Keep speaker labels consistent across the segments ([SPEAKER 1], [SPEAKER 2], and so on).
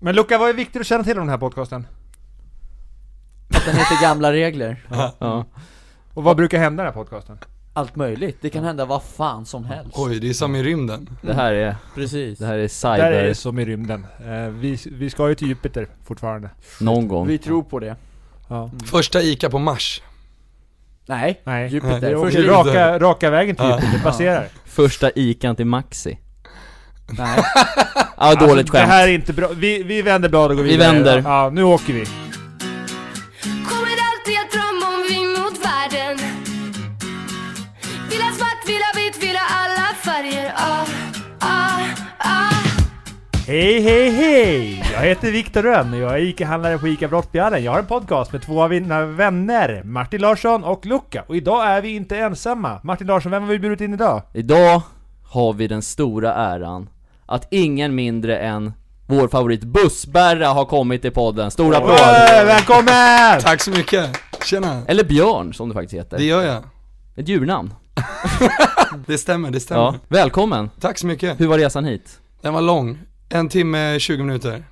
[SPEAKER 1] Men Luca, vad är viktigt att känna till om den här podcasten?
[SPEAKER 2] Att den heter Gamla Regler.
[SPEAKER 3] Ja.
[SPEAKER 1] Och vad brukar hända i den här podcasten?
[SPEAKER 2] Allt möjligt. Det kan hända vad fan som helst.
[SPEAKER 4] Oj, det är som i rymden.
[SPEAKER 3] Det här är,
[SPEAKER 2] Precis.
[SPEAKER 3] det här är
[SPEAKER 1] Där är
[SPEAKER 3] cyber
[SPEAKER 1] det som i rymden. Eh, vi, vi ska ju till Jupiter fortfarande.
[SPEAKER 3] någon gång.
[SPEAKER 2] Vi tror på det.
[SPEAKER 1] Ja.
[SPEAKER 4] Första ICA på Mars.
[SPEAKER 2] Nej.
[SPEAKER 1] Nej.
[SPEAKER 2] Jupiter.
[SPEAKER 1] Det är
[SPEAKER 4] Först
[SPEAKER 1] åker
[SPEAKER 4] Jupiter.
[SPEAKER 1] raka, raka vägen till
[SPEAKER 4] Ja.
[SPEAKER 1] Jupiter, det passerar.
[SPEAKER 3] Första ikan till Maxi.
[SPEAKER 2] Nej.
[SPEAKER 3] Ja, dåligt
[SPEAKER 1] Alltså,
[SPEAKER 3] skämt.
[SPEAKER 1] Det här är inte bra. Vi, vi vänder blad och går
[SPEAKER 3] Vi
[SPEAKER 1] vidare.
[SPEAKER 3] vänder.
[SPEAKER 1] Ja, nu åker vi.
[SPEAKER 5] Kommer alltid att drömma om vi mot världen Vill ha svart, vill ha vitt, vill ha alla färger ah, ah, ah.
[SPEAKER 1] Hej, hej, hej! Jag heter Viktor Rönn och jag är ICA-handlare på ICA Brottbjörnen. Jag har en podcast med två av mina vänner, Martin Larsson och Luca. Och idag är vi inte ensamma. Martin Larsson, vem har vi bjudit in idag?
[SPEAKER 3] Idag har vi den stora äran att ingen mindre än vår favorit Bussberra har kommit till podden. Stor applåd!
[SPEAKER 1] Öh, välkommen!
[SPEAKER 4] Tack så mycket. Tjena.
[SPEAKER 3] Eller Björn som du faktiskt heter.
[SPEAKER 4] Det gör jag.
[SPEAKER 3] Ett djurnamn.
[SPEAKER 4] Det stämmer, det stämmer.
[SPEAKER 3] Ja. Välkommen!
[SPEAKER 4] Tack så mycket.
[SPEAKER 3] Hur var resan hit?
[SPEAKER 4] Den var lång. En timme, 20 minuter.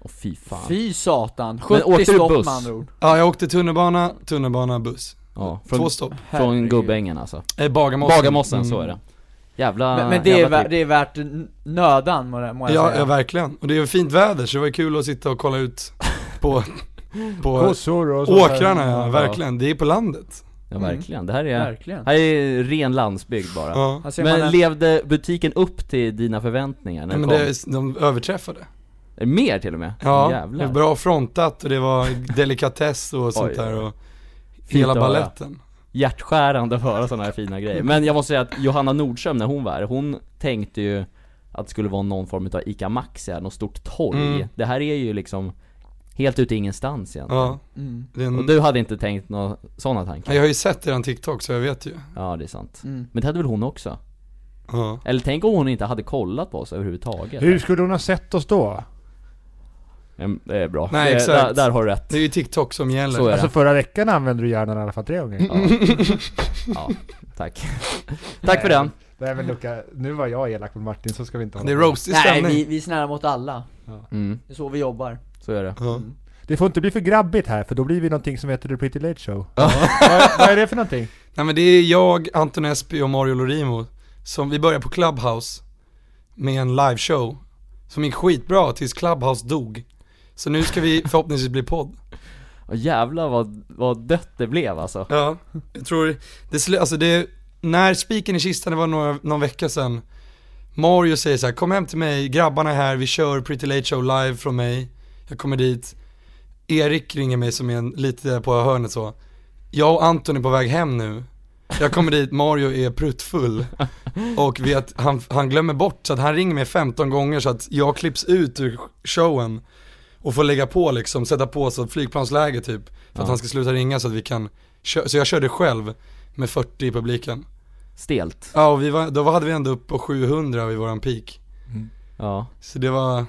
[SPEAKER 3] Åh fy fan.
[SPEAKER 2] Fy satan.
[SPEAKER 3] åkte
[SPEAKER 2] 70
[SPEAKER 3] du
[SPEAKER 2] stopp
[SPEAKER 3] buss?
[SPEAKER 2] med andra ord.
[SPEAKER 4] Ja, jag åkte tunnelbana, tunnelbana, buss.
[SPEAKER 3] Ja,
[SPEAKER 4] Två
[SPEAKER 3] från,
[SPEAKER 4] stopp.
[SPEAKER 3] från
[SPEAKER 2] Herregud.
[SPEAKER 3] Gubbängen alltså.
[SPEAKER 4] Eh, Bagarmossen.
[SPEAKER 3] Bagarmossen, så är
[SPEAKER 4] Mm.
[SPEAKER 3] det. Jävla
[SPEAKER 2] Men, men det, är,
[SPEAKER 3] Ah, jävla
[SPEAKER 2] vä-
[SPEAKER 3] trip.
[SPEAKER 2] det är värt n- nödan må må jag
[SPEAKER 4] Mm. Ja,
[SPEAKER 2] säga.
[SPEAKER 4] ja, verkligen. Och det är fint väder, så det var kul att sitta och kolla ut på, på
[SPEAKER 1] Kossor och sånt där.
[SPEAKER 4] åkrarna, ja, verkligen. Det är på landet.
[SPEAKER 3] Ja verkligen. Det här är,
[SPEAKER 2] Verkligen.
[SPEAKER 3] här är ren landsbygd bara.
[SPEAKER 4] Ja.
[SPEAKER 2] Här ser man
[SPEAKER 3] Men
[SPEAKER 2] en-
[SPEAKER 3] levde butiken upp till dina förväntningar när
[SPEAKER 4] Nej,
[SPEAKER 3] du
[SPEAKER 4] men
[SPEAKER 3] kom?
[SPEAKER 4] det, de överträffade.
[SPEAKER 3] Mer till och med?
[SPEAKER 4] Ja, det
[SPEAKER 3] Jävlar.
[SPEAKER 4] var bra frontat och det var delikatess och sånt där och hela
[SPEAKER 3] att höra.
[SPEAKER 4] balletten.
[SPEAKER 3] Hjärtskärande att höra sådana här fina grejer. Men jag måste säga att Johanna Nordström när hon var här, hon tänkte ju att det skulle vara någon form av ICA Maxi här, något stort torg.
[SPEAKER 4] Mm.
[SPEAKER 3] Det här är ju liksom helt ute i ingenstans egentligen.
[SPEAKER 4] Ja,
[SPEAKER 2] Mm.
[SPEAKER 4] det är
[SPEAKER 3] Och
[SPEAKER 4] en,
[SPEAKER 3] du hade inte tänkt några sådana tankar?
[SPEAKER 4] Ja, jag har ju sett eran TikTok så jag vet ju.
[SPEAKER 3] Ja, det är sant.
[SPEAKER 2] Mm.
[SPEAKER 3] Men det hade väl hon också?
[SPEAKER 4] Ja.
[SPEAKER 3] Eller tänk om hon inte hade kollat på oss överhuvudtaget?
[SPEAKER 1] Hur skulle hon ha sett oss då?
[SPEAKER 3] Ja, men Det är bra.
[SPEAKER 4] Nej,
[SPEAKER 3] det,
[SPEAKER 4] exakt.
[SPEAKER 3] Där, där har du rätt.
[SPEAKER 4] Det är ju TikTok som gäller.
[SPEAKER 3] Så är
[SPEAKER 1] Alltså
[SPEAKER 3] det.
[SPEAKER 1] förra veckan använde du hjärnan i alla fall tre gånger.
[SPEAKER 3] Ja, tack. tack för den.
[SPEAKER 1] Nej men Luca, nu var jag elak mot Martin så ska vi inte
[SPEAKER 4] Alltså, Det är roastig
[SPEAKER 2] Nej,
[SPEAKER 4] stämning.
[SPEAKER 2] vi, vi är snälla mot alla.
[SPEAKER 3] Mm,
[SPEAKER 2] Det är så vi jobbar.
[SPEAKER 3] så är det.
[SPEAKER 4] Ja.
[SPEAKER 2] Mm.
[SPEAKER 1] Det får inte bli för grabbigt här för då blir vi någonting som heter The Pretty Late Show. vad, vad är det för någonting?
[SPEAKER 4] Nej men det är jag, Anton Esby och Mario Lorimo som, vi började på Clubhouse med en liveshow som gick skitbra tills Clubhouse dog. Så nu ska vi förhoppningsvis bli podd.
[SPEAKER 3] Och jävlar vad, vad dött det blev alltså.
[SPEAKER 4] Ja, jag tror, det, slu- alltså det, när spiken i kistan, det var några, någon vecka sedan, Mario säger så här, kom hem till mig, grabbarna är här, vi kör Pretty Late Show live från mig, jag kommer dit. Erik ringer mig som är en, lite på hörnet så, jag och Anton är på väg hem nu. Jag kommer dit, Mario är pruttfull och vet, han, han glömmer bort så att han ringer mig 15 gånger så att jag klipps ut ur showen och får lägga på liksom, sätta på så flygplansläge typ. För att han ska sluta ringa så att vi kan, kö- så jag körde själv med 40 i publiken.
[SPEAKER 3] Stelt.
[SPEAKER 4] Ja och vi var, då hade vi ändå upp på 700 vid våran peak.
[SPEAKER 3] Ja.
[SPEAKER 4] Så det var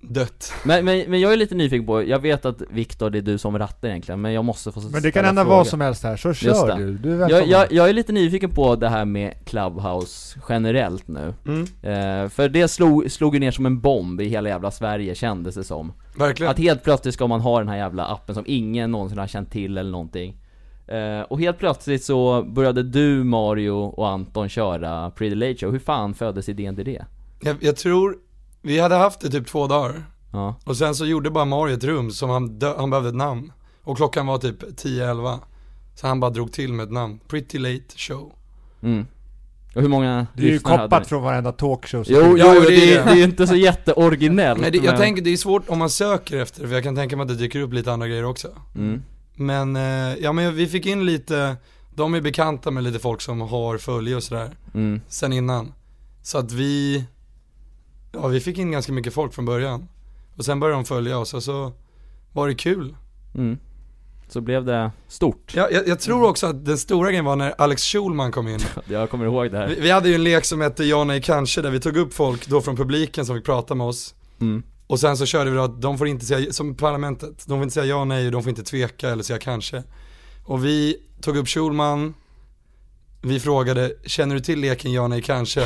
[SPEAKER 4] dött.
[SPEAKER 3] Men, men, men jag är lite nyfiken på, jag vet att Viktor det är du som rattar egentligen, men jag måste få
[SPEAKER 1] Men det kan
[SPEAKER 3] ställa
[SPEAKER 1] hända
[SPEAKER 3] frågan.
[SPEAKER 1] vad som helst här, så
[SPEAKER 3] Just det.
[SPEAKER 1] kör du. Du är
[SPEAKER 3] jag,
[SPEAKER 1] välkommen.
[SPEAKER 3] jag, jag är lite nyfiken på det här med Clubhouse generellt nu.
[SPEAKER 1] Mm.
[SPEAKER 3] Eh, för det slog, slog ju ner som en bomb i hela jävla Sverige kändes det som.
[SPEAKER 4] Verkligen.
[SPEAKER 3] Att helt plötsligt ska man ha den här jävla appen som ingen någonsin har känt till eller någonting. Eh, och helt plötsligt så började du, Mario och Anton köra Pretty Late Show. Hur fan föddes idén till det?
[SPEAKER 4] Jag, jag tror, vi hade haft det typ två dagar.
[SPEAKER 3] Ja,
[SPEAKER 4] Och sen så gjorde bara Mario ett rum som han, dö- han behövde ett namn. Och klockan var typ 10-11. Så han bara drog till med ett namn. Pretty late show.
[SPEAKER 3] mm. Och hur många
[SPEAKER 1] det är ju
[SPEAKER 3] lyssnare hade ni?
[SPEAKER 1] koppat från varenda talkshow. som-
[SPEAKER 3] Jo, jo,
[SPEAKER 4] Ja,
[SPEAKER 3] jo
[SPEAKER 4] jo,
[SPEAKER 3] det,
[SPEAKER 4] det
[SPEAKER 3] är,
[SPEAKER 4] är-
[SPEAKER 3] det är ju inte så jätteoriginellt
[SPEAKER 4] Nej, det, jag
[SPEAKER 3] men-
[SPEAKER 4] tänker det är svårt om man söker efter det, för jag kan tänka mig att det dyker upp lite andra grejer också.
[SPEAKER 3] mm.
[SPEAKER 4] Men, eh, ja men vi fick in lite, de är bekanta med lite folk som har följe och sådär,
[SPEAKER 3] Mm.
[SPEAKER 4] sen innan. Så att vi, ja vi fick in ganska mycket folk från början. Och sen började de följa oss och så var det kul.
[SPEAKER 3] Mm. Så blev det stort.
[SPEAKER 4] Ja, jag, jag tror också att den stora grejen var när Alex Schulman kom in.
[SPEAKER 3] Jag kommer ihåg det
[SPEAKER 4] Vi,
[SPEAKER 3] här.
[SPEAKER 4] vi hade ju en lek som hette Ja, nej, kanske där vi tog upp folk då från publiken som fick prata med oss.
[SPEAKER 3] Mm.
[SPEAKER 4] Och sen så körde vi då att de får inte säga, som parlamentet, de får inte säga ja, nej och de får inte tveka eller säga kanske. Och vi tog upp Schulman, vi frågade, känner du till leken ja, nej, kanske?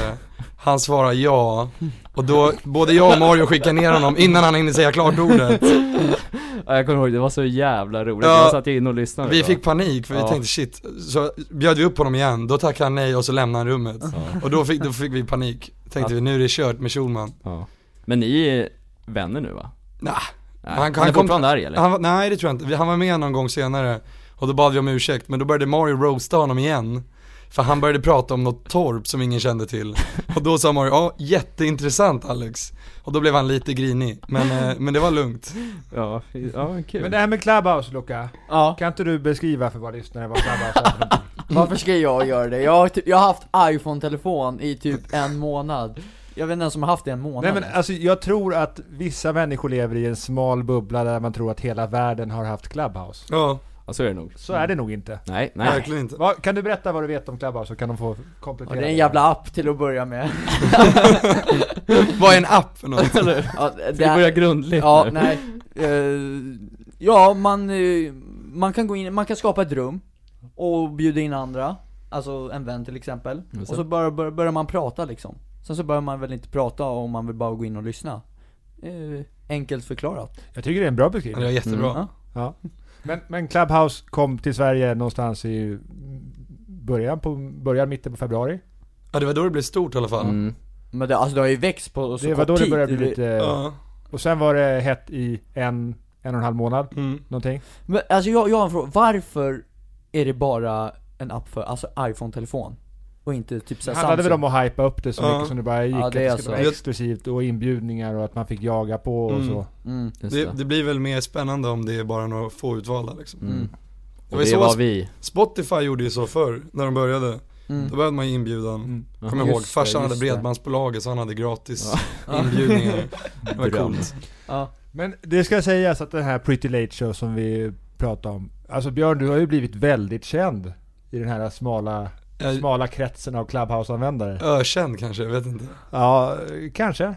[SPEAKER 4] Han svarar ja, och då, både jag och Mario skickar ner honom innan han hinner säga klart ordet.
[SPEAKER 3] Ja, jag kommer ihåg, det var så jävla roligt.
[SPEAKER 4] Ja.
[SPEAKER 3] jag satt ju inne och lyssnade
[SPEAKER 4] Vi
[SPEAKER 3] då.
[SPEAKER 4] fick panik för vi
[SPEAKER 3] Ja.
[SPEAKER 4] tänkte shit, så bjöd vi upp honom igen, då tackade han nej och så lämnade han rummet.
[SPEAKER 3] Ja.
[SPEAKER 4] Och då fick, då fick vi panik, tänkte vi nu är det kört med Schulman.
[SPEAKER 3] Ja. Men ni är vänner nu va?
[SPEAKER 4] Nah,
[SPEAKER 3] Nej.
[SPEAKER 4] han
[SPEAKER 3] Han,
[SPEAKER 4] kom-
[SPEAKER 3] är fortfarande arg eller?
[SPEAKER 4] han, var- nej det tror jag inte, Vi- han var med någon gång senare och då bad vi om ursäkt, men då började Mario roasta honom igen. För han började prata om något torp som ingen kände till. Och då sa Mario, ja jätteintressant Alex. Och då blev han lite grinig, men, eh, men det var lugnt.
[SPEAKER 3] Ja, ja kul.
[SPEAKER 1] Men det här med Clubhouse Luca,
[SPEAKER 2] Ja,
[SPEAKER 1] kan inte du beskriva för våra lyssnare vad Clubhouse är för någonting?
[SPEAKER 2] varför ska jag göra det? Jag har, typ, jag har haft iPhone-telefon i typ en månad Jag vet inte ens om jag har haft det i en månad
[SPEAKER 1] Nej men alltså jag tror att vissa människor lever i en smal bubbla där man tror att hela världen har haft Clubhouse.
[SPEAKER 4] Ja,
[SPEAKER 3] Ja, så är det nog.
[SPEAKER 1] Så är det nog inte.
[SPEAKER 3] Nej, nej.
[SPEAKER 4] verkligen inte.
[SPEAKER 1] Vad- kan du berätta vad du vet om Clubhouse så kan de få
[SPEAKER 2] och
[SPEAKER 1] komplettera?
[SPEAKER 2] det är en jävla app till att börja med
[SPEAKER 4] Vad är en app för något?
[SPEAKER 2] ja,
[SPEAKER 3] Vi börjar grundligt
[SPEAKER 2] Ja,
[SPEAKER 3] nu.
[SPEAKER 2] nej Eh, Ja, man, eh, man kan gå in, man kan skapa ett rum och bjuda in andra Alltså en vän till exempel,
[SPEAKER 3] Just
[SPEAKER 2] och
[SPEAKER 3] det.
[SPEAKER 2] så bör, bör, börjar man prata liksom Sen så börjar man väl inte prata om man vill bara gå in och lyssna Eh, Enkelt förklarat
[SPEAKER 1] Jag tycker det är en bra
[SPEAKER 4] Ja, Det var
[SPEAKER 1] beskrivning.
[SPEAKER 4] jättebra.
[SPEAKER 3] Mm.
[SPEAKER 2] Ja.
[SPEAKER 1] Ja. Men, men Clubhouse kom till Sverige någonstans i början, på, början mitten på februari.
[SPEAKER 4] Ja det var då det blev stort i alla fall.
[SPEAKER 3] Mm.
[SPEAKER 2] Men det, alltså det har ju växt på så
[SPEAKER 1] Det var
[SPEAKER 2] kort
[SPEAKER 1] då det
[SPEAKER 2] tid.
[SPEAKER 1] började bli lite...
[SPEAKER 4] Ja.
[SPEAKER 1] Och sen var det hett i en, en och en halv månad,
[SPEAKER 4] Mm.
[SPEAKER 1] någonting.
[SPEAKER 2] Men alltså jag, jag har en fråga, varför är det bara en app för, alltså iPhone-telefon? Och inte typ
[SPEAKER 1] Det
[SPEAKER 2] såhär
[SPEAKER 1] handlade
[SPEAKER 2] Samsung?
[SPEAKER 1] väl om att hypa upp det så
[SPEAKER 4] Ja.
[SPEAKER 1] mycket som det bara gick.
[SPEAKER 2] Ja, det
[SPEAKER 1] att det
[SPEAKER 2] är alltså-
[SPEAKER 1] skulle
[SPEAKER 2] så.
[SPEAKER 1] vara exklusivt och inbjudningar och att man fick jaga på och
[SPEAKER 4] Mm.
[SPEAKER 1] så.
[SPEAKER 2] mm.
[SPEAKER 3] Just
[SPEAKER 4] Det,
[SPEAKER 3] det.
[SPEAKER 4] det blir väl mer spännande om det är bara några få utvalda liksom.
[SPEAKER 3] Mm.
[SPEAKER 4] Det
[SPEAKER 3] Och
[SPEAKER 4] var ju
[SPEAKER 3] det
[SPEAKER 4] så-
[SPEAKER 3] var vi.
[SPEAKER 4] Spotify gjorde ju så förr, när de började.
[SPEAKER 2] Mm.
[SPEAKER 4] Då behövde man ju inbjudan.
[SPEAKER 1] Mm.
[SPEAKER 4] Kommer
[SPEAKER 2] Just
[SPEAKER 4] ihåg,
[SPEAKER 2] det,
[SPEAKER 4] farsan hade
[SPEAKER 2] just det.
[SPEAKER 4] bredbandsbolaget så han hade gratis
[SPEAKER 2] Ja.
[SPEAKER 4] inbjudningar. Det var
[SPEAKER 3] Dröm.
[SPEAKER 4] coolt.
[SPEAKER 2] Ja.
[SPEAKER 1] Men det ska sägas att den här Pretty Late Show som vi pratade om. Alltså Björn, du har ju blivit väldigt känd i den här smala,
[SPEAKER 4] Eh,
[SPEAKER 1] smala kretsen av Clubhouse-användare.
[SPEAKER 4] Ökänd kanske, jag vet inte.
[SPEAKER 1] Ja, kanske.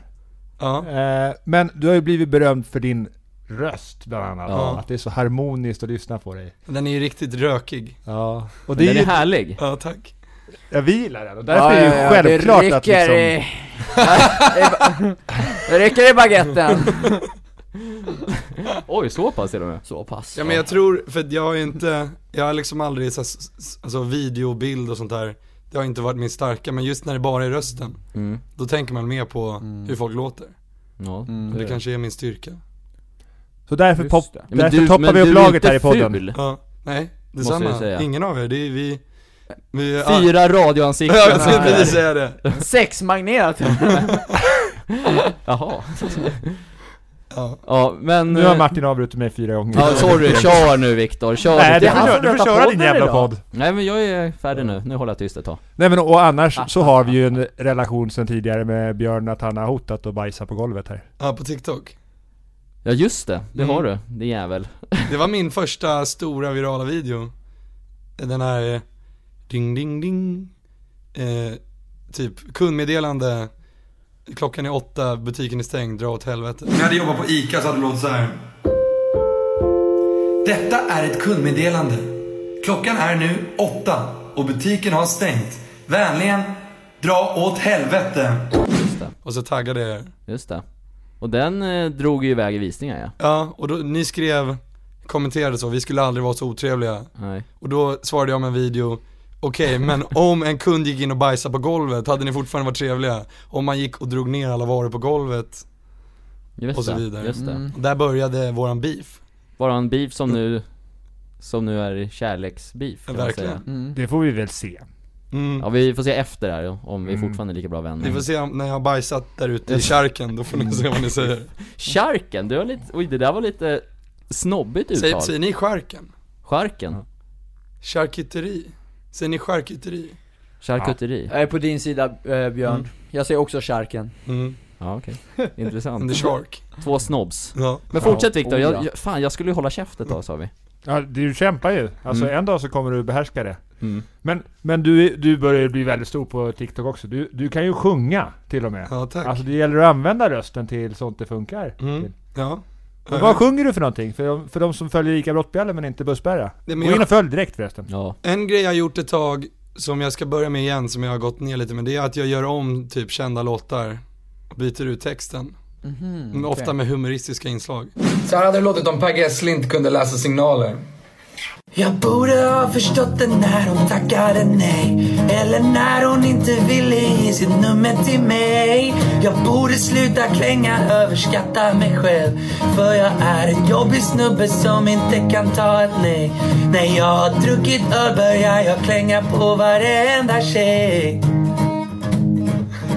[SPEAKER 4] Ja.
[SPEAKER 1] Eh, Men du har ju blivit berömd för din röst bland annat.
[SPEAKER 3] Ja.
[SPEAKER 1] Att det är så harmoniskt att lyssna på dig.
[SPEAKER 4] Den är ju riktigt rökig.
[SPEAKER 1] Ja. Och
[SPEAKER 3] Men
[SPEAKER 1] det är
[SPEAKER 3] den
[SPEAKER 1] ju,
[SPEAKER 3] är härlig.
[SPEAKER 4] Ja, tack.
[SPEAKER 1] ja, vi gillar den och därför är det ju självklart
[SPEAKER 2] det
[SPEAKER 1] att liksom...
[SPEAKER 2] i- det rycker i baguetten
[SPEAKER 3] Oj, så pass till och med.
[SPEAKER 2] Så pass
[SPEAKER 4] Ja men jag tror, för att jag har ju inte, jag har liksom aldrig så här, s- s- alltså videobild och sånt där. Det har inte varit min starka, men just när det bara är rösten,
[SPEAKER 3] Mm.
[SPEAKER 4] då tänker man mer på hur folk låter.
[SPEAKER 3] Ja.
[SPEAKER 4] Det kanske är min styrka.
[SPEAKER 1] Så därför,
[SPEAKER 2] Just
[SPEAKER 1] pop,
[SPEAKER 2] det.
[SPEAKER 3] Men
[SPEAKER 1] därför
[SPEAKER 3] du-
[SPEAKER 1] toppar
[SPEAKER 3] men
[SPEAKER 1] vi
[SPEAKER 3] du
[SPEAKER 1] upp
[SPEAKER 3] är
[SPEAKER 1] laget
[SPEAKER 3] inte
[SPEAKER 1] här i podden.
[SPEAKER 3] ful.
[SPEAKER 4] Ja, nej,
[SPEAKER 3] Måste jag
[SPEAKER 4] detsamma.
[SPEAKER 3] säga.
[SPEAKER 4] Ingen av er, det är vi,
[SPEAKER 3] Fyra
[SPEAKER 4] vi Ja, jag
[SPEAKER 3] radioansikten
[SPEAKER 4] skulle
[SPEAKER 3] här.
[SPEAKER 4] precis säga det.
[SPEAKER 2] Sexmagnet!
[SPEAKER 3] Jaha.
[SPEAKER 4] Ja.
[SPEAKER 3] Ja, men...
[SPEAKER 1] Nu har Martin avbrutit mig fyra gånger.
[SPEAKER 3] Ja, sorry. Kör nu Viktor. Kör.
[SPEAKER 1] Nej,
[SPEAKER 3] Det
[SPEAKER 1] du
[SPEAKER 3] är han
[SPEAKER 1] får,
[SPEAKER 2] som
[SPEAKER 1] köra- du får
[SPEAKER 2] sköter
[SPEAKER 1] köra din
[SPEAKER 2] podden
[SPEAKER 1] jävla
[SPEAKER 2] idag.
[SPEAKER 1] podd.
[SPEAKER 3] Nej men jag är färdig nu, nu håller jag tyst ett tag.
[SPEAKER 1] Nej men och annars så har vi ju en relation sedan tidigare med Björn att han har hotat att bajsa på golvet här.
[SPEAKER 4] ja, på TikTok.
[SPEAKER 3] Ja just det, det
[SPEAKER 4] Mm.
[SPEAKER 3] har du, din jävel.
[SPEAKER 4] Det var min första stora virala video. Den här eh, ding ding ding. Eh, typ kundmeddelande. Klockan är åtta, butiken är stängd, dra åt helvete. När jag hade jobbat på ICA så hade det låtit så här. Detta är ett kundmeddelande. Klockan är nu åtta och butiken har stängt. Vänligen, dra åt helvete.
[SPEAKER 3] Just det,
[SPEAKER 4] Och så taggade jag er.
[SPEAKER 3] just det. Och den eh, drog ju iväg i visningar ja.
[SPEAKER 4] Ja, och då, ni skrev, kommenterade så, vi skulle aldrig vara så otrevliga.
[SPEAKER 3] Nej.
[SPEAKER 4] Och då svarade jag med en video Okej, men om en kund gick in och bajsade på golvet, hade ni fortfarande varit trevliga? Om man gick och drog ner alla varor på golvet.
[SPEAKER 3] Just
[SPEAKER 4] Och så
[SPEAKER 3] det,
[SPEAKER 4] vidare.
[SPEAKER 3] Just det.
[SPEAKER 2] Mm.
[SPEAKER 4] Och där började våran beef.
[SPEAKER 3] Bara en beef
[SPEAKER 4] Mm.
[SPEAKER 3] som nu, som nu är kärleksbeef kan man
[SPEAKER 4] Verkligen.
[SPEAKER 3] säga.
[SPEAKER 2] Mm.
[SPEAKER 1] Det får vi väl se.
[SPEAKER 4] Mm.
[SPEAKER 3] Ja vi får se efter det här om vi
[SPEAKER 1] Mm.
[SPEAKER 3] fortfarande är lika bra vänner.
[SPEAKER 4] Ni får se om, när jag har bajsat där ute i kärken, då får ni se vad ni säger.
[SPEAKER 3] Charken, du har lite, oj det där var lite snobbigt
[SPEAKER 4] Säger,
[SPEAKER 3] uttal.
[SPEAKER 4] säger ni skärken?
[SPEAKER 3] Charken?
[SPEAKER 4] Charkuteri? Säger ni charkuteri?
[SPEAKER 3] Charkuteri? Ja,
[SPEAKER 2] Jag är på din sida eh, Björn, jag säger också kärken
[SPEAKER 4] Mm,
[SPEAKER 3] okej.
[SPEAKER 4] the
[SPEAKER 3] Intressant.
[SPEAKER 4] shark.
[SPEAKER 3] Två snobbs.
[SPEAKER 4] Ja.
[SPEAKER 3] Men fortsätt Viktor,
[SPEAKER 2] Oh, ja.
[SPEAKER 3] jag, jag, fan jag skulle ju hålla käft ett tag sa vi.
[SPEAKER 1] Ja, du kämpar ju. Alltså
[SPEAKER 3] Mm.
[SPEAKER 1] en dag så kommer du behärska det. Men, men du, är- du börjar ju bli väldigt stor på TikTok också. Du, du kan ju sjunga till och med.
[SPEAKER 4] Ja, tack.
[SPEAKER 1] Alltså det gäller att använda rösten till sånt det funkar.
[SPEAKER 4] Mm. Ja.
[SPEAKER 1] Och vad sjunger du för någonting? För de, för de som följer ICA Brottbjällen men inte Bussberga?
[SPEAKER 4] Nej, men
[SPEAKER 1] Gå in
[SPEAKER 4] jag-
[SPEAKER 1] och följ direkt förresten.
[SPEAKER 3] Ja.
[SPEAKER 4] En grej jag gjort ett tag som jag ska börja med igen, som jag har gått ner lite med, det är att jag gör om typ kända låtar och byter ut texten.
[SPEAKER 2] Mhm,
[SPEAKER 4] Men Ofta med humoristiska inslag. Så här hade det låtit om Per Gessle inte kunde läsa signaler.
[SPEAKER 6] Jag borde ha förstått det när hon tackade nej Eller när hon inte ville ge sitt nummer till mig Jag borde sluta klänga, överskatta mig själv För jag är en jobbig snubbe som inte kan ta ett nej När jag har druckit öl börjar jag klänga på varenda tjej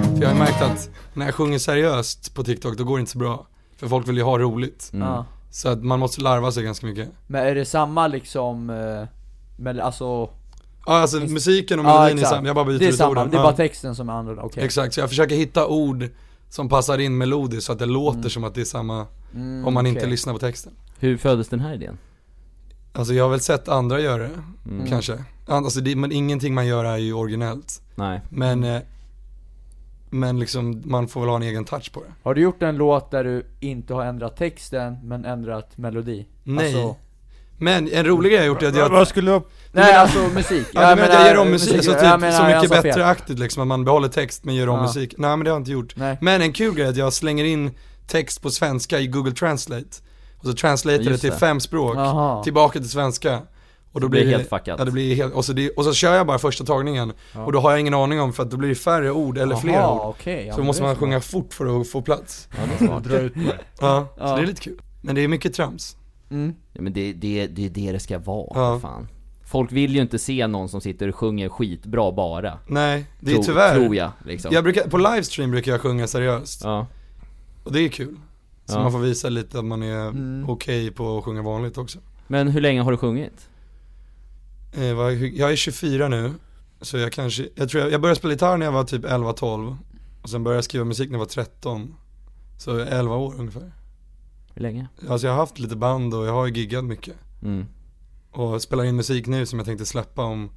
[SPEAKER 4] För jag har märkt att när jag sjunger seriöst på TikTok, då går det inte så bra. För folk vill ju ha roligt.
[SPEAKER 2] Ja.
[SPEAKER 4] Så att man måste larva sig ganska mycket.
[SPEAKER 2] Men är det samma liksom, eh, men alltså
[SPEAKER 4] Ja, alltså musiken och
[SPEAKER 2] Ja,
[SPEAKER 4] melodin är
[SPEAKER 2] exakt.
[SPEAKER 4] samma, jag bara byter
[SPEAKER 2] Det är
[SPEAKER 4] ut
[SPEAKER 2] samma,
[SPEAKER 4] orden.
[SPEAKER 2] det är
[SPEAKER 4] Ja.
[SPEAKER 2] bara texten som är annorlunda, okej
[SPEAKER 4] Exakt, så jag försöker hitta ord som passar in melodiskt så att det låter som att det är samma om man inte
[SPEAKER 2] Mm. okej.
[SPEAKER 4] lyssnar på texten.
[SPEAKER 3] Hur föddes den här idén?
[SPEAKER 4] Alltså jag har väl sett andra göra det, kanske. Alltså det, men ingenting man gör är ju originellt.
[SPEAKER 3] Nej.
[SPEAKER 4] Men, eh, men liksom man får väl ha en egen touch på det.
[SPEAKER 2] Har du gjort en låt där du inte har ändrat texten, men ändrat melodi?
[SPEAKER 4] Nej.
[SPEAKER 2] Alltså,
[SPEAKER 4] Men en rolig grej jag gjort är att jag,
[SPEAKER 1] Vad skulle du...
[SPEAKER 2] nej alltså musik,
[SPEAKER 4] ja, men att jag gör om musik,
[SPEAKER 2] musik-
[SPEAKER 4] så typ
[SPEAKER 2] jag menar,
[SPEAKER 4] så
[SPEAKER 2] jag
[SPEAKER 4] mycket
[SPEAKER 2] sa fel.
[SPEAKER 4] bättre-aktigt liksom, att man behåller text men gör om
[SPEAKER 2] Ja.
[SPEAKER 4] musik. Nej men det har jag inte gjort.
[SPEAKER 2] Nej.
[SPEAKER 4] Men en kul grej är att jag slänger in text på svenska i Google Translate. Och så translatear
[SPEAKER 3] Just
[SPEAKER 4] det till
[SPEAKER 3] det.
[SPEAKER 4] fem språk,
[SPEAKER 2] Jaha.
[SPEAKER 4] tillbaka till svenska. Och
[SPEAKER 3] blir
[SPEAKER 4] då blir
[SPEAKER 3] det
[SPEAKER 4] det
[SPEAKER 3] helt fuckat.
[SPEAKER 4] Ja, det blir helt, och, så det, och så kör jag bara första tagningen. Och då har jag ingen aning om för att då blir det färre ord eller fler
[SPEAKER 2] Jaha,
[SPEAKER 4] ord.
[SPEAKER 2] okej, ja,
[SPEAKER 4] så
[SPEAKER 2] men
[SPEAKER 4] måste
[SPEAKER 2] det är
[SPEAKER 4] man
[SPEAKER 2] smart.
[SPEAKER 4] sjunga fort för att få plats.
[SPEAKER 3] Ja, det är smart.
[SPEAKER 1] Dra ut på det.
[SPEAKER 4] Ja,
[SPEAKER 2] Ja.
[SPEAKER 4] så det är lite kul. Men det är mycket trams.
[SPEAKER 2] mm.
[SPEAKER 3] Ja, men det, det, det är det det ska vara,
[SPEAKER 4] Ja.
[SPEAKER 3] fan. Folk vill ju inte se någon som sitter och sjunger skitbra bara.
[SPEAKER 4] Nej, det är
[SPEAKER 3] Tro-
[SPEAKER 4] tyvärr.
[SPEAKER 3] Tror jag, liksom.
[SPEAKER 4] Jag brukar, på livestream brukar jag sjunga seriöst.
[SPEAKER 3] Ja.
[SPEAKER 4] Och det är kul. Så
[SPEAKER 3] Ja.
[SPEAKER 4] man får visa lite att man är okej på att sjunga vanligt också.
[SPEAKER 3] Men hur länge har du sjungit?
[SPEAKER 4] Eh, vad- Jag är 24 nu, så jag kanske, jag tror jag, jag började spela gitarr när jag var typ 11-12. Och sen började jag skriva musik när jag var 13. Så jag är 11 år ungefär.
[SPEAKER 3] Hur länge?
[SPEAKER 4] Alltså jag har haft lite band och jag har ju giggat mycket.
[SPEAKER 3] Mm.
[SPEAKER 4] Och spelar in musik nu som jag tänkte släppa om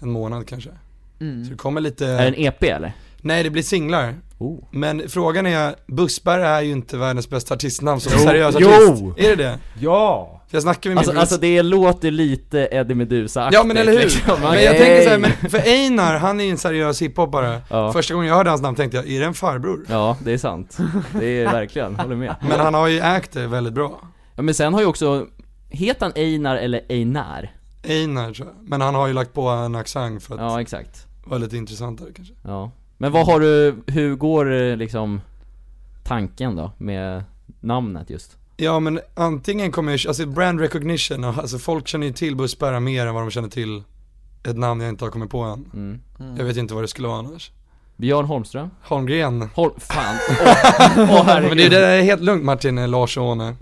[SPEAKER 4] en månad kanske. Så det kommer lite,
[SPEAKER 3] Är det en EP eller?
[SPEAKER 4] nej det blir singlar.
[SPEAKER 3] Oh.
[SPEAKER 4] Men frågan är, Bussberg är ju inte världens bästa artistnamn som seriös
[SPEAKER 1] jo.
[SPEAKER 4] artist. Är det det?
[SPEAKER 1] Ja!
[SPEAKER 4] För jag snackade med min
[SPEAKER 3] Alltså, alltså det låter lite Eddie liksom. Meduza
[SPEAKER 4] Ja men eller hur? Men jag
[SPEAKER 2] Nej.
[SPEAKER 4] tänker såhär, men för Einar, han är ju en seriös hiphoppare.
[SPEAKER 3] Ja.
[SPEAKER 4] Första gången jag hörde hans namn tänkte jag, är det en farbror?
[SPEAKER 3] Ja, det är sant. Det är verkligen, håller med.
[SPEAKER 4] Men han har ju ägt det väldigt bra.
[SPEAKER 3] Ja, men sen har ju också, heter han Einar eller Einar?
[SPEAKER 4] Einar tror jag. Men han har ju lagt på en accent för att
[SPEAKER 3] Ja, exakt.
[SPEAKER 4] vara lite intressantare kanske.
[SPEAKER 3] Ja. Men vad har du, hur går eh, liksom tanken då med namnet just?
[SPEAKER 4] Ja men antingen kommer jag, alltså brand recognition, alltså folk känner ju till Bussbära mer än vad de känner till ett namn jag inte har kommit på än.
[SPEAKER 3] Mm.
[SPEAKER 4] Jag vet inte vad det skulle vara annars.
[SPEAKER 3] Björn Holmström?
[SPEAKER 4] Holmgren.
[SPEAKER 3] Hol- fan, åh oh,
[SPEAKER 4] Men det, det är helt lugnt Martin Larsson.
[SPEAKER 3] Ja,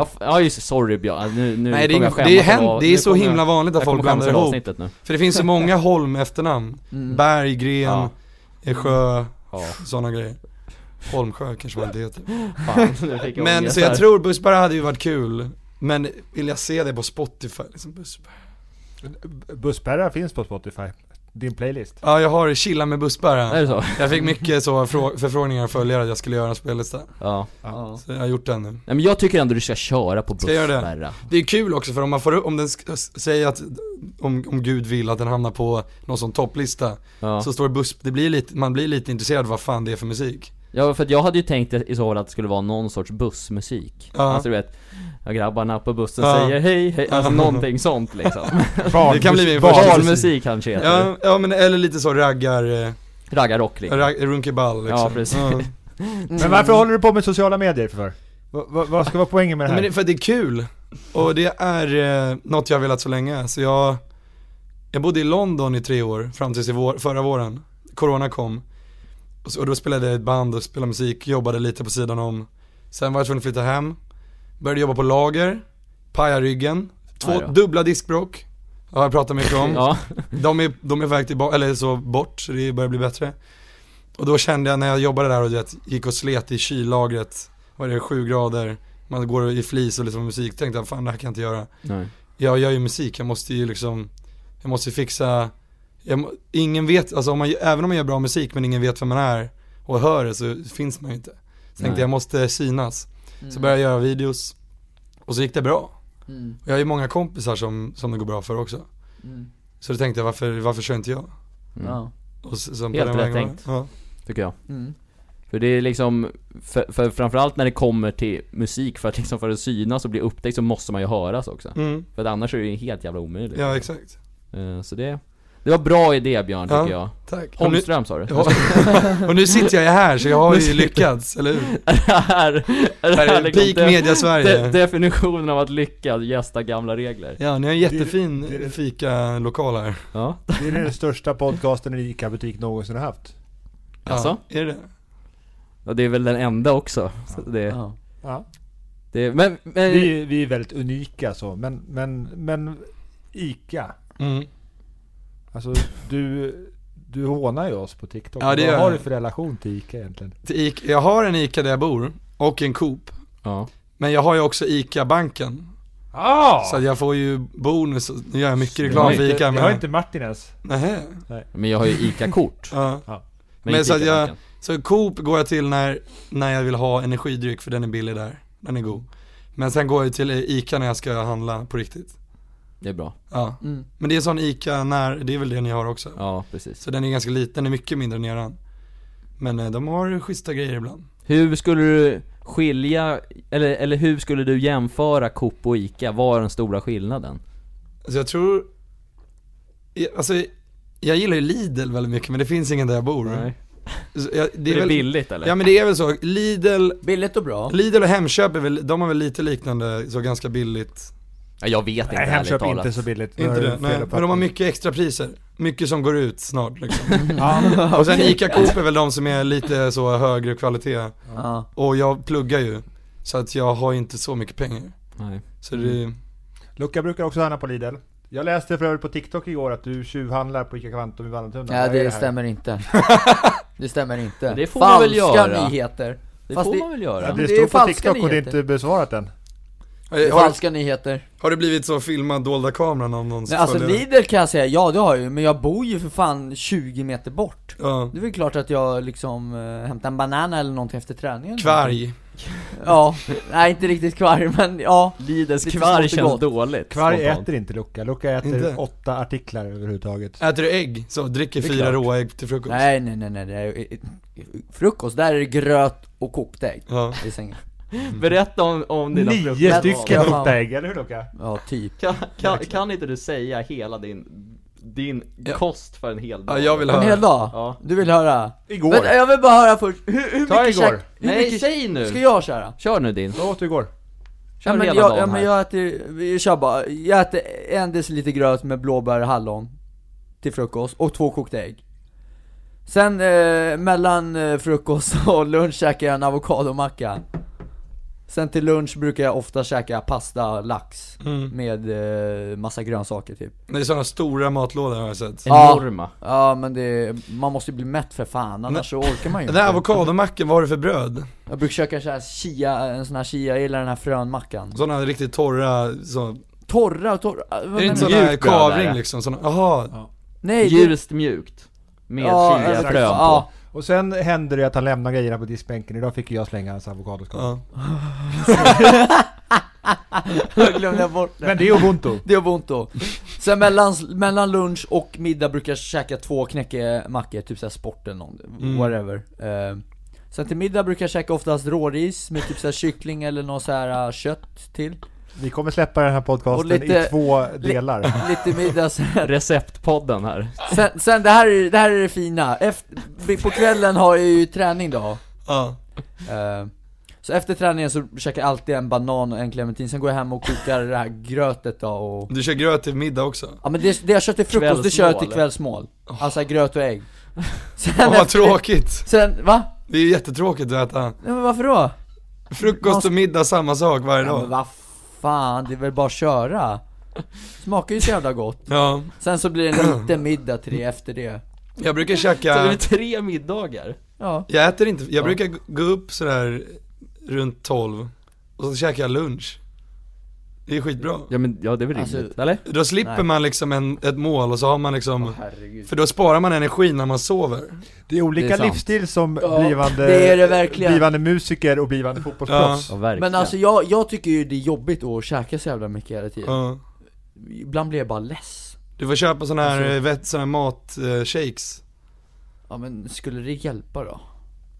[SPEAKER 3] f- Ja just det, sorry Björn, Alltså, nu, nu
[SPEAKER 4] Nej det är,
[SPEAKER 3] Eh, kommer jag
[SPEAKER 4] inget-
[SPEAKER 3] skämmas över
[SPEAKER 4] det är, hänt,
[SPEAKER 3] vad-
[SPEAKER 4] det
[SPEAKER 3] nu
[SPEAKER 4] är så
[SPEAKER 3] kommer jag-
[SPEAKER 4] himla vanligt att
[SPEAKER 3] jag kommer
[SPEAKER 4] folk
[SPEAKER 3] skämmas
[SPEAKER 4] blandar
[SPEAKER 3] över
[SPEAKER 4] ihop.
[SPEAKER 3] avsnittet nu
[SPEAKER 4] För det finns så många Holm efternamn. Berg, Gren,
[SPEAKER 3] Mm. Ja.
[SPEAKER 4] Sjö,
[SPEAKER 3] Ja,
[SPEAKER 4] sådana grejer. Holmsjö kanske man inte heter.
[SPEAKER 3] fan, nu fick jag
[SPEAKER 4] Men
[SPEAKER 3] ångest
[SPEAKER 4] så
[SPEAKER 3] här.
[SPEAKER 4] jag tror Bussberg hade ju varit kul. Men vill jag se det på Spotify? Liksom Bussberg.
[SPEAKER 1] Busspärrar finns på Spotify. Din playlist.
[SPEAKER 4] Ja, jag har Chilla med
[SPEAKER 3] Är
[SPEAKER 4] Bussberg.
[SPEAKER 3] det så?
[SPEAKER 4] Jag fick mycket så frå- förfrågningar och följare att jag skulle göra en spellista.
[SPEAKER 3] Ja.
[SPEAKER 2] Ja.
[SPEAKER 4] Så jag har gjort den nu.
[SPEAKER 3] Nej men jag tycker ändå du ska köra på
[SPEAKER 4] Ska jag göra det?
[SPEAKER 3] bussspärra.
[SPEAKER 4] Det är kul också för om man får upp- om den sk- s- säger att, om, om Gud vill att den hamnar på någon sån topplista.
[SPEAKER 3] Ja.
[SPEAKER 4] Så står det buss, det blir lite, man blir lite intresserad vad fan det är för musik.
[SPEAKER 3] ja, för att jag hade ju tänkt i så fall att det skulle vara någon sorts bussmusik.
[SPEAKER 4] Ja.
[SPEAKER 3] Alltså du vet, ja, grabbarna på bussen
[SPEAKER 4] Ja.
[SPEAKER 3] säger hej, hej, alltså
[SPEAKER 4] Ja.
[SPEAKER 3] någonting sånt liksom.
[SPEAKER 1] Barn,
[SPEAKER 4] Det kan bli min första
[SPEAKER 3] Barnmusik kanske heter det.
[SPEAKER 4] Ja, ja men eller lite så raggar, eh,
[SPEAKER 3] Raggarrock liksom.
[SPEAKER 4] rag, runkeball liksom.
[SPEAKER 3] Ja, precis.
[SPEAKER 4] Ja.
[SPEAKER 1] Men varför håller du på med sociala medier för? Va- va- Vad ska vara poängen med det
[SPEAKER 4] Nej,
[SPEAKER 1] här?
[SPEAKER 4] men det, för att det är kul. Och det är eh, något jag har velat så länge. Så jag, jag bodde i London i tre år, fram tills i vår, förra våren. Corona kom. Och, så, och då spelade jag i ett band och spelade musik, jobbade lite på sidan om. Sen var jag tvungen att flytta hem. Började jobba på lager, pajade ryggen.
[SPEAKER 3] Aj
[SPEAKER 4] Två,
[SPEAKER 3] då.
[SPEAKER 4] dubbla diskbråck. Har jag pratat mycket om.
[SPEAKER 3] Ja,
[SPEAKER 4] De är, de är på väg tillbaka, eller så bort, så det börjar bli bättre. Och då kände jag när jag jobbade där och du vet, gick och slet i kyllagret, var det sju grader, man går i flis och liksom musik, tänkte jag fan det här kan jag inte göra.
[SPEAKER 3] nej.
[SPEAKER 4] Jag gör ju musik, jag måste ju liksom, jag måste fixa, jag, må- ingen vet, alltså om man, även om man gör bra musik men ingen vet vem man är och hör det så finns man ju inte. Så tänkte
[SPEAKER 3] Nej.
[SPEAKER 4] jag måste synas. Så började jag göra videos och så gick det bra.
[SPEAKER 2] Mm.
[SPEAKER 4] Jag har ju många kompisar som, som det går bra för också. Så då tänkte jag, varför, varför kör inte jag?
[SPEAKER 3] Mm.
[SPEAKER 2] Ja.
[SPEAKER 4] Och s- sen på
[SPEAKER 3] Helt
[SPEAKER 4] den
[SPEAKER 3] rätt
[SPEAKER 4] vägen var-
[SPEAKER 3] tänkt.
[SPEAKER 4] Ja.
[SPEAKER 3] Tycker jag.
[SPEAKER 2] Mm.
[SPEAKER 3] För det är liksom, för, för framförallt när det kommer till musik, för att liksom för att synas och bli upptäckt så måste man ju höras också.
[SPEAKER 4] Mm.
[SPEAKER 3] För att annars är det ju helt jävla omöjligt.
[SPEAKER 4] ja, exakt.
[SPEAKER 3] Eh, Så det, det var bra idé Björn tycker
[SPEAKER 4] Ja.
[SPEAKER 3] jag.
[SPEAKER 4] Tack. Och nu,
[SPEAKER 3] Holmström sa du?
[SPEAKER 4] Ja. och nu sitter jag här så jag har
[SPEAKER 3] Nu
[SPEAKER 4] ju
[SPEAKER 3] sitter-
[SPEAKER 4] lyckats, eller hur?
[SPEAKER 3] är det här, är det
[SPEAKER 4] Det här
[SPEAKER 3] här
[SPEAKER 4] är
[SPEAKER 3] liksom
[SPEAKER 4] peak
[SPEAKER 3] de-
[SPEAKER 4] media
[SPEAKER 3] de,
[SPEAKER 4] Sverige.
[SPEAKER 3] definitionen av att lyckas gästa gamla regler?
[SPEAKER 4] Ja, ni har en
[SPEAKER 1] Det- det-
[SPEAKER 4] jättefin fikalokal här.
[SPEAKER 3] Ja,
[SPEAKER 1] Det är den största podcasten en ICA-butik någonsin har haft.
[SPEAKER 4] Ja,
[SPEAKER 3] Alltså?
[SPEAKER 4] Är det det?
[SPEAKER 3] och det är väl den enda också. Så Det,
[SPEAKER 2] Ja.
[SPEAKER 1] Ja.
[SPEAKER 3] det, men, men
[SPEAKER 1] Vi, vi är väldigt unika så, men, men, men ICA.
[SPEAKER 4] Mm.
[SPEAKER 1] Alltså du, du hånar ju oss på TikTok.
[SPEAKER 4] Ja, det gör
[SPEAKER 1] Vad har
[SPEAKER 4] jag.
[SPEAKER 1] du för relation till ICA egentligen?
[SPEAKER 4] Till Ica- Jag har en ICA där jag bor, och en Coop.
[SPEAKER 3] ja.
[SPEAKER 4] Men jag har ju också ICA-banken.
[SPEAKER 1] Ah!
[SPEAKER 4] Så att jag får ju bonus, och- nu gör jag mycket reklam för
[SPEAKER 1] Det har
[SPEAKER 4] ICA
[SPEAKER 1] inte- Det har
[SPEAKER 4] men...
[SPEAKER 1] inte Martin ens.
[SPEAKER 4] Nähä.
[SPEAKER 3] men jag har ju ICA-kort.
[SPEAKER 4] Ja. Men
[SPEAKER 3] inte
[SPEAKER 4] så att jag-
[SPEAKER 3] ICA-banken.
[SPEAKER 4] Så Coop går jag till när, när jag vill ha energidryck för den är billig där. Den är god. Men sen går jag ju till ICA när jag ska handla på riktigt.
[SPEAKER 3] Det är bra.
[SPEAKER 4] Ja.
[SPEAKER 2] Mm.
[SPEAKER 4] Men det är sån ICA när, det är väl det ni har också.
[SPEAKER 3] Ja, precis.
[SPEAKER 4] Så den är ganska liten, den är mycket mindre än eran. Men eh, de har schyssta grejer ibland.
[SPEAKER 3] Hur skulle du skilja, eller, eller hur skulle du jämföra Coop och ICA? Vad är den stora skillnaden?
[SPEAKER 4] Alltså jag tror, i- alltså jag gillar ju Lidl väldigt mycket men det finns ingen där jag bor. Så jag-
[SPEAKER 3] Mm. Det är, det
[SPEAKER 4] väl-
[SPEAKER 3] billigt eller?
[SPEAKER 4] Ja men det är väl så, Lidl,
[SPEAKER 2] Billigt och bra.
[SPEAKER 4] Lidl och Hemköp är väl, de har väl lite liknande, så ganska billigt.
[SPEAKER 3] Ja, jag vet inte
[SPEAKER 1] Nej, Hemköp
[SPEAKER 3] ärligt
[SPEAKER 1] är
[SPEAKER 3] talat.
[SPEAKER 1] inte så billigt. Nu
[SPEAKER 4] Inte
[SPEAKER 1] har du
[SPEAKER 4] det?
[SPEAKER 1] fel
[SPEAKER 4] Nej. Men de har
[SPEAKER 1] uppfattning.
[SPEAKER 4] mycket extra priser. Mycket som går ut snart liksom.
[SPEAKER 1] Ja,
[SPEAKER 4] Och sen ICA Coop är väl de som är lite så högre kvalitet.
[SPEAKER 2] Ja.
[SPEAKER 4] Och jag pluggar ju, så att jag har inte så mycket pengar.
[SPEAKER 3] Nej.
[SPEAKER 4] Så det,
[SPEAKER 1] Luca brukar också handla på Lidl. Jag läste för övrigt på TikTok igår att du tjuvhandlar på ICA Kvantum i Vallentuna.
[SPEAKER 2] Ja,
[SPEAKER 1] Vad är
[SPEAKER 2] det
[SPEAKER 1] här?
[SPEAKER 2] stämmer inte. Det stämmer inte.
[SPEAKER 3] Men det får man
[SPEAKER 2] Falska
[SPEAKER 3] väl göra.
[SPEAKER 2] nyheter.
[SPEAKER 3] Det
[SPEAKER 2] Fast
[SPEAKER 3] får
[SPEAKER 2] det-
[SPEAKER 3] man väl
[SPEAKER 1] Ja,
[SPEAKER 3] göra?
[SPEAKER 1] det
[SPEAKER 2] det
[SPEAKER 1] stod
[SPEAKER 2] är
[SPEAKER 1] på
[SPEAKER 2] falska
[SPEAKER 1] TikTok och det är
[SPEAKER 2] nyheter.
[SPEAKER 1] inte besvarat än.
[SPEAKER 2] Det är
[SPEAKER 4] har,
[SPEAKER 2] falska nyheter.
[SPEAKER 4] har det blivit så filmad dolda kameran av någon
[SPEAKER 2] Nej, alltså
[SPEAKER 4] följare?
[SPEAKER 2] Lidl kan jag säga, ja det har jag ju, men jag bor ju för fan 20 meter bort.
[SPEAKER 4] Ja.
[SPEAKER 2] Det är väl klart att jag liksom eh, hämtar en banan eller någonting efter träningen.
[SPEAKER 4] Kvarg.
[SPEAKER 2] Ja, nej inte riktigt kvarg men ja.
[SPEAKER 3] Lidens
[SPEAKER 2] Lite
[SPEAKER 3] kvarg
[SPEAKER 2] smått och
[SPEAKER 3] känns
[SPEAKER 2] gott.
[SPEAKER 3] dåligt.
[SPEAKER 1] Kvarg
[SPEAKER 3] spontant.
[SPEAKER 1] äter inte Luca. Luca äter
[SPEAKER 4] Inte?
[SPEAKER 1] åtta artiklar överhuvudtaget.
[SPEAKER 4] Äter du ägg? Så, dricker
[SPEAKER 1] Det är
[SPEAKER 4] fyra
[SPEAKER 1] klart.
[SPEAKER 4] råa ägg till frukost?
[SPEAKER 2] Nej nej nej nej, det är, ju- frukost, där är det gröt och kokt ägg
[SPEAKER 4] Ja.
[SPEAKER 2] i sängen.
[SPEAKER 3] Berätta om, om dina
[SPEAKER 1] Nio stycken
[SPEAKER 2] Ja.
[SPEAKER 1] åtta ägg, eller hur Luca?
[SPEAKER 2] Ja typ.
[SPEAKER 3] Kan, kan, kan inte du säga hela din, din
[SPEAKER 4] Ja.
[SPEAKER 3] kost för en hel dag?
[SPEAKER 4] Ja, jag vill
[SPEAKER 2] En
[SPEAKER 4] höra.
[SPEAKER 2] hel dag?
[SPEAKER 3] Ja.
[SPEAKER 2] Du vill höra?
[SPEAKER 1] Igår.
[SPEAKER 2] Vänta, jag vill bara höra först, hur, hur
[SPEAKER 1] Ta
[SPEAKER 2] mycket
[SPEAKER 1] igår.
[SPEAKER 2] käk- hur
[SPEAKER 3] Nej,
[SPEAKER 2] mycket-
[SPEAKER 3] säg nu!
[SPEAKER 2] Ska jag köra?
[SPEAKER 3] Kör nu din,
[SPEAKER 1] Vad åt du igår?
[SPEAKER 3] kör
[SPEAKER 2] Ja men,
[SPEAKER 3] hela
[SPEAKER 2] jag,
[SPEAKER 3] dagen
[SPEAKER 2] ja, men
[SPEAKER 3] här.
[SPEAKER 2] jag äter, vi kör bara, jag äter en deciliter gröt med blåbär och hallon till frukost och två kokta ägg. Sen eh, mellan eh, frukost och lunch käkar jag en avokadomacka. Sen till lunch brukar jag ofta käka pasta, lax
[SPEAKER 4] Mm.
[SPEAKER 2] med eh, massa grönsaker typ.
[SPEAKER 4] Det är sådana stora matlådor har jag sett.
[SPEAKER 3] Enorma.
[SPEAKER 2] Ja men det, man måste ju bli mätt för fan annars så orkar man ju
[SPEAKER 4] Den där
[SPEAKER 2] inte.
[SPEAKER 4] avokadomacken, vad har du för bröd?
[SPEAKER 2] Jag brukar käka så här chia, en sån här chia, jag gillar den här frönmackan.
[SPEAKER 4] Sådana riktigt torra, så,
[SPEAKER 2] Torra och torra, vad
[SPEAKER 4] är det
[SPEAKER 2] menar
[SPEAKER 4] inte
[SPEAKER 2] du?
[SPEAKER 4] sådana här
[SPEAKER 3] Mjukt bröd är
[SPEAKER 4] kavring
[SPEAKER 3] det.
[SPEAKER 4] liksom? Såna, aha,
[SPEAKER 2] Nej, det-
[SPEAKER 3] Ljust mjukt. Med
[SPEAKER 2] Ja,
[SPEAKER 3] chiliafrön
[SPEAKER 1] exakt.
[SPEAKER 3] på.
[SPEAKER 2] Ja.
[SPEAKER 1] Och sen hände det att han lämnade grejerna på diskbänken. Idag fick ju jag slänga hans avokadoskal.
[SPEAKER 4] ja.
[SPEAKER 2] Jag glömde bort det.
[SPEAKER 1] Men det är ubuntu.
[SPEAKER 2] Det gör ont då. Sen mellan, mellan lunch och middag brukar jag käka två knäckemackor, typ såhär sport eller någon,
[SPEAKER 4] Mm.
[SPEAKER 2] whatever. Eh, sen till middag brukar jag käka oftast råris med typ såhär kyckling eller något såhär eh, kött till.
[SPEAKER 1] Vi kommer släppa den här podcasten
[SPEAKER 2] Och lite-
[SPEAKER 1] i två delar.
[SPEAKER 2] Lite middag sen.
[SPEAKER 3] Receptpodden här.
[SPEAKER 2] sen, sen det, här är, det här är det fina. Efter, på kvällen har jag ju träning då.
[SPEAKER 4] ja.
[SPEAKER 2] Eh, så efter träningen så käkar jag alltid en banan och en clementin, sen går jag hem och kokar det här grötet då och
[SPEAKER 4] Du kör gröt till middag också?
[SPEAKER 2] Ja men det, det jag kör till frukost, det kör jag till
[SPEAKER 3] Kvällsmål.
[SPEAKER 2] kvällsmål. Alltså gröt och ägg. Sen,
[SPEAKER 4] Åh vad tråkigt!
[SPEAKER 2] sen va?
[SPEAKER 4] Det är ju jättetråkigt att äta
[SPEAKER 2] Nej, men varför då?
[SPEAKER 4] frukost och middag samma sak varje
[SPEAKER 2] Ja, men
[SPEAKER 4] dag
[SPEAKER 2] vad fan, det är väl bara att köra? Smakar ju så jävla gott.
[SPEAKER 4] Ja,
[SPEAKER 2] Sen så blir det en liten middag till det efter det.
[SPEAKER 4] jag brukar
[SPEAKER 3] Så det är
[SPEAKER 4] käka,
[SPEAKER 3] tre middagar.
[SPEAKER 2] Ja.
[SPEAKER 4] jag äter inte, jag brukar g- gå upp sådär runt 12 och så käkar jag lunch Det är skitbra
[SPEAKER 3] Ja men, ja det är väl rimligt,
[SPEAKER 2] Alltså-
[SPEAKER 3] eller?
[SPEAKER 4] Då slipper
[SPEAKER 2] Nej.
[SPEAKER 4] man liksom en, ett mål och så har man liksom,
[SPEAKER 2] Herregud.
[SPEAKER 4] för då sparar man energi när man sover
[SPEAKER 1] Det är olika
[SPEAKER 3] Det är sant.
[SPEAKER 1] livsstil som
[SPEAKER 2] Ja,
[SPEAKER 1] blivande,
[SPEAKER 2] det är det verkligen.
[SPEAKER 1] blivande musiker och blivande fotbollsproffs.
[SPEAKER 3] Ja verkligen.
[SPEAKER 2] Men alltså jag, jag tycker ju det är jobbigt att käka så jävla mycket hela tiden.
[SPEAKER 4] Ja,
[SPEAKER 2] Ibland blir jag bara less.
[SPEAKER 4] Du får köpa såna här,
[SPEAKER 2] Alltså-
[SPEAKER 4] eh, vet, såna här eh, matshakes.
[SPEAKER 2] Ja men skulle det hjälpa då?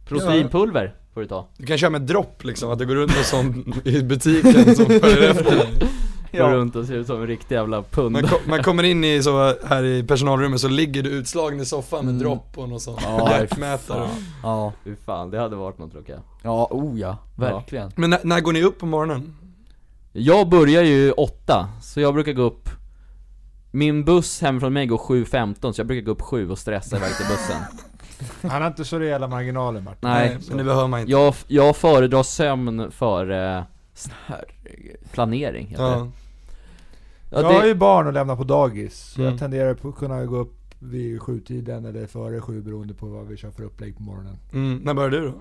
[SPEAKER 3] Proteinpulver får du ta.
[SPEAKER 4] Du kan köra med dropp liksom, att du går runt med sån i butiken som följer efter dig.
[SPEAKER 3] Går runt och ser ut som en riktig jävla pund.
[SPEAKER 4] Man, ko- man kommer in i så här i personalrummet så ligger du utslagen i soffan med
[SPEAKER 2] Mm.
[SPEAKER 4] dropp och något sånt,
[SPEAKER 2] Ja,
[SPEAKER 4] hjärtmätare.
[SPEAKER 2] Ja,
[SPEAKER 3] Fy fan, det hade varit något tror jag.
[SPEAKER 2] ja, oh ja, verkligen
[SPEAKER 4] Men när, när går ni upp på morgonen?
[SPEAKER 3] Jag börjar ju åtta, så jag brukar gå upp Min buss hemifrån mig går 7.15 så jag brukar gå upp 7 och stressa iväg till bussen
[SPEAKER 1] Han har inte så rejäla marginaler Martin.
[SPEAKER 3] Nej,
[SPEAKER 4] men det behöver man inte.
[SPEAKER 3] jag, jag föredrar sömn före
[SPEAKER 2] Herregud
[SPEAKER 3] planering heter det.
[SPEAKER 4] Ja.
[SPEAKER 3] Ja,
[SPEAKER 1] jag har
[SPEAKER 3] det,
[SPEAKER 1] ju barn att lämna på dagis, så
[SPEAKER 4] Mm.
[SPEAKER 1] jag tenderar på att kunna gå upp vid sjutiden eller före sju beroende på vad vi kör för upplägg på morgonen.
[SPEAKER 4] Mm, när börjar du då?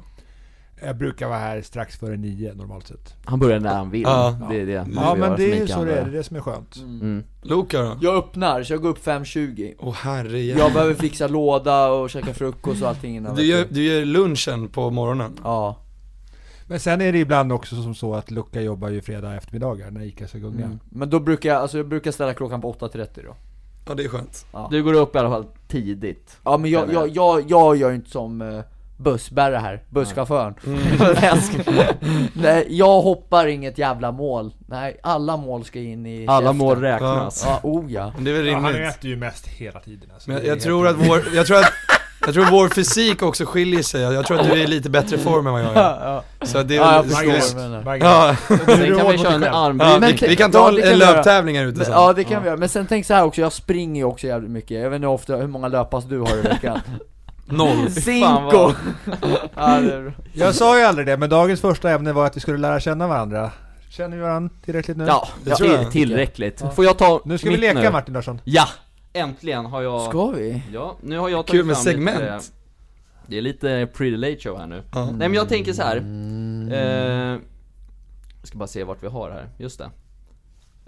[SPEAKER 1] Jag brukar vara här strax före nio normalt sett.
[SPEAKER 3] Han börjar när han vill,
[SPEAKER 4] Ja.
[SPEAKER 3] det är det
[SPEAKER 1] Ja men det är ju
[SPEAKER 3] mycket
[SPEAKER 1] så
[SPEAKER 3] han
[SPEAKER 1] det är, det
[SPEAKER 3] börjar.
[SPEAKER 1] är det som är skönt.
[SPEAKER 3] Mm.
[SPEAKER 4] Loka då?
[SPEAKER 2] Jag öppnar, så jag går upp 5.20
[SPEAKER 4] Åh herre
[SPEAKER 2] Jag behöver fixa låda och käka frukost och allting innan
[SPEAKER 4] du,
[SPEAKER 2] vet
[SPEAKER 4] gör,
[SPEAKER 2] du.
[SPEAKER 4] du gör lunchen på morgonen?
[SPEAKER 2] Ja,
[SPEAKER 1] Men sen är det ibland också som så att Luca jobbar ju fredag eftermiddagar när Ica ska gunga.
[SPEAKER 2] mm. men då brukar jag, alltså jag brukar ställa klockan på 8.30 då
[SPEAKER 4] Ja det är skönt.
[SPEAKER 3] Du går upp i alla fall tidigt
[SPEAKER 2] Ja men jag, jag, jag, jag gör inte som eh, bussbärare här, busschauffören Nej, jag hoppar inget jävla mål Nej, alla mål ska in i
[SPEAKER 3] Alla
[SPEAKER 2] käften.
[SPEAKER 3] mål räknas
[SPEAKER 2] Ja, oh ja
[SPEAKER 4] Men det är väl
[SPEAKER 1] Ja, han
[SPEAKER 4] rimligt.
[SPEAKER 1] äter ju mest hela tiden alltså.
[SPEAKER 4] Men
[SPEAKER 1] Det är
[SPEAKER 4] jag, jag
[SPEAKER 1] helt
[SPEAKER 4] tror att
[SPEAKER 1] sjukt.
[SPEAKER 4] vår, jag tror att, jag tror vår fysik också skiljer sig. Jag tror att du är i lite bättre form än vad jag är.
[SPEAKER 2] Ja,
[SPEAKER 4] Så att det är
[SPEAKER 2] Ja, jag
[SPEAKER 4] väl-
[SPEAKER 2] förstår.
[SPEAKER 4] det-
[SPEAKER 1] Magnus,
[SPEAKER 2] vad du menar.
[SPEAKER 1] Magnus.
[SPEAKER 4] Ja,
[SPEAKER 3] Sen kan vi köra en
[SPEAKER 4] ja
[SPEAKER 3] armbrytning
[SPEAKER 4] vi, vi kan ta
[SPEAKER 2] Ja, det kan
[SPEAKER 4] en
[SPEAKER 2] vi göra.
[SPEAKER 4] löptävling här ute sen.
[SPEAKER 2] ja det kan vi göra, men sen tänk så här också, jag springer ju också jävligt mycket Jag vet inte hur ofta, hur många löppass du har i veckan?
[SPEAKER 4] Noll.
[SPEAKER 3] fan,
[SPEAKER 2] Cinco!
[SPEAKER 3] vad-
[SPEAKER 2] ja, det är bra.
[SPEAKER 1] Jag sa ju aldrig det, men dagens första ämne var att vi skulle lära känna varandra. Känner vi varandra tillräckligt nu?
[SPEAKER 3] Ja,
[SPEAKER 4] Det tror jag.
[SPEAKER 3] till, tillräckligt. Får jag ta
[SPEAKER 1] Nu ska
[SPEAKER 3] mitt
[SPEAKER 1] vi leka
[SPEAKER 3] nu?
[SPEAKER 1] Martin Larsson.
[SPEAKER 3] Ja! Äntligen har jag
[SPEAKER 2] Ska vi?
[SPEAKER 3] Ja, nu har jag tagit
[SPEAKER 4] Kul med
[SPEAKER 3] fram Lite,
[SPEAKER 4] segment.
[SPEAKER 3] det är lite pretty late show här nu.
[SPEAKER 4] Ja. Mm.
[SPEAKER 3] Nej men jag tänker så här. Eh, jag ska bara se vart vi har här, just det.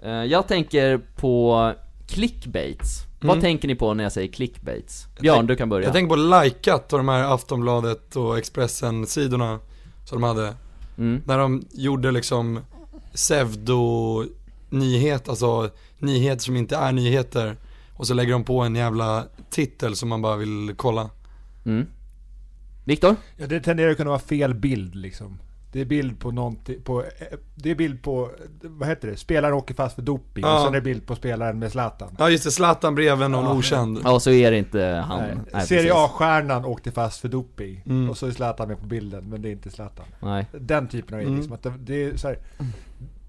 [SPEAKER 3] Eh, jag tänker på clickbaits. Vad
[SPEAKER 4] Mm.
[SPEAKER 3] tänker ni på när jag säger clickbaits? Björn, du kan börja.
[SPEAKER 4] Jag tänker på likat och de här Aftonbladet och Expressen-sidorna som de hade.
[SPEAKER 3] Mm.
[SPEAKER 4] När de gjorde liksom pseudo-nyhet, alltså nyheter som inte är nyheter. Och så lägger de på en jävla titel som man bara vill kolla.
[SPEAKER 3] Mm. Viktor?
[SPEAKER 1] Ja, det tenderar att kunna vara fel bild liksom. Det är bild på någonting, på, eh, det är bild på, vad heter det, spelare åker fast för doping
[SPEAKER 4] Ja.
[SPEAKER 1] och sen är det bild på spelaren med Zlatan.
[SPEAKER 4] Ja just det, Zlatan bredvid någon okänd.
[SPEAKER 3] Ja, så är det inte han. Nej,
[SPEAKER 1] Serie
[SPEAKER 3] precis.
[SPEAKER 1] A-stjärnan åkte fast för doping och så är Zlatan med på bilden, men det är inte Zlatan.
[SPEAKER 3] Nej.
[SPEAKER 1] Den typen av mm. liksom, att det, det är så här,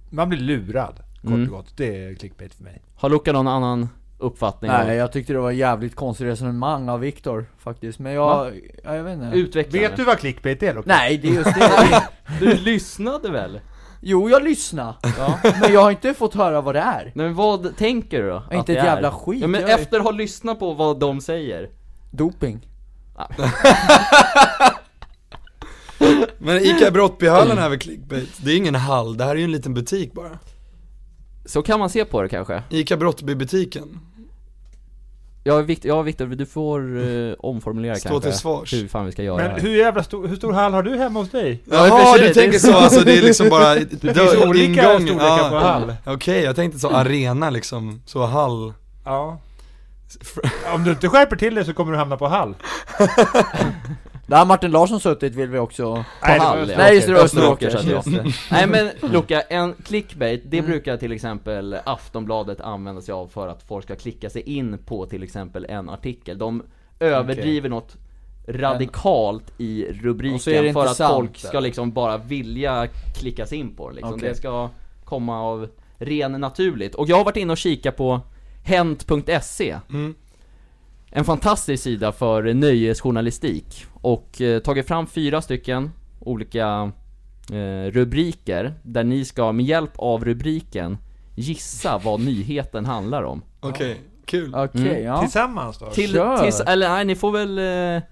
[SPEAKER 1] man blir lurad, kort och gott. Det är clickbait för mig.
[SPEAKER 3] Har Luca någon annan uppfattning?
[SPEAKER 2] Nej jag tyckte det var jävligt konstigt resonemang av Viktor faktiskt, men jag, ja, jag vet inte
[SPEAKER 3] Utveckla
[SPEAKER 1] Vet
[SPEAKER 3] nu.
[SPEAKER 1] du vad clickbait är Lukas?
[SPEAKER 2] Nej det är just det
[SPEAKER 3] Du lyssnade väl?
[SPEAKER 2] Jo jag lyssnar, men jag har inte fått höra vad det är
[SPEAKER 3] Nej, men vad tänker du då? att
[SPEAKER 2] inte ett
[SPEAKER 3] det är?
[SPEAKER 2] jävla skit,
[SPEAKER 3] Ja, men
[SPEAKER 2] jag är-
[SPEAKER 3] efter att ha lyssnat på vad de säger
[SPEAKER 2] Doping
[SPEAKER 4] Men ICA Brottbyhallen är väl clickbait? Det är ingen hall, det här är ju en liten butik bara.
[SPEAKER 3] Så kan man se på det kanske?
[SPEAKER 4] ICA Brottbybutiken.
[SPEAKER 3] Ja Viktor, ja, Victor, du får eh, omformulera
[SPEAKER 4] Stå
[SPEAKER 3] kanske
[SPEAKER 4] till svars.
[SPEAKER 3] hur fan vi ska göra
[SPEAKER 1] Men
[SPEAKER 3] här.
[SPEAKER 1] hur jävla stor, hur stor hall har du hemma hos dig?
[SPEAKER 3] Ja, i och för
[SPEAKER 4] Jaha,
[SPEAKER 3] sig,
[SPEAKER 4] du
[SPEAKER 3] det är
[SPEAKER 4] tänker
[SPEAKER 3] så.
[SPEAKER 4] så alltså, det är liksom bara
[SPEAKER 1] Det finns
[SPEAKER 4] dörr-
[SPEAKER 1] olika
[SPEAKER 4] ingången,
[SPEAKER 1] storlekar
[SPEAKER 4] ja.
[SPEAKER 1] på hall.
[SPEAKER 4] Okej, jag tänkte så arena liksom, så hall.
[SPEAKER 1] Ja. Om du inte skärper till dig så kommer du hamna på hall.
[SPEAKER 2] Där har Martin Larsson suttit vill vi också
[SPEAKER 3] På
[SPEAKER 1] det var
[SPEAKER 3] Hall,
[SPEAKER 1] Österåker.
[SPEAKER 2] Nej, just det, det var
[SPEAKER 3] Österåker,
[SPEAKER 2] Österåker,
[SPEAKER 3] så att jag- Nej men Luca, en clickbait, det
[SPEAKER 2] Mm.
[SPEAKER 3] brukar till exempel Aftonbladet använda sig av för att folk ska klicka sig in på till exempel en artikel. De överdriver något radikalt i
[SPEAKER 2] Och så är det
[SPEAKER 3] rubriken
[SPEAKER 2] inte
[SPEAKER 3] för att
[SPEAKER 2] sant,
[SPEAKER 3] folk ska
[SPEAKER 2] eller?
[SPEAKER 3] liksom bara vilja klicka sig in på det liksom.
[SPEAKER 2] Okej.
[SPEAKER 3] Det ska komma av ren naturligt. Och jag har varit inne och kikat på hent.se
[SPEAKER 4] Mm.
[SPEAKER 3] E. en fantastisk sida för nöjesjournalistik och eh, tagit fram fyra stycken olika eh, rubriker där ni ska med hjälp av rubriken gissa vad nyheten handlar om.
[SPEAKER 4] Okej, kul.
[SPEAKER 2] Okej, ja
[SPEAKER 1] Tillsammans då?
[SPEAKER 3] Till,
[SPEAKER 2] Kör.
[SPEAKER 3] tills, eller nej, ni får väl eh,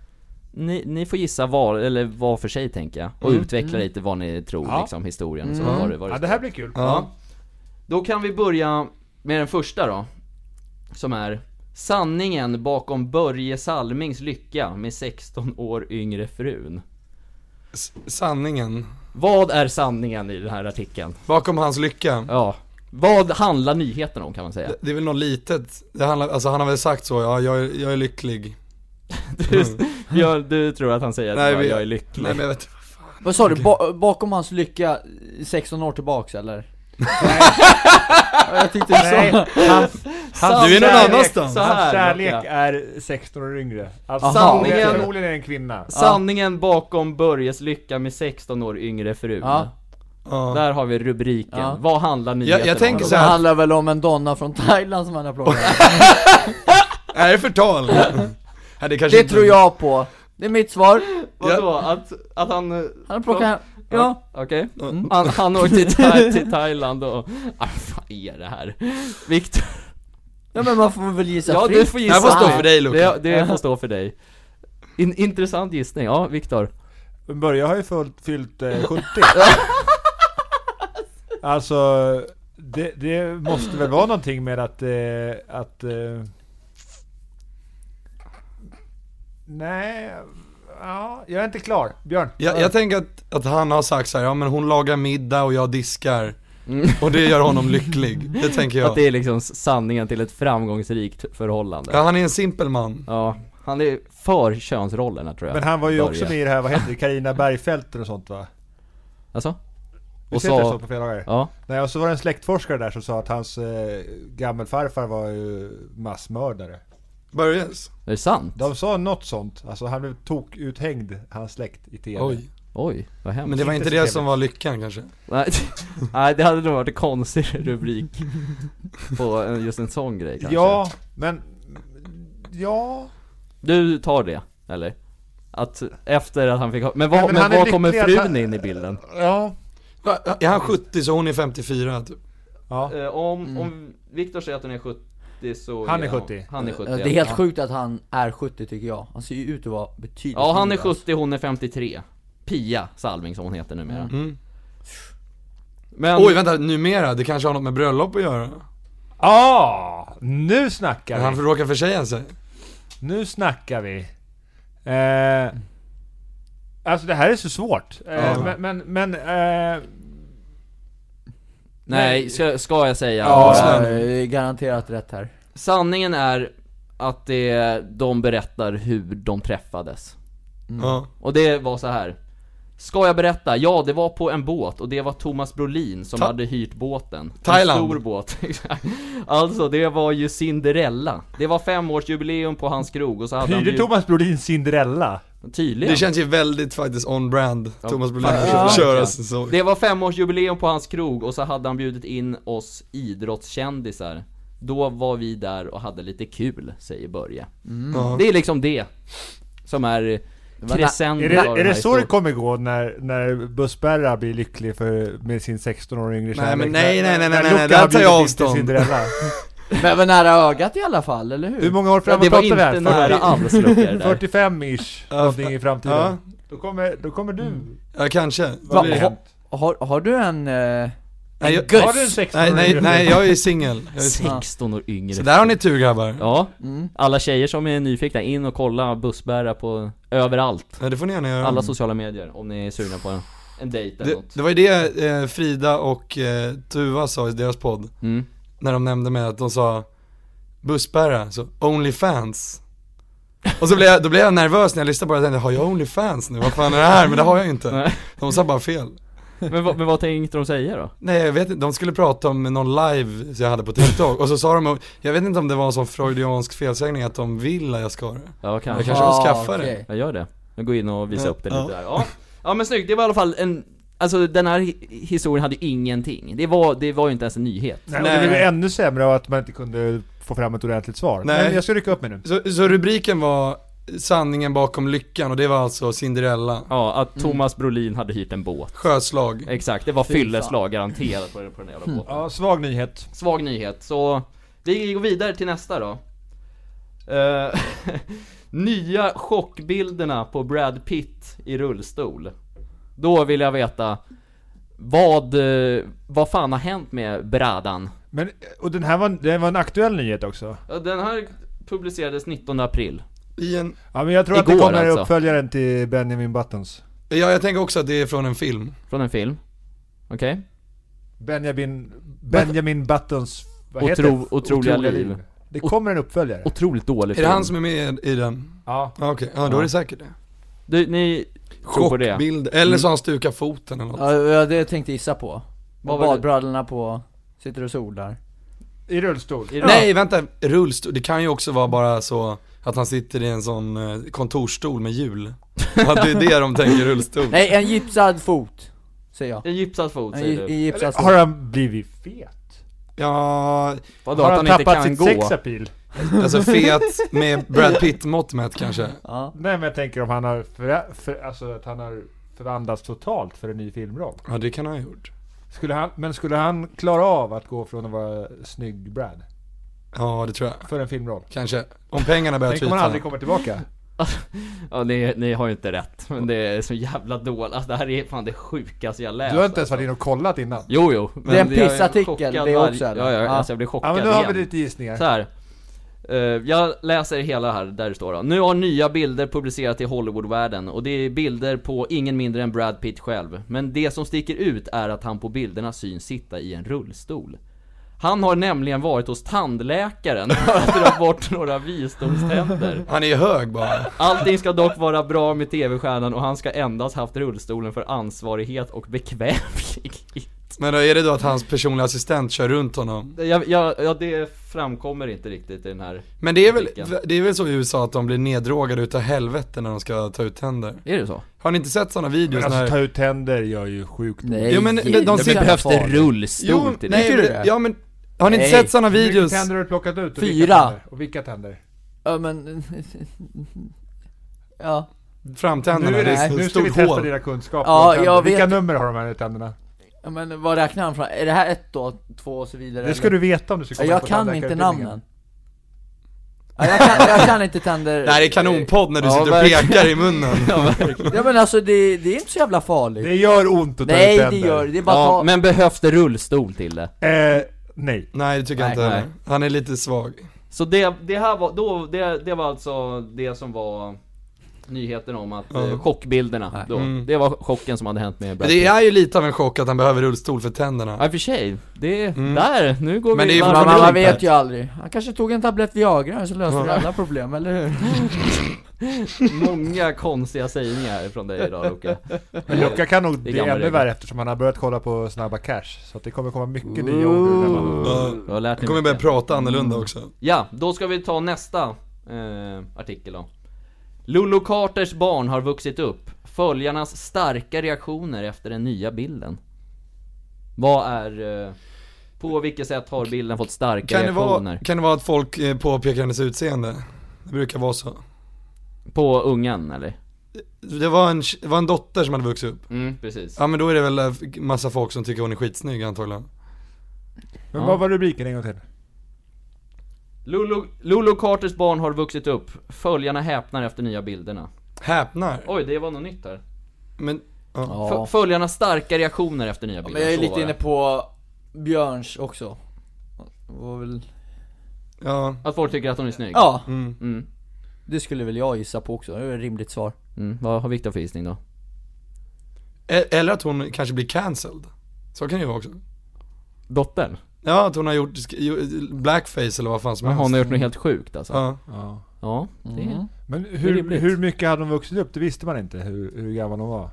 [SPEAKER 3] ni, ni får gissa var, eller var för sig tänker jag,
[SPEAKER 2] Mm.
[SPEAKER 3] och utveckla lite vad ni tror
[SPEAKER 1] Ja.
[SPEAKER 3] liksom, historien och så var det, var
[SPEAKER 1] Ja,
[SPEAKER 3] det
[SPEAKER 1] det här blir kul.
[SPEAKER 4] Ja.
[SPEAKER 3] Då kan vi börja med den första då. Som är Sanningen bakom Börje Salmings lycka med 16 år yngre frun.
[SPEAKER 4] S- sanningen.
[SPEAKER 3] Vad är sanningen i den här artikeln?
[SPEAKER 4] Bakom hans lycka.
[SPEAKER 3] Ja, Vad handlar nyheterna om kan man säga?
[SPEAKER 4] Det, det är väl något litet, det handlar, alltså han har väl sagt så, ja jag, är- jag är lycklig.
[SPEAKER 3] Jag, du tror att han säger att
[SPEAKER 4] Nej,
[SPEAKER 3] jag,
[SPEAKER 4] vi-
[SPEAKER 3] jag är lycklig?
[SPEAKER 4] Nej men jag vet
[SPEAKER 2] Vad sa du? Ba- bakom hans lycka 16 år tillbaks eller? Nej. jag tyckte du
[SPEAKER 1] Nej,
[SPEAKER 2] sa...
[SPEAKER 1] hans, hans
[SPEAKER 4] Du är någon
[SPEAKER 1] kärlek-
[SPEAKER 4] annanstans.
[SPEAKER 3] Så här,
[SPEAKER 1] Hans kärlek
[SPEAKER 3] ja.
[SPEAKER 1] är 16 år yngre. Alltså,
[SPEAKER 2] Aha.
[SPEAKER 1] Sanningen...
[SPEAKER 3] Sanningen-
[SPEAKER 1] Förmodligen är det en kvinna.
[SPEAKER 3] Sanningen bakom Börjes lycka med 16 år yngre fru.
[SPEAKER 2] Ja.
[SPEAKER 4] ja.
[SPEAKER 3] Där har vi rubriken.
[SPEAKER 2] Ja.
[SPEAKER 3] Vad handlar nyheterna
[SPEAKER 4] jag tänker
[SPEAKER 3] om?
[SPEAKER 4] så
[SPEAKER 2] Det
[SPEAKER 4] här-
[SPEAKER 2] handlar väl om en donna från Thailand som han har plockat
[SPEAKER 4] Är det förtal? Nej, det, kanske
[SPEAKER 2] Det
[SPEAKER 4] inte-
[SPEAKER 2] tror jag på Det är mitt svar
[SPEAKER 3] Vadå? Att, att han... eh,
[SPEAKER 2] Han har plockat hem, ja
[SPEAKER 3] Okej.
[SPEAKER 4] Mm.
[SPEAKER 3] Han, han åkte till, Tha- till Thailand och... Ah, vad är det här? Viktor.
[SPEAKER 2] Ja men man får väl gissa
[SPEAKER 3] Ja,
[SPEAKER 2] fritt
[SPEAKER 3] du får
[SPEAKER 4] Det här
[SPEAKER 3] gissa.
[SPEAKER 4] får stå för dig Luka.
[SPEAKER 3] Det, det får stå för dig. In, intressant gissning. Ja, Viktor.
[SPEAKER 1] Börje har ju fullt, fyllt eh, 70. alltså, det, det måste väl vara någonting med att... Eh, att eh, nej, ja, jag är inte klar. Björn?
[SPEAKER 4] Jag, jag tänker att, att han har sagt så här, ja men hon lagar middag och jag diskar. Och det gör honom lycklig, det tänker
[SPEAKER 3] Att det
[SPEAKER 4] jag.
[SPEAKER 3] är liksom sanningen till ett framgångsrikt förhållande.
[SPEAKER 4] Ja, han är en simpel man.
[SPEAKER 3] Ja, han är för könsrollerna tror jag.
[SPEAKER 1] Men han var ju
[SPEAKER 3] Börje.
[SPEAKER 1] också med i det här, vad heter det, Carina Bergfelter och sånt va?
[SPEAKER 3] Alltså?
[SPEAKER 1] Vi
[SPEAKER 3] Och
[SPEAKER 1] ser inte
[SPEAKER 3] så-
[SPEAKER 1] så på fredagar.
[SPEAKER 3] Ja.
[SPEAKER 1] Nej, och så var det en släktforskare där som sa att hans eh, gammelfarfar var ju massmördare.
[SPEAKER 4] Börjes.
[SPEAKER 3] Är det sant?
[SPEAKER 1] De sa något sånt, alltså han blev tokuthängd, hans släkt, i TV.
[SPEAKER 4] Oj.
[SPEAKER 3] Oj, vad hemskt.
[SPEAKER 4] Men det var inte det som var lyckan kanske.
[SPEAKER 3] Nej, nej, det hade nog varit en konstig rubrik på en- just en sån grej kanske.
[SPEAKER 1] Ja, men... Ja...
[SPEAKER 3] Du tar det, eller? Att efter att han fick ha- Men var,
[SPEAKER 1] Nej, men
[SPEAKER 3] men
[SPEAKER 1] han är
[SPEAKER 3] var kommer
[SPEAKER 1] lycklig att
[SPEAKER 3] frun
[SPEAKER 1] han-
[SPEAKER 3] in i bilden?
[SPEAKER 1] Ja.
[SPEAKER 4] Ja, Är han 70 så hon är 54 typ.
[SPEAKER 1] ja.
[SPEAKER 3] Eh, om, om Viktor säger att hon är 70 så
[SPEAKER 1] Mm. Han är
[SPEAKER 3] hon-
[SPEAKER 1] 70.
[SPEAKER 3] Han är 70
[SPEAKER 2] Ja, Det är helt
[SPEAKER 3] ja.
[SPEAKER 2] sjukt att han är 70 tycker jag, han ser ju ut att vara betydligt
[SPEAKER 3] Ja, han är
[SPEAKER 2] yngre.
[SPEAKER 3] 70, hon är 53 Pia Salming som hon heter numera
[SPEAKER 4] Mm.
[SPEAKER 3] Men,
[SPEAKER 4] Oj vänta, numera, det kanske har något med bröllop att göra.
[SPEAKER 1] Ah, nu snackar
[SPEAKER 4] Men
[SPEAKER 1] vi!
[SPEAKER 4] han råkar försäga sig.
[SPEAKER 3] Mm.
[SPEAKER 1] Nu snackar vi! Eh, alltså det här är så svårt. Eh,
[SPEAKER 4] Ja.
[SPEAKER 1] Men, men, men eh,
[SPEAKER 3] nej, ska, ska jag säga
[SPEAKER 4] Ja,
[SPEAKER 3] bara-
[SPEAKER 2] Ja,
[SPEAKER 4] snäll.
[SPEAKER 2] det är garanterat rätt här
[SPEAKER 3] Sanningen är att det, de berättar hur de träffades
[SPEAKER 4] Ja.
[SPEAKER 3] Och det var så här. Ska jag berätta? Ja, det var på en båt och det var Thomas Brolin som
[SPEAKER 4] Ta-
[SPEAKER 3] hade hyrt båten.
[SPEAKER 4] Thailand.
[SPEAKER 3] En stor båt. alltså, det var ju Cinderella. Det var femårsjubileum på hans krog och så hade
[SPEAKER 1] hyrde
[SPEAKER 3] han
[SPEAKER 1] Thomas Brolin Cinderella?
[SPEAKER 3] ju... Tydligen.
[SPEAKER 4] Det
[SPEAKER 3] Det,
[SPEAKER 4] känns ju väldigt faktiskt on-brand,
[SPEAKER 3] Ja.
[SPEAKER 4] Thomas Brolin,
[SPEAKER 3] Ja.
[SPEAKER 4] ja.
[SPEAKER 3] Ja.
[SPEAKER 4] köra så.
[SPEAKER 3] var femårsjubileum på hans krog och så hade han bjudit in oss idrottskändisar. Då var vi där och hade lite kul, säger Börje.
[SPEAKER 4] Ja.
[SPEAKER 3] Det är liksom det. Som är crescendo
[SPEAKER 4] Mm.
[SPEAKER 1] Är det,
[SPEAKER 3] av den
[SPEAKER 1] är det
[SPEAKER 3] här
[SPEAKER 1] så det
[SPEAKER 3] historien.
[SPEAKER 1] kommer gå när, när Bussberra blir lycklig för, med sin 16 år yngre
[SPEAKER 4] Nej,
[SPEAKER 1] kärlek?
[SPEAKER 4] men nej,
[SPEAKER 1] När-
[SPEAKER 4] nej, nej,
[SPEAKER 1] när
[SPEAKER 4] nej, nej,
[SPEAKER 1] Luca
[SPEAKER 4] där
[SPEAKER 1] har
[SPEAKER 4] tar
[SPEAKER 1] bjudit
[SPEAKER 4] jag
[SPEAKER 1] in till
[SPEAKER 4] avstånd.
[SPEAKER 1] Cinderella.
[SPEAKER 2] Men väl nära ögat i alla fall, eller hur?
[SPEAKER 1] Hur många år
[SPEAKER 3] Ja,
[SPEAKER 1] framåt
[SPEAKER 3] det var
[SPEAKER 1] pratar vi här?
[SPEAKER 3] inte nära
[SPEAKER 1] 40
[SPEAKER 3] alls Luka, det där.
[SPEAKER 1] 45-ish, någonting i framtiden.
[SPEAKER 4] Ja. Mm.
[SPEAKER 1] Då, kommer, då kommer du...
[SPEAKER 4] Ja, kanske.
[SPEAKER 1] Vad blir
[SPEAKER 2] Va-
[SPEAKER 1] det?
[SPEAKER 2] ha- har, har du en... Eh,
[SPEAKER 4] Nej, jag,
[SPEAKER 1] Har du en 16 år
[SPEAKER 4] nej, nej,
[SPEAKER 1] yngre?
[SPEAKER 4] nej, jag är singel. Jag är singel.
[SPEAKER 3] 16 år yngre.
[SPEAKER 4] Så där har ni tur grabbar.
[SPEAKER 3] Ja,
[SPEAKER 2] Mm.
[SPEAKER 3] alla tjejer som är nyfikna, in och kolla bussbära på överallt,
[SPEAKER 4] Ja, det får ni gärna göra.
[SPEAKER 3] alla sociala medier om ni är sugna på en, en dejt eller
[SPEAKER 4] Det,
[SPEAKER 3] något.
[SPEAKER 4] det var ju det eh, Frida och eh, Tuva sa i deras podd,
[SPEAKER 3] Mm.
[SPEAKER 4] när de nämnde mig att de sa Bussbära, så Onlyfans Och så blev jag, då blev jag nervös när jag lyssnade på det, jag tänkte har jag Onlyfans nu? Vad fan är det här? Men det har jag ju inte
[SPEAKER 3] Nej.
[SPEAKER 4] De sa bara fel
[SPEAKER 3] Men, vad- men vad tänkte de säga då?
[SPEAKER 4] Nej jag vet inte, de skulle prata om någon live som jag hade på TikTok Och så sa de, jag vet inte om det var en sån freudiansk felsägning att de vill att jag ska ha det
[SPEAKER 3] Ja,
[SPEAKER 4] Jag
[SPEAKER 3] kanske.
[SPEAKER 4] kanske får skaffa det
[SPEAKER 2] okej.
[SPEAKER 3] Jag gör det. Jag går in och visar
[SPEAKER 4] Ja,
[SPEAKER 3] upp det
[SPEAKER 4] ja.
[SPEAKER 3] lite där. Ja. ja, men snyggt. Det var i alla fall en, alltså den här hi- historien hade ju ingenting. Det var, det var ju inte ens en nyhet.
[SPEAKER 1] Nej, och Det
[SPEAKER 4] Nej.
[SPEAKER 1] blev ju ännu sämre av att man inte kunde få fram ett ordentligt svar.
[SPEAKER 4] Nej.
[SPEAKER 1] Men jag ska rycka upp mig nu.
[SPEAKER 4] så, så rubriken var sanningen bakom lyckan och det var alltså Cinderella
[SPEAKER 3] Ja, att Thomas Brolin hade hyrt en båt.
[SPEAKER 4] Sjöslag
[SPEAKER 3] Exakt, det var
[SPEAKER 2] Mm. Fy fan. Hm.
[SPEAKER 3] fylleslag garanterat på den, på den jävla båten.
[SPEAKER 1] Ja, svag nyhet.
[SPEAKER 3] Svag nyhet, så vi går vidare till nästa då. Eh, nya chockbilderna på Brad Pitt i rullstol. Då vill jag veta, vad, eh, vad fan har hänt med Bradan?
[SPEAKER 1] Men, och den här var, den var en aktuell nyhet också.
[SPEAKER 3] Ja, Den här publicerades 19 april.
[SPEAKER 4] I en,
[SPEAKER 1] Ja, men jag tror att det
[SPEAKER 3] Igår,
[SPEAKER 1] kommer
[SPEAKER 3] alltså.
[SPEAKER 1] uppföljaren till Benjamin Buttons.
[SPEAKER 4] ja jag tänker också att det är från en film
[SPEAKER 3] Från en film. Okej?
[SPEAKER 1] Benjamin, Benjamin Buttons... Vad
[SPEAKER 3] Otro-
[SPEAKER 1] heter det?
[SPEAKER 3] otroliga liv.
[SPEAKER 1] Det kommer en uppföljare.
[SPEAKER 3] Otroligt dålig
[SPEAKER 4] Är det
[SPEAKER 3] film.
[SPEAKER 4] han som är med i den?
[SPEAKER 1] Ja.
[SPEAKER 4] Ja okej, ja då är det säkert det.
[SPEAKER 3] Du, ni tror på det?
[SPEAKER 4] Chockbild, eller så har han stukat foten eller något.
[SPEAKER 2] Ja, ja, det tänkte jag gissa på.
[SPEAKER 3] Vad
[SPEAKER 2] Vad
[SPEAKER 3] var det?
[SPEAKER 2] Badbrallorna på, sitter och solar.
[SPEAKER 1] I rullstol.
[SPEAKER 3] Är det-
[SPEAKER 4] Nej vänta, rullstol, det kan ju också vara bara så att han sitter i en sån eh, kontorsstol med hjul. Att det är det de tänker rullstol.
[SPEAKER 2] Nej, en gipsad fot, säger jag.
[SPEAKER 3] En gipsad fot
[SPEAKER 2] En,
[SPEAKER 3] säger
[SPEAKER 2] gi- en
[SPEAKER 3] du?
[SPEAKER 2] gipsad fot.
[SPEAKER 1] Har han blivit fet?
[SPEAKER 4] Ja,
[SPEAKER 3] Vadå,
[SPEAKER 1] Har
[SPEAKER 3] att
[SPEAKER 1] han
[SPEAKER 3] han inte
[SPEAKER 1] tappat
[SPEAKER 3] kan
[SPEAKER 1] sitt
[SPEAKER 3] gå?
[SPEAKER 1] sexapil?
[SPEAKER 4] alltså fet med Brad Pitt-mått mätt kanske.
[SPEAKER 2] Ja.
[SPEAKER 1] Nej men jag tänker om han har, för, för, alltså att han har förvandlats totalt för en ny filmroll.
[SPEAKER 4] Ja det kan han ha gjort.
[SPEAKER 1] Skulle han, men skulle han klara av att gå från att vara snygg Brad
[SPEAKER 4] Ja det tror jag.
[SPEAKER 1] för en filmroll?
[SPEAKER 4] Kanske. Om pengarna börjar
[SPEAKER 1] Tänk om han aldrig
[SPEAKER 4] tryta.
[SPEAKER 1] kommer tillbaka?
[SPEAKER 3] Ja, ni, ni har ju inte rätt. Men det är så jävla dåligt. Alltså, det här är fan det sjukaste jag läst.
[SPEAKER 1] Du
[SPEAKER 2] alltså,
[SPEAKER 1] har inte ens varit inne och kollat innan?
[SPEAKER 3] Jo, jo. men
[SPEAKER 2] Det är en
[SPEAKER 3] jag
[SPEAKER 2] pissartikel,
[SPEAKER 3] chockad
[SPEAKER 2] det är
[SPEAKER 3] varje-
[SPEAKER 2] också, eller?
[SPEAKER 3] Ja, ja,
[SPEAKER 2] Ja.
[SPEAKER 3] alltså jag blir chockad
[SPEAKER 1] Ja men nu har vi
[SPEAKER 3] igen.
[SPEAKER 1] lite gissningar.
[SPEAKER 3] Så här. Eh, jag läser hela här, där det står då. Nu har nya bilder publicerats i Hollywoodvärlden och det är bilder på ingen mindre än Brad Pitt själv. Men det som sticker ut är att han på bilderna syns sitta i en rullstol. Han har nämligen varit hos tandläkaren för att dra bort några visdomständer.
[SPEAKER 4] Han är ju hög bara.
[SPEAKER 3] Allting ska dock vara bra med TV-stjärnan och han ska endast haft rullstolen för ansvarighet och bekvämlighet.
[SPEAKER 4] Men då är det då att hans personliga assistent kör runt honom?
[SPEAKER 3] Jag, jag, ja, det framkommer inte riktigt i den här...
[SPEAKER 4] Men det är väl, det är väl så i USA att de blir neddrogade utav helvete när de ska ta ut tänder?
[SPEAKER 3] Är det så?
[SPEAKER 4] Har ni inte sett sådana videos
[SPEAKER 1] Men alltså ta
[SPEAKER 4] när...
[SPEAKER 1] ut tänder gör ju sjukt ont.
[SPEAKER 2] Nej,
[SPEAKER 4] Jo, men de- de
[SPEAKER 2] jävla
[SPEAKER 4] sitter-
[SPEAKER 2] farligt.
[SPEAKER 4] Behövs
[SPEAKER 3] rullstol
[SPEAKER 4] nej,
[SPEAKER 2] Tycker du
[SPEAKER 4] men-
[SPEAKER 2] det?
[SPEAKER 4] ja men, har ni inte
[SPEAKER 2] Nej.
[SPEAKER 4] sett sådana
[SPEAKER 1] Hur mycket
[SPEAKER 4] videos?
[SPEAKER 1] tänder har du plockat ut? och
[SPEAKER 2] Fyra.
[SPEAKER 1] vilka tänder? Och vilka tänder?
[SPEAKER 2] Ja men... Ja.
[SPEAKER 4] Framtänderna?
[SPEAKER 1] Nu, är
[SPEAKER 4] ett
[SPEAKER 1] det,
[SPEAKER 4] stort
[SPEAKER 1] nu ska vi testa
[SPEAKER 4] hål.
[SPEAKER 1] dina kunskaper
[SPEAKER 2] Ja,
[SPEAKER 1] om tänder.
[SPEAKER 2] jag
[SPEAKER 1] Vilka
[SPEAKER 2] vet-
[SPEAKER 1] nummer har de här tänderna?
[SPEAKER 2] Ja, men vad räknar han från? Är det här ett då, två och så vidare?
[SPEAKER 1] Det ska du
[SPEAKER 2] eller?
[SPEAKER 1] veta om du ska komma in
[SPEAKER 2] Jag
[SPEAKER 1] på
[SPEAKER 2] kan inte
[SPEAKER 1] tandläkarutbildningen.
[SPEAKER 2] namnen. Ja, jag, kan, jag kan inte tänder...
[SPEAKER 4] Det här är kanonpodd när du
[SPEAKER 3] Ja,
[SPEAKER 4] sitter och
[SPEAKER 3] verkligen.
[SPEAKER 4] pekar i munnen.
[SPEAKER 2] Ja men alltså det, det är inte så jävla farligt.
[SPEAKER 1] Det gör ont att ta ut
[SPEAKER 2] Nej det
[SPEAKER 1] tänder.
[SPEAKER 2] gör det, det är bara
[SPEAKER 3] Ja,
[SPEAKER 2] ta...
[SPEAKER 3] men behövs det rullstol till det?
[SPEAKER 1] Eh, nej.
[SPEAKER 4] Nej det tycker jag
[SPEAKER 2] Nej,
[SPEAKER 4] inte
[SPEAKER 3] nej.
[SPEAKER 4] heller. Han är lite svag.
[SPEAKER 3] Så det, det här var, då, det, det var alltså det som var nyheten om att, eh,
[SPEAKER 4] Ja.
[SPEAKER 3] chockbilderna då.
[SPEAKER 4] Mm.
[SPEAKER 3] Det var chocken som hade hänt med Brad
[SPEAKER 4] Men det
[SPEAKER 3] Pitt.
[SPEAKER 4] är ju lite av en chock att han behöver rullstol för
[SPEAKER 3] Ja, i
[SPEAKER 4] tänderna.
[SPEAKER 3] och för sig. Det är, där, nu går
[SPEAKER 4] Men
[SPEAKER 3] vi
[SPEAKER 4] det är ju
[SPEAKER 3] varv
[SPEAKER 2] Man,
[SPEAKER 4] från-
[SPEAKER 3] runt.
[SPEAKER 2] man vet ju aldrig. Han kanske tog en tablett Viagra så löste det alla problem, eller hur?
[SPEAKER 3] Många konstiga sägningar från dig idag Luka.
[SPEAKER 1] Men Luca kan nog
[SPEAKER 3] Det är
[SPEAKER 1] bli
[SPEAKER 3] gamla
[SPEAKER 1] ännu
[SPEAKER 3] regler.
[SPEAKER 1] värre eftersom han har börjat kolla på Snabba Cash. Så att det kommer komma mycket nya ord ur den här mannen.
[SPEAKER 4] Ja.
[SPEAKER 3] Du har lärt dig
[SPEAKER 4] Jag kommer
[SPEAKER 3] mycket.
[SPEAKER 4] börja prata
[SPEAKER 3] Mm.
[SPEAKER 4] annorlunda också.
[SPEAKER 3] Ja, då ska vi ta nästa eh, artikel då. Lulu Carters barn har vuxit upp. Följarnas starka reaktioner efter den nya bilden. Vad är... Eh, på vilket sätt har bilden fått starka
[SPEAKER 4] Kan det,
[SPEAKER 3] reaktioner?
[SPEAKER 4] vara, kan det vara att folk eh, påpekar hennes utseende? Det brukar vara så.
[SPEAKER 3] På ungen eller?
[SPEAKER 4] Det var en, det var en dotter som hade vuxit upp.
[SPEAKER 3] Mm, precis.
[SPEAKER 4] Ja men då är det väl eh, massa folk som tycker hon är skitsnygg antagligen.
[SPEAKER 1] Men
[SPEAKER 3] Ja.
[SPEAKER 1] vad var rubriken en gång till?
[SPEAKER 3] Lulu, Lulu Carters barn har vuxit upp. Följarna häpnar efter nya bilderna.
[SPEAKER 4] Häpnar.
[SPEAKER 3] Oj, det var något nytt där.
[SPEAKER 4] Men, ja.
[SPEAKER 3] F- Följarnas starka reaktioner efter nya bilder.
[SPEAKER 2] Men jag är
[SPEAKER 3] så var
[SPEAKER 2] lite
[SPEAKER 3] det.
[SPEAKER 2] inne på Björns också. Var väl...
[SPEAKER 4] ja.
[SPEAKER 3] Att folk tycker att hon är snygg?
[SPEAKER 2] Ja,
[SPEAKER 4] Mm.
[SPEAKER 3] Mm.
[SPEAKER 2] det skulle väl jag gissa på också, det är ett rimligt svar.
[SPEAKER 3] Mm. Vad har Viktor för gissning då?
[SPEAKER 4] E- Eller att hon kanske blir cancelled. Så kan det ju vara också.
[SPEAKER 3] Dottern?
[SPEAKER 4] Ja, att hon har gjort sk- ju- blackface eller vad fan som
[SPEAKER 3] Men
[SPEAKER 4] helst.
[SPEAKER 3] hon har gjort något helt sjukt alltså?
[SPEAKER 4] Ja.
[SPEAKER 3] Ja, det
[SPEAKER 1] Men
[SPEAKER 3] Det är
[SPEAKER 1] hur,
[SPEAKER 3] rimligt.
[SPEAKER 1] hur mycket hade de vuxit upp? Det visste man inte hur, hur gammal de var.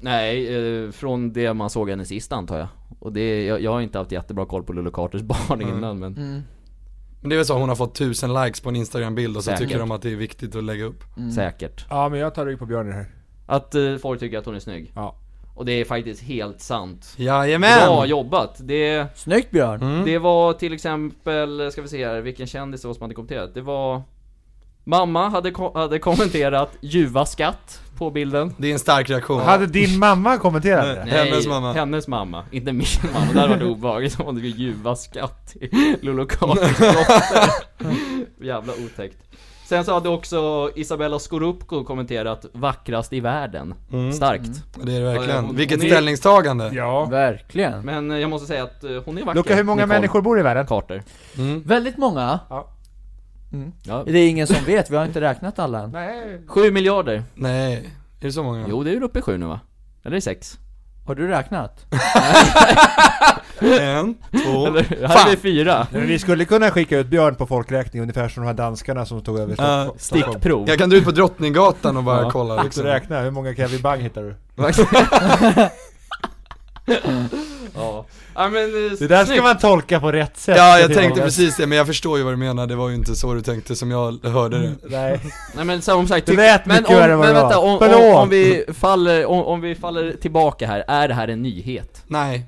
[SPEAKER 3] Nej, eh, från det man såg henne sist antar jag. Och det, jag, jag har inte haft jättebra koll på Lulu Carters barn innan men...
[SPEAKER 4] Men det är väl så, hon har fått tusen likes på en instagram-bild och så
[SPEAKER 3] Säkert.
[SPEAKER 4] tycker de att det är viktigt att lägga upp.
[SPEAKER 3] Säkert.
[SPEAKER 1] Ja men jag tar rygg på Björn i det här.
[SPEAKER 3] Att eh, folk tycker att hon är snygg.
[SPEAKER 1] Ja.
[SPEAKER 3] Och det är faktiskt helt sant.
[SPEAKER 4] Jajamän!
[SPEAKER 3] Bra jobbat! Det,
[SPEAKER 2] Snyggt Björn!
[SPEAKER 4] Mm.
[SPEAKER 3] det var till exempel, ska vi se här, vilken kändis det var som hade kommenterat? Det var... Mamma hade, ko- hade kommenterat 'ljuva skatt' på bilden.
[SPEAKER 4] Det är en stark reaktion.
[SPEAKER 1] Hade din mamma kommenterat det?
[SPEAKER 4] Nej. Hennes mamma.
[SPEAKER 3] Hennes mamma, inte min mamma. Det hade varit obehagligt om hon skulle ljuva skatt till Lolo Carters dotter. Jävla otäckt. Sen så hade också Isabella Scorupco kommenterat 'vackrast i världen'
[SPEAKER 1] Mm.
[SPEAKER 3] Starkt.
[SPEAKER 4] Det är det
[SPEAKER 3] Ja,
[SPEAKER 4] verkligen.
[SPEAKER 3] hon-
[SPEAKER 4] Vilket
[SPEAKER 3] hon är-
[SPEAKER 4] ställningstagande.
[SPEAKER 1] Ja.
[SPEAKER 2] Verkligen.
[SPEAKER 3] Men eh, jag måste säga att eh, hon är vacker.
[SPEAKER 1] Luca, hur många
[SPEAKER 3] Nicole
[SPEAKER 1] människor bor i världen?
[SPEAKER 3] Carter.
[SPEAKER 2] Väldigt många.
[SPEAKER 1] Ja.
[SPEAKER 3] Ja.
[SPEAKER 2] Det är ingen som vet, vi har inte räknat alla än.
[SPEAKER 1] Nej.
[SPEAKER 3] Sju miljarder.
[SPEAKER 4] Nej, är det så många?
[SPEAKER 3] Jo, det är ju uppe i sju nu va? Eller i sex?
[SPEAKER 2] Har du räknat?
[SPEAKER 4] En, två,
[SPEAKER 3] Eller, här är
[SPEAKER 4] fan!
[SPEAKER 3] vi fyra.
[SPEAKER 1] Men vi skulle kunna skicka ut Björn på folkräkning ungefär som de här danskarna som tog över
[SPEAKER 4] Ja,
[SPEAKER 1] Stockholm. Stockholm.
[SPEAKER 3] Stickprov.
[SPEAKER 4] Jag kan dra ut på Drottninggatan och bara
[SPEAKER 3] Ja.
[SPEAKER 4] kolla
[SPEAKER 1] Så
[SPEAKER 4] liksom.
[SPEAKER 1] räkna, hur många Kevin Bang hittar du?
[SPEAKER 3] ja. ja, men eh,
[SPEAKER 1] Det där ska
[SPEAKER 3] snyggt.
[SPEAKER 1] man tolka på rätt sätt.
[SPEAKER 4] Ja, jag tänkte precis det, men jag förstår ju vad du menar, det var ju inte så du tänkte som jag hörde det
[SPEAKER 1] Nej.
[SPEAKER 3] Nej men som sagt, typ-
[SPEAKER 1] Det lät
[SPEAKER 3] men,
[SPEAKER 1] mycket
[SPEAKER 3] om,
[SPEAKER 1] värre än vad
[SPEAKER 3] men
[SPEAKER 1] det var.
[SPEAKER 3] vänta, om, om,
[SPEAKER 1] Förlåt.
[SPEAKER 3] om, vi faller, om, om vi faller tillbaka här, är det här en nyhet?
[SPEAKER 4] Nej.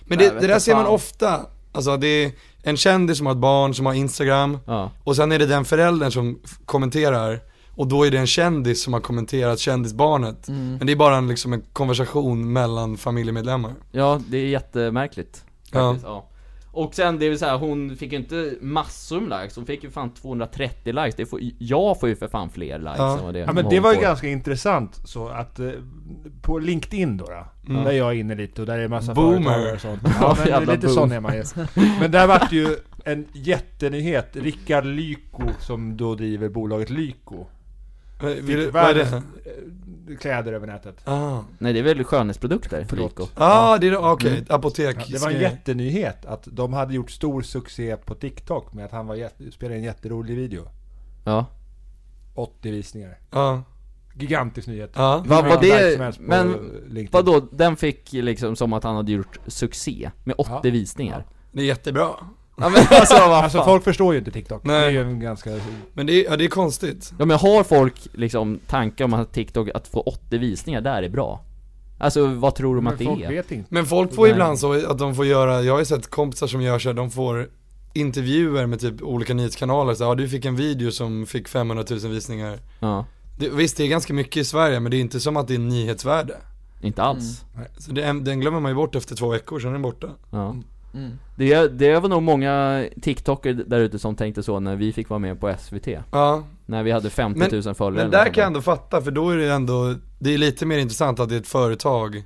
[SPEAKER 4] Men
[SPEAKER 3] Nej,
[SPEAKER 4] det,
[SPEAKER 3] vet
[SPEAKER 4] det där
[SPEAKER 3] inte
[SPEAKER 4] ser man
[SPEAKER 3] fan.
[SPEAKER 4] ofta, alltså det är en kändis som har ett barn som har Instagram,
[SPEAKER 3] Ja,
[SPEAKER 4] och sen är det den föräldern som f- kommenterar, och då är det en kändis som har kommenterat kändisbarnet.
[SPEAKER 1] Mm.
[SPEAKER 4] Men det är bara en, liksom en konversation mellan familjemedlemmar.
[SPEAKER 3] ja det är jättemärkligt
[SPEAKER 4] Ja.
[SPEAKER 3] faktiskt, ja. Och sen, det vill säga, hon fick ju inte massor med likes, hon fick ju fan 230 likes, det får, jag får ju för fan fler likes
[SPEAKER 4] Ja.
[SPEAKER 3] än vad det
[SPEAKER 1] Ja men
[SPEAKER 3] hon
[SPEAKER 1] det var ju
[SPEAKER 3] får.
[SPEAKER 1] ganska intressant så att eh, på LinkedIn då, då där jag är inne lite och där är en massa
[SPEAKER 4] Mm. Boomer.
[SPEAKER 1] företagare och sånt.
[SPEAKER 3] Ja,
[SPEAKER 1] Ja, men
[SPEAKER 3] jävla
[SPEAKER 1] lite
[SPEAKER 3] boom.
[SPEAKER 1] sån är man ju. Men där vart ju en jättenyhet. Rickard Lyko som då driver bolaget Lyko.
[SPEAKER 4] Eh, Vill, du-
[SPEAKER 1] Fick
[SPEAKER 4] vad är
[SPEAKER 1] världens
[SPEAKER 4] det?
[SPEAKER 1] eh, kläder över nätet.
[SPEAKER 4] Ah,
[SPEAKER 3] Nej det är väl skönhetsprodukter, Lyko?
[SPEAKER 4] ah det är okej, apotek.
[SPEAKER 1] Mm. Ja, det var en jättenyhet att de hade gjort stor succé på TikTok med att han var jätte, spelade en jätterolig video.
[SPEAKER 3] Ja
[SPEAKER 1] 80 visningar.
[SPEAKER 4] Ja,
[SPEAKER 1] Gigantisk nyhet.
[SPEAKER 4] ja.
[SPEAKER 3] Vad var
[SPEAKER 1] Hur många likes
[SPEAKER 3] det,
[SPEAKER 1] som helst på
[SPEAKER 3] men
[SPEAKER 1] LinkedIn.
[SPEAKER 3] vadå, den fick liksom som att han hade gjort succé med 80
[SPEAKER 1] Ja.
[SPEAKER 3] visningar?
[SPEAKER 4] Det är jättebra.
[SPEAKER 3] Ja men alltså vad
[SPEAKER 1] Alltså
[SPEAKER 3] fan.
[SPEAKER 1] folk förstår ju inte TikTok.
[SPEAKER 4] Nej.
[SPEAKER 1] Det är ju en ganska...
[SPEAKER 4] Men det är, ja, det är konstigt.
[SPEAKER 3] Ja men har folk liksom tankar om att TikTok, att få 80 visningar där är bra? Alltså vad tror de
[SPEAKER 1] Men
[SPEAKER 3] att det
[SPEAKER 1] folk
[SPEAKER 3] är?
[SPEAKER 1] vet inte.
[SPEAKER 4] Men folk får
[SPEAKER 3] Nej.
[SPEAKER 4] ibland så att de får göra, jag har ju sett kompisar som gör så här, de får intervjuer med typ olika nyhetskanaler, så här, ja du fick en video som fick 500 000 visningar.
[SPEAKER 3] Ja,
[SPEAKER 4] Det, visst det är ganska mycket i Sverige men det är inte som att det är nyhetsvärde.
[SPEAKER 3] inte alls.
[SPEAKER 1] Mm.
[SPEAKER 4] Så det, den glömmer man ju bort efter två veckor, sen är den borta.
[SPEAKER 1] Mm.
[SPEAKER 3] Ja. Det, det var nog många TikToker där ute som tänkte så när vi fick vara med på SVT.
[SPEAKER 4] Ja,
[SPEAKER 3] När vi hade 50
[SPEAKER 4] Men-
[SPEAKER 3] 000 följare
[SPEAKER 4] men
[SPEAKER 3] eller
[SPEAKER 4] där
[SPEAKER 3] något
[SPEAKER 4] kan jag
[SPEAKER 3] sånt
[SPEAKER 4] ändå fatta för då är det ändå, det är lite mer intressant att det är ett företag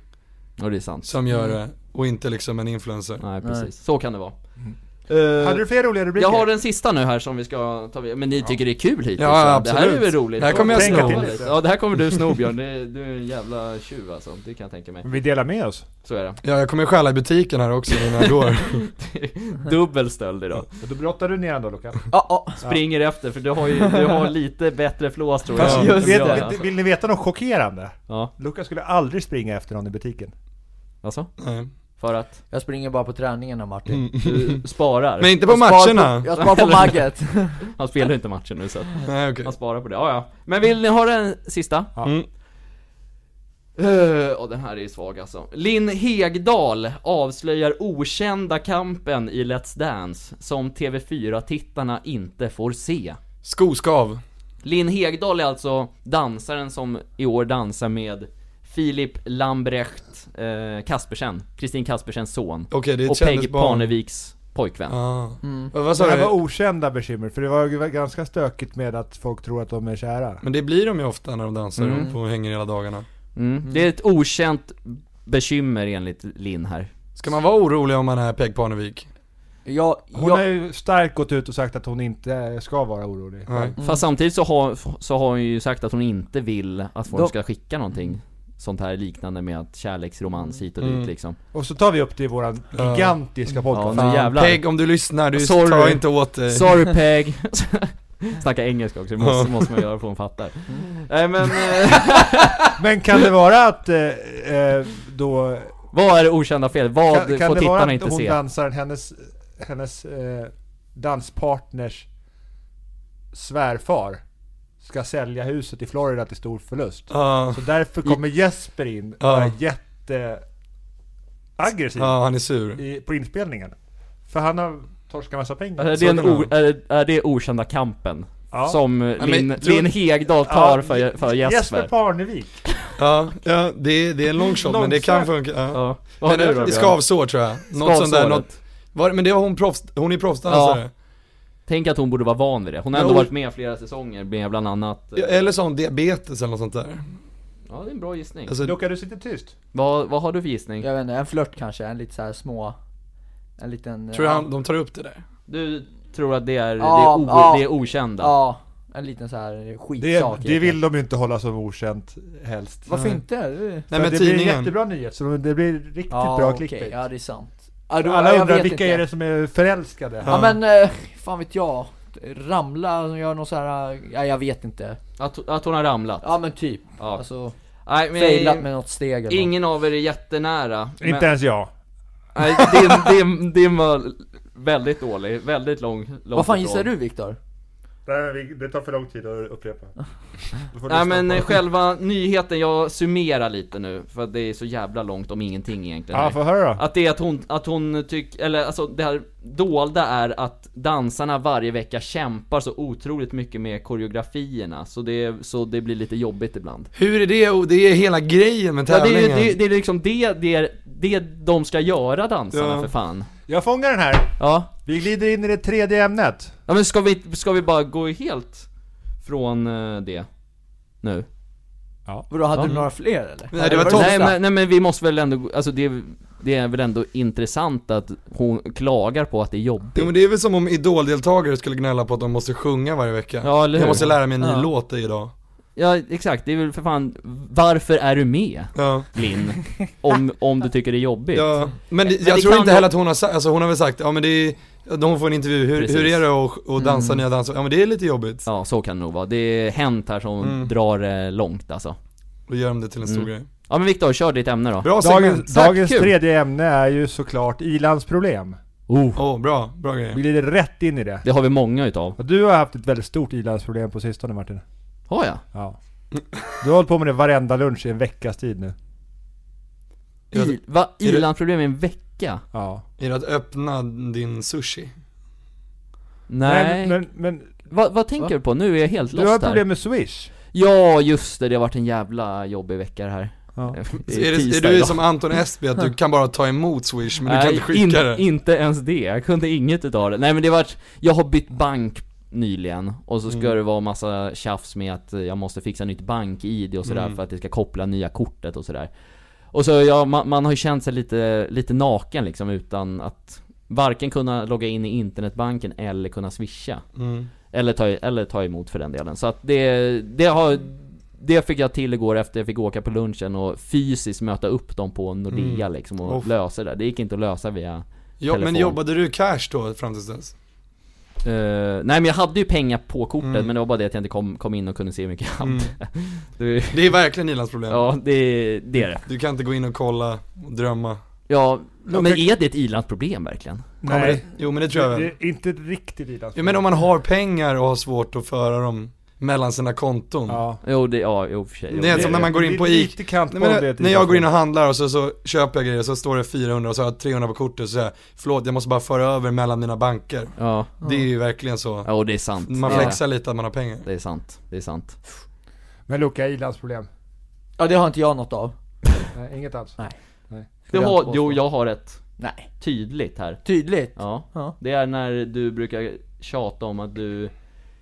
[SPEAKER 3] där. Och det är sant.
[SPEAKER 4] som gör det och inte liksom en influencer.
[SPEAKER 3] Nej
[SPEAKER 2] Nej.
[SPEAKER 3] precis, så kan det vara.
[SPEAKER 4] Mm. Eh,
[SPEAKER 1] Hade du fler roliga rubriker?
[SPEAKER 3] Eh, Jag har den sista nu här som vi ska ta med, men ni tycker det är kul hittills
[SPEAKER 4] Ja,
[SPEAKER 3] va?
[SPEAKER 4] absolut.
[SPEAKER 3] Det här är väl roligt?
[SPEAKER 4] Det här kommer jag
[SPEAKER 1] Tänka
[SPEAKER 4] sno.
[SPEAKER 1] till lite.
[SPEAKER 3] Ja det här kommer du sno Björn, det, du är en jävla tjuv alltså, det kan jag tänka mig.
[SPEAKER 1] Vi delar med oss.
[SPEAKER 3] Så är det.
[SPEAKER 4] Ja, jag kommer ju stjäla i butiken här också innan jag går.
[SPEAKER 3] Dubbel stöld idag.
[SPEAKER 1] Och då brottar du ner den då Luka.
[SPEAKER 2] Ja, ja.
[SPEAKER 3] Springer efter för du har ju, du har lite bättre flås tror
[SPEAKER 4] Fast
[SPEAKER 3] jag.
[SPEAKER 4] just-
[SPEAKER 3] än
[SPEAKER 1] Vet,
[SPEAKER 3] jag,
[SPEAKER 1] vill,
[SPEAKER 3] alltså.
[SPEAKER 1] vill ni veta något chockerande?
[SPEAKER 3] Ja,
[SPEAKER 1] Luka skulle aldrig springa efter någon i butiken.
[SPEAKER 3] alltså?
[SPEAKER 4] Nej.
[SPEAKER 3] För att
[SPEAKER 2] Jag springer bara på träningarna Martin
[SPEAKER 4] Mm.
[SPEAKER 3] du sparar.
[SPEAKER 4] Men inte på
[SPEAKER 2] Jag sparar
[SPEAKER 4] matcherna.
[SPEAKER 2] På, jag sparar på magget
[SPEAKER 3] Han spelar ju inte matchen nu så att
[SPEAKER 4] Nej okej.
[SPEAKER 3] han sparar på det. Ja, ja. Men vill ni ha den sista?
[SPEAKER 1] Ja.
[SPEAKER 4] Mm.
[SPEAKER 3] Eh, Och den här är ju svag alltså. Linn Hegdal avslöjar okända kampen i Let's Dance som TV4-tittarna inte får se.
[SPEAKER 4] Skoskav.
[SPEAKER 3] Linn Hegdahl är alltså dansaren som i år dansar med Filip Lambrecht eh, Kaspersen, Kristin Kaspersens son.
[SPEAKER 4] Okej, det är
[SPEAKER 3] och
[SPEAKER 4] ett
[SPEAKER 3] Peg
[SPEAKER 4] kändisbarn.
[SPEAKER 3] Parneviks pojkvän.
[SPEAKER 4] Ah.
[SPEAKER 3] Mm.
[SPEAKER 4] Vad, vad
[SPEAKER 1] Det
[SPEAKER 4] sa
[SPEAKER 1] här var
[SPEAKER 4] du?
[SPEAKER 1] okända bekymmer, för det var ju ganska stökigt med att folk tror att de är kära.
[SPEAKER 4] Men det blir de ju ofta när de dansar och på och hänger hela dagarna.
[SPEAKER 3] Mm. Det är ett okänt bekymmer enligt Linn här.
[SPEAKER 4] Ska man vara orolig om man är Peg Parnevik?
[SPEAKER 2] jag,
[SPEAKER 1] Hon
[SPEAKER 2] jag,
[SPEAKER 1] har ju starkt gått ut och sagt att hon inte ska vara orolig.
[SPEAKER 4] Nej.
[SPEAKER 3] Fast samtidigt så har, så har hon ju sagt att hon inte vill att folk
[SPEAKER 2] Då-
[SPEAKER 3] ska skicka någonting sånt här liknande med att kärleksromans hit och dit
[SPEAKER 4] Mm.
[SPEAKER 3] liksom.
[SPEAKER 1] Och så tar vi upp det i våran gigantiska
[SPEAKER 3] Ja,
[SPEAKER 1] podcast.
[SPEAKER 3] nu jävlar.
[SPEAKER 4] Peg, om du lyssnar, du
[SPEAKER 3] Sorry.
[SPEAKER 4] tar inte åt dig.
[SPEAKER 3] Sorry Peg. Snacka engelska också, det måste, måste man göra för hon fattar.
[SPEAKER 4] Mm.
[SPEAKER 3] Nej men, eh,
[SPEAKER 1] Men kan det vara att eh, eh, då...
[SPEAKER 3] vad är det okända fel? Vad
[SPEAKER 1] Kan, kan
[SPEAKER 3] får
[SPEAKER 1] det vara
[SPEAKER 3] tittarna
[SPEAKER 1] att
[SPEAKER 3] inte
[SPEAKER 1] hon
[SPEAKER 3] se?
[SPEAKER 1] dansar hennes, hennes eh, danspartners svärfar ska sälja huset i Florida till stor förlust?
[SPEAKER 4] Ja,
[SPEAKER 1] Så därför kommer Jesper in och
[SPEAKER 4] Ja.
[SPEAKER 1] är jätteaggressiv
[SPEAKER 4] ja, han är sur.
[SPEAKER 1] i, på inspelningen. För han har torskat massa pengar.
[SPEAKER 3] Är det, en o, är, är det okända kampen?
[SPEAKER 1] Ja.
[SPEAKER 3] Som eh,
[SPEAKER 4] men
[SPEAKER 3] Linn
[SPEAKER 4] tror-
[SPEAKER 3] Linn Hegdahl tar
[SPEAKER 1] Ja,
[SPEAKER 3] för, för
[SPEAKER 1] Jesper,
[SPEAKER 3] Jesper?
[SPEAKER 1] Parnevik.
[SPEAKER 4] Ja, ja det, är, det är en long shot, men det kan funka. Ja.
[SPEAKER 3] Ja. Vad har
[SPEAKER 4] Men,
[SPEAKER 3] du då
[SPEAKER 4] eh,
[SPEAKER 3] Björn?
[SPEAKER 4] skavsår tror jag. Något sånt där,
[SPEAKER 3] Skavsåret.
[SPEAKER 4] något, var, men det var hon proffs, hon är proffsdansare.
[SPEAKER 3] Tänk att hon borde vara van vid det. Hon har
[SPEAKER 4] Men
[SPEAKER 3] ändå
[SPEAKER 4] hon-
[SPEAKER 3] varit med flera säsonger med bland annat... eh,
[SPEAKER 4] Ja. Eller så har hon diabetes eller något sånt där.
[SPEAKER 3] Ja, det är en bra gissning.
[SPEAKER 4] Alltså,
[SPEAKER 1] Luka, du sitter tyst.
[SPEAKER 3] Vad, vad har du för gissning?
[SPEAKER 2] jag vet inte, en flört kanske, en lite så här små En liten eh,
[SPEAKER 4] tror du
[SPEAKER 2] ja.
[SPEAKER 4] han, de tar upp det där?
[SPEAKER 3] Du tror att det är, det, är
[SPEAKER 2] Ja,
[SPEAKER 3] o,
[SPEAKER 2] ja.
[SPEAKER 3] det är okända?
[SPEAKER 2] Ja, En liten så här
[SPEAKER 1] Det,
[SPEAKER 2] skitsak
[SPEAKER 1] det vill de ju inte hålla som okänt helst.
[SPEAKER 2] Varför inte? Det är- typ
[SPEAKER 4] Nej
[SPEAKER 1] För
[SPEAKER 4] men
[SPEAKER 1] det blir en
[SPEAKER 4] tidningen.
[SPEAKER 1] jättebra nyhet, så de- det blir riktigt
[SPEAKER 2] Ja,
[SPEAKER 1] bra
[SPEAKER 2] okej.
[SPEAKER 1] clickbait.
[SPEAKER 2] Ja det är sant ja, då- ja,
[SPEAKER 1] Alla
[SPEAKER 2] jag
[SPEAKER 1] undrar
[SPEAKER 2] vet
[SPEAKER 1] vilka
[SPEAKER 2] inte.
[SPEAKER 1] är det som är förälskade?
[SPEAKER 2] Ja, men, eh, fan vet jag Ramla, gör någon så här, eh, ja jag vet inte
[SPEAKER 3] Att, att hon har ramlat?
[SPEAKER 2] Ja men typ,
[SPEAKER 3] Ja.
[SPEAKER 2] alltså
[SPEAKER 3] Nej
[SPEAKER 2] Failat
[SPEAKER 3] men,
[SPEAKER 2] med något steg eller
[SPEAKER 3] ingen av er är jättenära.
[SPEAKER 1] Inte ens jag.
[SPEAKER 3] Men, nej, din, din, din var väldigt dålig, väldigt lång, långt
[SPEAKER 2] något. Vad fan
[SPEAKER 3] ifrån.
[SPEAKER 2] gissar du Viktor?
[SPEAKER 1] Det tar för lång tid att upprepa.
[SPEAKER 3] Nej men eh, själva nyheten, jag summerar lite nu, för att det är så jävla långt om ingenting egentligen
[SPEAKER 1] Ja,
[SPEAKER 3] här.
[SPEAKER 1] får höra då.
[SPEAKER 3] Att det är att hon, att hon tycker, eller alltså det här dolda är att dansarna varje vecka kämpar så otroligt mycket med koreografierna, så det, så det blir lite jobbigt ibland.
[SPEAKER 4] Hur är det? Och det är hela grejen med
[SPEAKER 3] Ja, det, är, ju-
[SPEAKER 4] tävlingen.
[SPEAKER 3] det, är- det är liksom det, det, är, det de ska göra dansarna
[SPEAKER 4] Ja.
[SPEAKER 3] för fan.
[SPEAKER 1] Jag fångar den här.
[SPEAKER 3] Ja.
[SPEAKER 1] Vi glider in i det tredje ämnet.
[SPEAKER 3] Ja men ska vi, ska vi bara gå helt från eh, det? Nu?
[SPEAKER 2] Vadå, hade
[SPEAKER 3] Ja.
[SPEAKER 2] du några fler eller?
[SPEAKER 4] Nej, det var
[SPEAKER 2] det
[SPEAKER 4] Tosta.
[SPEAKER 3] Nej men, nej men vi måste väl ändå, alltså det, det är väl ändå intressant att hon klagar på att det är jobbigt?
[SPEAKER 4] Jo men det är väl som om idoldeltagare skulle gnälla på att de måste sjunga varje vecka.
[SPEAKER 3] Ja, eller hur?
[SPEAKER 4] jag måste lära mig en ny
[SPEAKER 2] Ja.
[SPEAKER 4] låt idag.
[SPEAKER 3] Ja exakt, det är väl för fan, varför är du med?
[SPEAKER 4] Ja,
[SPEAKER 3] Linn? Om, om du tycker det är jobbigt?
[SPEAKER 4] ja. Men det, jag
[SPEAKER 3] det
[SPEAKER 4] tror
[SPEAKER 3] kan
[SPEAKER 4] inte
[SPEAKER 3] ju-
[SPEAKER 4] heller att hon har sagt, alltså hon har väl sagt, ja men det är, hon får en intervju, hur,
[SPEAKER 3] Precis.
[SPEAKER 4] hur är det att och dansa
[SPEAKER 2] Mm.
[SPEAKER 4] nya danser? Ja men det är lite jobbigt.
[SPEAKER 3] Ja, så kan det nog vara. Det är hänt här som
[SPEAKER 4] Mm.
[SPEAKER 3] drar eh, långt alltså.
[SPEAKER 4] Då gör de det till en stor
[SPEAKER 3] Mm.
[SPEAKER 4] grej.
[SPEAKER 3] Ja men Viktor, kör ditt ämne då.
[SPEAKER 4] Bra segment!
[SPEAKER 1] Dagens,
[SPEAKER 3] Tack,
[SPEAKER 1] dagens
[SPEAKER 3] kul.
[SPEAKER 1] tredje ämne är ju såklart i-landsproblem.
[SPEAKER 4] Åh, bra, bra
[SPEAKER 1] Vi
[SPEAKER 4] grej.
[SPEAKER 1] glider rätt in i det.
[SPEAKER 3] Det har vi många utav.
[SPEAKER 1] Och du har haft ett väldigt stort i-landsproblem på sistone Martin.
[SPEAKER 3] Har jag?
[SPEAKER 1] Ja. Du har hållit på med det varenda lunch i en veckas tid nu.
[SPEAKER 4] Jag-
[SPEAKER 3] I, va?
[SPEAKER 4] är det-
[SPEAKER 3] Ilandsproblem i en vecka?
[SPEAKER 1] Ja.
[SPEAKER 4] Är det att öppna din sushi?
[SPEAKER 3] Nej.
[SPEAKER 1] Men, men, men
[SPEAKER 3] Va, vad tänker
[SPEAKER 2] Va?
[SPEAKER 3] du på? Nu är jag helt
[SPEAKER 1] du har
[SPEAKER 3] lost här.
[SPEAKER 1] problem med Swish.
[SPEAKER 3] Ja, just det. Det har varit en jävla jobbig vecka det här.
[SPEAKER 1] Ja.
[SPEAKER 4] Är, det, är du som Anton Esby, att du kan bara ta emot swish men du kan inte skicka
[SPEAKER 3] in,
[SPEAKER 4] det?
[SPEAKER 3] inte ens det. Jag kunde inget utav det. Nej men det var jag har bytt bank nyligen och så ska
[SPEAKER 4] Mm.
[SPEAKER 3] det vara massa tjafs med att eh, jag måste fixa nytt bank-id och sådär
[SPEAKER 4] Mm.
[SPEAKER 3] för att det ska koppla nya kortet och sådär. Och så, ja, man, man har ju känt sig lite, lite naken liksom utan att varken kunna logga in i internetbanken eller kunna swisha.
[SPEAKER 4] Mm.
[SPEAKER 3] Eller ta, eller ta emot för den delen. Så att det, det har... Det fick jag till igår efter jag fick åka på lunchen och fysiskt möta upp dem på Nordea
[SPEAKER 4] Mm.
[SPEAKER 3] liksom och
[SPEAKER 4] Uff.
[SPEAKER 3] lösa det. Det gick inte att lösa via...
[SPEAKER 4] Jo, men
[SPEAKER 3] Telefon.
[SPEAKER 4] jobbade du cash då fram tills dess?
[SPEAKER 3] eh, nej men jag hade ju pengar på kortet
[SPEAKER 4] Mm.
[SPEAKER 3] men det var bara det att jag inte kom, kom in och kunde se hur mycket jag hade.
[SPEAKER 4] Mm.
[SPEAKER 3] Det,
[SPEAKER 4] Det är verkligen Ilans problem.
[SPEAKER 3] ja, det, det är det.
[SPEAKER 4] Du kan inte gå in och kolla och drömma.
[SPEAKER 3] Ja, men är det ett ilandsproblem verkligen?
[SPEAKER 4] Ja, men
[SPEAKER 1] Nej,
[SPEAKER 4] det- Jo men det tror jag
[SPEAKER 1] det,
[SPEAKER 4] väl.
[SPEAKER 1] det är inte ett riktigt i-landsproblem.
[SPEAKER 4] Ja, men om man har pengar och har svårt att föra dem mellan sina konton.
[SPEAKER 1] Ja.
[SPEAKER 3] Jo, det, ja, jo, för sig. Jo,
[SPEAKER 4] Det är
[SPEAKER 3] det-
[SPEAKER 4] som när man går in på
[SPEAKER 1] Det är
[SPEAKER 4] Ica.
[SPEAKER 1] lite kant
[SPEAKER 4] Nej,
[SPEAKER 1] på om
[SPEAKER 4] men
[SPEAKER 1] det typ är
[SPEAKER 4] när,
[SPEAKER 1] ett
[SPEAKER 4] när jag går in
[SPEAKER 1] i-landsproblem.
[SPEAKER 4] och handlar och så, så köper jag grejer och så står det 400 och så har jag 300 på kortet och så säger jag, förlåt jag måste bara föra över mellan mina banker.
[SPEAKER 3] Ja,
[SPEAKER 4] Det är ju verkligen så.
[SPEAKER 3] jo det är sant.
[SPEAKER 4] Man
[SPEAKER 3] Ja,
[SPEAKER 4] flexar lite att man har pengar.
[SPEAKER 3] Det är sant, det är sant.
[SPEAKER 1] Men Luca, i-landsproblem.
[SPEAKER 2] Ja det har inte jag något av
[SPEAKER 1] Nej, Eh, inget alls.
[SPEAKER 3] Det
[SPEAKER 2] Skulle jag
[SPEAKER 3] har,
[SPEAKER 2] inte
[SPEAKER 3] jo,
[SPEAKER 2] påstå.
[SPEAKER 3] jag har ett
[SPEAKER 2] Nej,
[SPEAKER 3] tydligt här.
[SPEAKER 2] tydligt
[SPEAKER 3] Ja.
[SPEAKER 2] Ja.
[SPEAKER 3] Det är när du brukar tjata om att du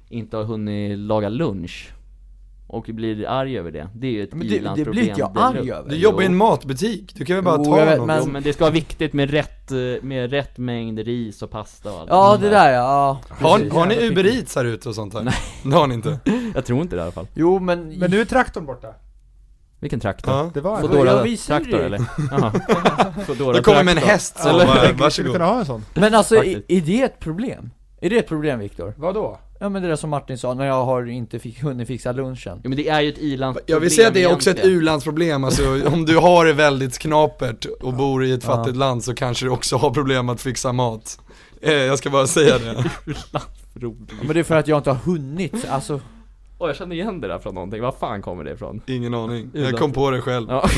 [SPEAKER 3] inte har hunnit laga lunch och blir arg över det. Det är ju ett
[SPEAKER 2] Men det, det
[SPEAKER 3] i-landsproblem
[SPEAKER 2] blir inte jag arg över Alltså-
[SPEAKER 4] Du jobbar i en
[SPEAKER 3] Jo.
[SPEAKER 4] matbutik, du kan väl bara
[SPEAKER 2] Jo,
[SPEAKER 4] ta
[SPEAKER 2] jag vet,
[SPEAKER 4] något.
[SPEAKER 2] men-
[SPEAKER 3] Jo, men det ska vara viktigt med rätt, eh, med rätt mängd ris och pasta och allt
[SPEAKER 2] Ja
[SPEAKER 3] sånt
[SPEAKER 2] det där ja, ja.
[SPEAKER 4] Har,
[SPEAKER 2] precis.
[SPEAKER 4] har ni Uber Eats här ute och sånt här? Nej. Det har ni inte?
[SPEAKER 3] Jag tror inte det i alla fall.
[SPEAKER 2] Jo men,
[SPEAKER 1] Men nu är traktorn borta.
[SPEAKER 3] Vilken traktor?
[SPEAKER 4] Ja.
[SPEAKER 1] Det var en.
[SPEAKER 2] Vadå?
[SPEAKER 3] Foodora
[SPEAKER 2] Jag visar ju
[SPEAKER 3] traktor
[SPEAKER 2] det.
[SPEAKER 3] eller? Jaha. Foodora
[SPEAKER 4] Då kommer med en
[SPEAKER 3] traktor.
[SPEAKER 4] häst så
[SPEAKER 3] Eller-
[SPEAKER 4] bara,
[SPEAKER 1] Vi skulle
[SPEAKER 4] varsågod.
[SPEAKER 1] kunna ha en sån.
[SPEAKER 2] men alltså är,
[SPEAKER 3] Faktiskt.
[SPEAKER 2] är det ett problem? Är det ett problem Viktor?
[SPEAKER 1] Vadå?
[SPEAKER 2] Ja men det där som Martin sa, när jag har inte fick, hunnit fixa lunchen
[SPEAKER 3] Jo men det är ju ett ilandsproblem
[SPEAKER 4] Jag vill säga att det är också ett
[SPEAKER 3] egentligen.
[SPEAKER 4] u-landsproblem, alltså om du har det väldigt knapert och bor i ett fattigt land så kanske du också har problem att fixa mat. Eh, jag ska bara säga det.
[SPEAKER 3] Roligt.
[SPEAKER 2] Men det är för att jag inte har hunnit, alltså
[SPEAKER 3] Åh jag känner igen det där från någonting, var fan kommer det ifrån?
[SPEAKER 4] Ingen aning. Jag
[SPEAKER 3] U-lands-
[SPEAKER 4] kom på det själv.
[SPEAKER 3] Ja,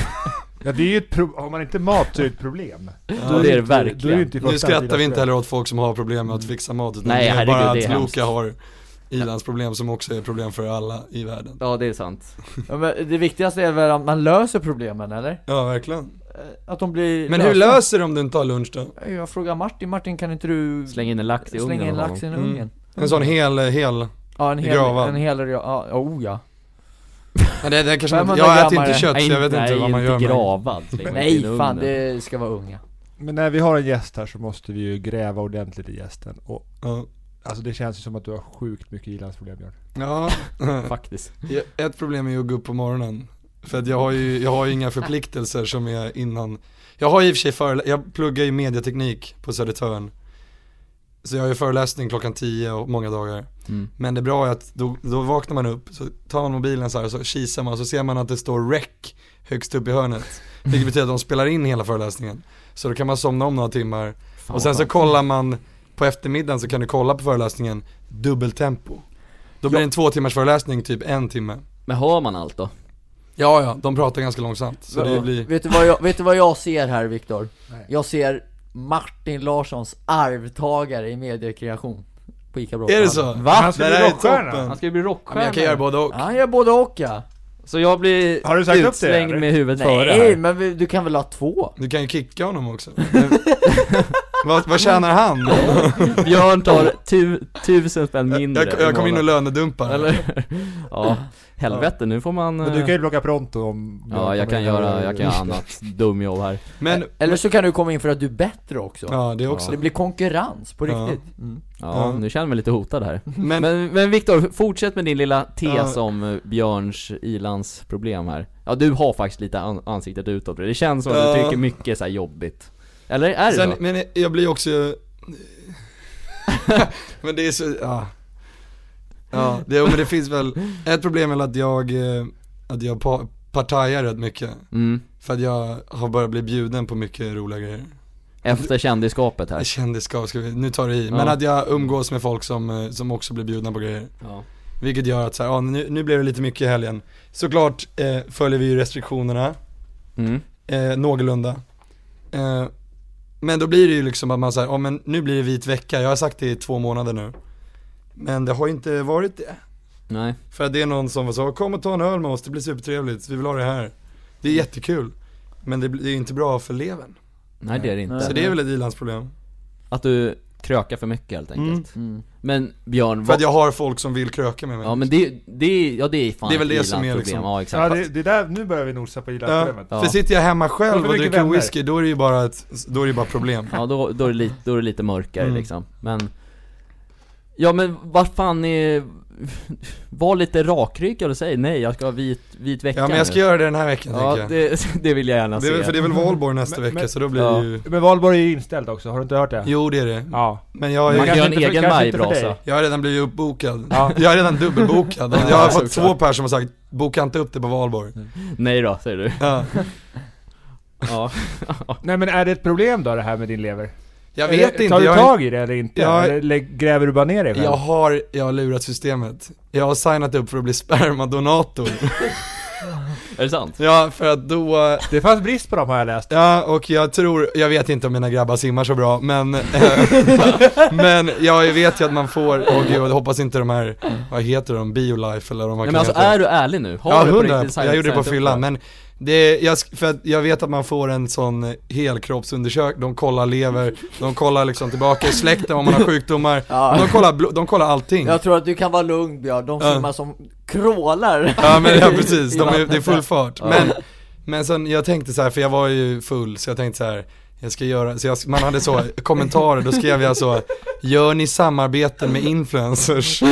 [SPEAKER 1] Ja, det är ju ett pro- har man inte mat så är det ett problem.
[SPEAKER 3] då är det verkligen.
[SPEAKER 1] Då är det inte i
[SPEAKER 4] Nu
[SPEAKER 1] första hand
[SPEAKER 4] skrattar vi inte
[SPEAKER 1] i-landsproblem.
[SPEAKER 4] heller åt folk som har problem med att fixa mat, utan
[SPEAKER 3] Nej,
[SPEAKER 4] det är
[SPEAKER 3] herregud,
[SPEAKER 4] bara
[SPEAKER 3] det är
[SPEAKER 4] att
[SPEAKER 3] hemskt.
[SPEAKER 4] Loka har i-landsproblem som också är problem för alla i världen.
[SPEAKER 3] ja det är sant.
[SPEAKER 2] ja, men det viktigaste är väl att man löser problemen eller?
[SPEAKER 4] Ja, verkligen.
[SPEAKER 2] Att de blir
[SPEAKER 4] Men hur
[SPEAKER 2] lösta.
[SPEAKER 4] löser du om du inte har lunch då?
[SPEAKER 2] Jag frågar Martin, Martin kan inte du
[SPEAKER 3] Släng in en lax i ugnen
[SPEAKER 2] slänga in
[SPEAKER 3] och ha
[SPEAKER 2] laxen i
[SPEAKER 4] Mm.
[SPEAKER 2] ugnen?
[SPEAKER 4] En sån hel, hel,
[SPEAKER 2] Ja en
[SPEAKER 4] I
[SPEAKER 2] hel,
[SPEAKER 4] gravan.
[SPEAKER 2] en hel, ja, oh ja
[SPEAKER 4] Nej, det, det kanske man, inte-
[SPEAKER 2] 500
[SPEAKER 4] jag äter
[SPEAKER 2] grammare.
[SPEAKER 4] inte kött så jag vet inte vad man gör
[SPEAKER 3] inte
[SPEAKER 4] med
[SPEAKER 3] gravad. släng in i
[SPEAKER 2] Nej fan,
[SPEAKER 3] ugnen.
[SPEAKER 2] det ska vara unga
[SPEAKER 1] Men när vi har en gäst här så måste vi ju gräva ordentligt i gästen. Och
[SPEAKER 4] ja.
[SPEAKER 1] Alltså det känns ju som att du har sjukt mycket i-landsproblem Björn.
[SPEAKER 4] Ja,
[SPEAKER 3] faktiskt.
[SPEAKER 4] Ja, ett problem är ju att gå upp på morgonen. För att jag har ju, jag har ju inga förpliktelser som är innan. Jag har i och för sig förelä- jag pluggar ju mediateknik på Södertörn. Så jag har ju föreläsning klockan 10 och många dagar.
[SPEAKER 3] Mm.
[SPEAKER 4] Men det bra är att då, då vaknar man upp, så tar man mobilen så här och så kisar man och så ser man att det står rec högst upp i hörnet. Vilket betyder att de spelar in hela föreläsningen. Så då kan man somna om några timmar.
[SPEAKER 3] Fan,
[SPEAKER 4] Och sen så
[SPEAKER 3] vad
[SPEAKER 4] kollar man på eftermiddagen så kan du kolla på föreläsningen dubbeltempo. Då blir det en två timmars föreläsning, typ en timme.
[SPEAKER 3] Men hör man allt då?
[SPEAKER 4] Ja, ja, de pratar ganska långsamt. Så det
[SPEAKER 2] Ja.
[SPEAKER 4] blir...
[SPEAKER 2] vet, du vad jag, vet du vad jag ser här Viktor?
[SPEAKER 1] Nej.
[SPEAKER 2] Jag ser Martin Larssons arvtagare i mediekreation på ICA Brottsvallen.
[SPEAKER 4] Är det så?
[SPEAKER 1] Va? Han
[SPEAKER 4] Det
[SPEAKER 1] skulle
[SPEAKER 4] där
[SPEAKER 1] bli
[SPEAKER 4] är
[SPEAKER 1] rockstjärna.
[SPEAKER 3] Han
[SPEAKER 4] toppen.
[SPEAKER 3] ska ju bli
[SPEAKER 4] Ja, men
[SPEAKER 3] rockstjärna.
[SPEAKER 4] jag kan göra både och.
[SPEAKER 2] Han gör både och ja.
[SPEAKER 3] Så jag blir
[SPEAKER 1] Har du sagt upp det,
[SPEAKER 3] utslängd
[SPEAKER 1] eller?
[SPEAKER 3] med huvudet före
[SPEAKER 2] Nej,
[SPEAKER 3] här.
[SPEAKER 2] men vi, du kan väl ha två?
[SPEAKER 4] Du kan ju kicka honom också. vad, vad tjänar han?
[SPEAKER 3] Björn tar tu, tusen spänn mindre
[SPEAKER 4] Jag, jag kommer in och
[SPEAKER 3] löper
[SPEAKER 4] lönedumpar.
[SPEAKER 3] Eller? Ja, helvete nu får man...
[SPEAKER 1] Men du
[SPEAKER 3] eh,
[SPEAKER 1] kan ju plocka pronto om...
[SPEAKER 3] Ja, jag kan göra, jag kan göra annat dumjobb här.
[SPEAKER 4] Men,
[SPEAKER 2] Eller så kan du komma in för att du är bättre också.
[SPEAKER 4] ja det
[SPEAKER 2] Det
[SPEAKER 4] också.
[SPEAKER 2] blir konkurrens på
[SPEAKER 4] Ja.
[SPEAKER 2] riktigt. Mm.
[SPEAKER 3] Ja,
[SPEAKER 4] Ja.
[SPEAKER 3] nu känner jag mig lite hotad här.
[SPEAKER 4] Men,
[SPEAKER 3] Men, men Viktor, fortsätt med din lilla tes
[SPEAKER 4] Ja.
[SPEAKER 3] om eh, Björns ilandsproblem här. Ja, du har faktiskt lite an- ansiktet utåt. Det känns som att du
[SPEAKER 4] Ja.
[SPEAKER 3] tycker mycket så här jobbigt. Eller är det
[SPEAKER 4] sen,
[SPEAKER 3] så?
[SPEAKER 4] men jag blir också... men det är så, ja. Ja, det, men det finns väl, ett problem är väl att jag, eh, att jag pa- partajar rätt mycket.
[SPEAKER 3] Mm.
[SPEAKER 4] För att jag har börjat bli bjuden på mycket roliga grejer.
[SPEAKER 3] Efter kändiskapet här.
[SPEAKER 4] Kändisskap, ska vi, nu tar det i. Men
[SPEAKER 3] Ja.
[SPEAKER 4] att jag umgås med folk som, eh, som också blir bjudna på grejer.
[SPEAKER 3] Ja.
[SPEAKER 4] Vilket gör att så här, ja, nu, nu blir det lite mycket i helgen. Såklart eh, följer vi ju restriktionerna,
[SPEAKER 3] Mm.
[SPEAKER 4] eh, någorlunda. Eh, men då blir det ju liksom att man säger, ja men nu blir det vit vecka, jag har sagt det i två månader nu. Men det har ju inte varit det.
[SPEAKER 3] Nej.
[SPEAKER 4] För att det är någon som sa, kom och ta en öl med oss, det blir supertrevligt, vi vill ha det här. Det är
[SPEAKER 3] Mm.
[SPEAKER 4] jättekul. Men det blir det är ju inte bra för levern.
[SPEAKER 3] Nej, det är det inte.
[SPEAKER 4] Så det är väl ett i-landsproblem.
[SPEAKER 3] Att du krökar för mycket helt enkelt.
[SPEAKER 4] Mm.
[SPEAKER 2] Mm.
[SPEAKER 3] Men Björn,
[SPEAKER 4] För
[SPEAKER 3] vad...
[SPEAKER 4] att jag har folk som vill kröka med mig.
[SPEAKER 3] Ja men det, det, är- ja, det är fan
[SPEAKER 4] Det är väl
[SPEAKER 3] ett
[SPEAKER 4] det som är
[SPEAKER 3] i-landsproblem.
[SPEAKER 4] liksom-
[SPEAKER 3] Ja
[SPEAKER 1] Ja,
[SPEAKER 3] exakt.
[SPEAKER 1] det, det där, nu börjar vi nosa på i-landsproblemet.
[SPEAKER 4] Ja.
[SPEAKER 3] Ja.
[SPEAKER 4] För sitter jag hemma
[SPEAKER 1] Då får
[SPEAKER 4] själv
[SPEAKER 1] vi
[SPEAKER 4] och
[SPEAKER 1] mycket
[SPEAKER 4] dricker
[SPEAKER 1] vänner.
[SPEAKER 4] whisky, då är det ju bara ett, då är det ju bara problem.
[SPEAKER 3] Ja då, då, är det lite, då är det lite mörkare
[SPEAKER 4] Mm.
[SPEAKER 3] liksom, men Ja men vad fan är Var lite rakryggad och säg nej, jag ska ha vit, vit vecka
[SPEAKER 4] Ja men jag ska
[SPEAKER 3] nu.
[SPEAKER 4] göra det den här veckan tänker
[SPEAKER 3] Ja
[SPEAKER 4] jag.
[SPEAKER 3] det, det vill jag gärna
[SPEAKER 4] Det är, väl-
[SPEAKER 3] se
[SPEAKER 4] för det är väl valborg nästa
[SPEAKER 1] Men-
[SPEAKER 4] vecka
[SPEAKER 1] men-
[SPEAKER 4] så då blir
[SPEAKER 3] Ja.
[SPEAKER 4] det ju
[SPEAKER 1] Men Valborg är ju inställd också, har du inte hört det?
[SPEAKER 4] Jo det är det.
[SPEAKER 1] Ja.
[SPEAKER 4] Men jag,
[SPEAKER 3] Man
[SPEAKER 4] är,
[SPEAKER 3] kan
[SPEAKER 1] Kanske
[SPEAKER 3] göra en
[SPEAKER 1] inte för-
[SPEAKER 3] egen
[SPEAKER 1] kanske inte för
[SPEAKER 3] majbrasa
[SPEAKER 1] dig.
[SPEAKER 4] jag har redan blivit uppbokad.
[SPEAKER 1] Ja.
[SPEAKER 4] Jag är redan dubbelbokad. Jag har
[SPEAKER 3] Ja,
[SPEAKER 4] fått
[SPEAKER 3] såklart. Mm.
[SPEAKER 4] två personer som har sagt, boka inte upp det på valborg.
[SPEAKER 3] Nej då, säger du
[SPEAKER 4] Ja.
[SPEAKER 3] Ja,
[SPEAKER 1] Nej men är det ett problem då det här med din lever?
[SPEAKER 4] Jag vet
[SPEAKER 1] eller,
[SPEAKER 4] inte.
[SPEAKER 1] Tar du
[SPEAKER 4] jag,
[SPEAKER 1] tag i det eller inte?
[SPEAKER 4] Ja.
[SPEAKER 1] Eller lä- gräver du bara ner dig själv?
[SPEAKER 4] jag har, jag har lurat systemet. Jag har signat upp för att bli spermadonator.
[SPEAKER 3] är det sant?
[SPEAKER 4] ja för att då, eh,
[SPEAKER 1] Det fanns brist på dem har jag läst.
[SPEAKER 4] Ja, och jag tror, jag vet inte om mina grabbar simmar så bra, men, eh, men jag vet ju att man får, åh gud, jag hoppas inte de här, vad heter de, biolife eller de
[SPEAKER 3] Nej men alltså är du ärlig nu? Har
[SPEAKER 4] Ja,
[SPEAKER 3] du på
[SPEAKER 4] hundra,
[SPEAKER 3] riktigt signat-
[SPEAKER 4] jag gjorde det på
[SPEAKER 3] signat upp
[SPEAKER 4] fyllan,
[SPEAKER 3] det?
[SPEAKER 4] men det, jag, sk- för att jag vet att man får en sån helkroppsundersökning, de kollar lever, de kollar liksom tillbaka i släkten om man har sjukdomar,
[SPEAKER 2] Ja.
[SPEAKER 4] de, kollar, blo- de kollar allting.
[SPEAKER 2] Jag tror att du kan vara lugn Björn, de
[SPEAKER 4] Ja.
[SPEAKER 2] simmar som krålar.
[SPEAKER 4] Ja men ja, precis,
[SPEAKER 2] I
[SPEAKER 4] de är,
[SPEAKER 2] vattnet
[SPEAKER 4] det är
[SPEAKER 2] där.
[SPEAKER 4] full fart. Men, men sen, jag tänkte så här, för jag var ju full, så jag tänkte så här, jag ska göra, så jag, man hade så kommentarer, då skrev jag så, gör ni samarbeten med influencers?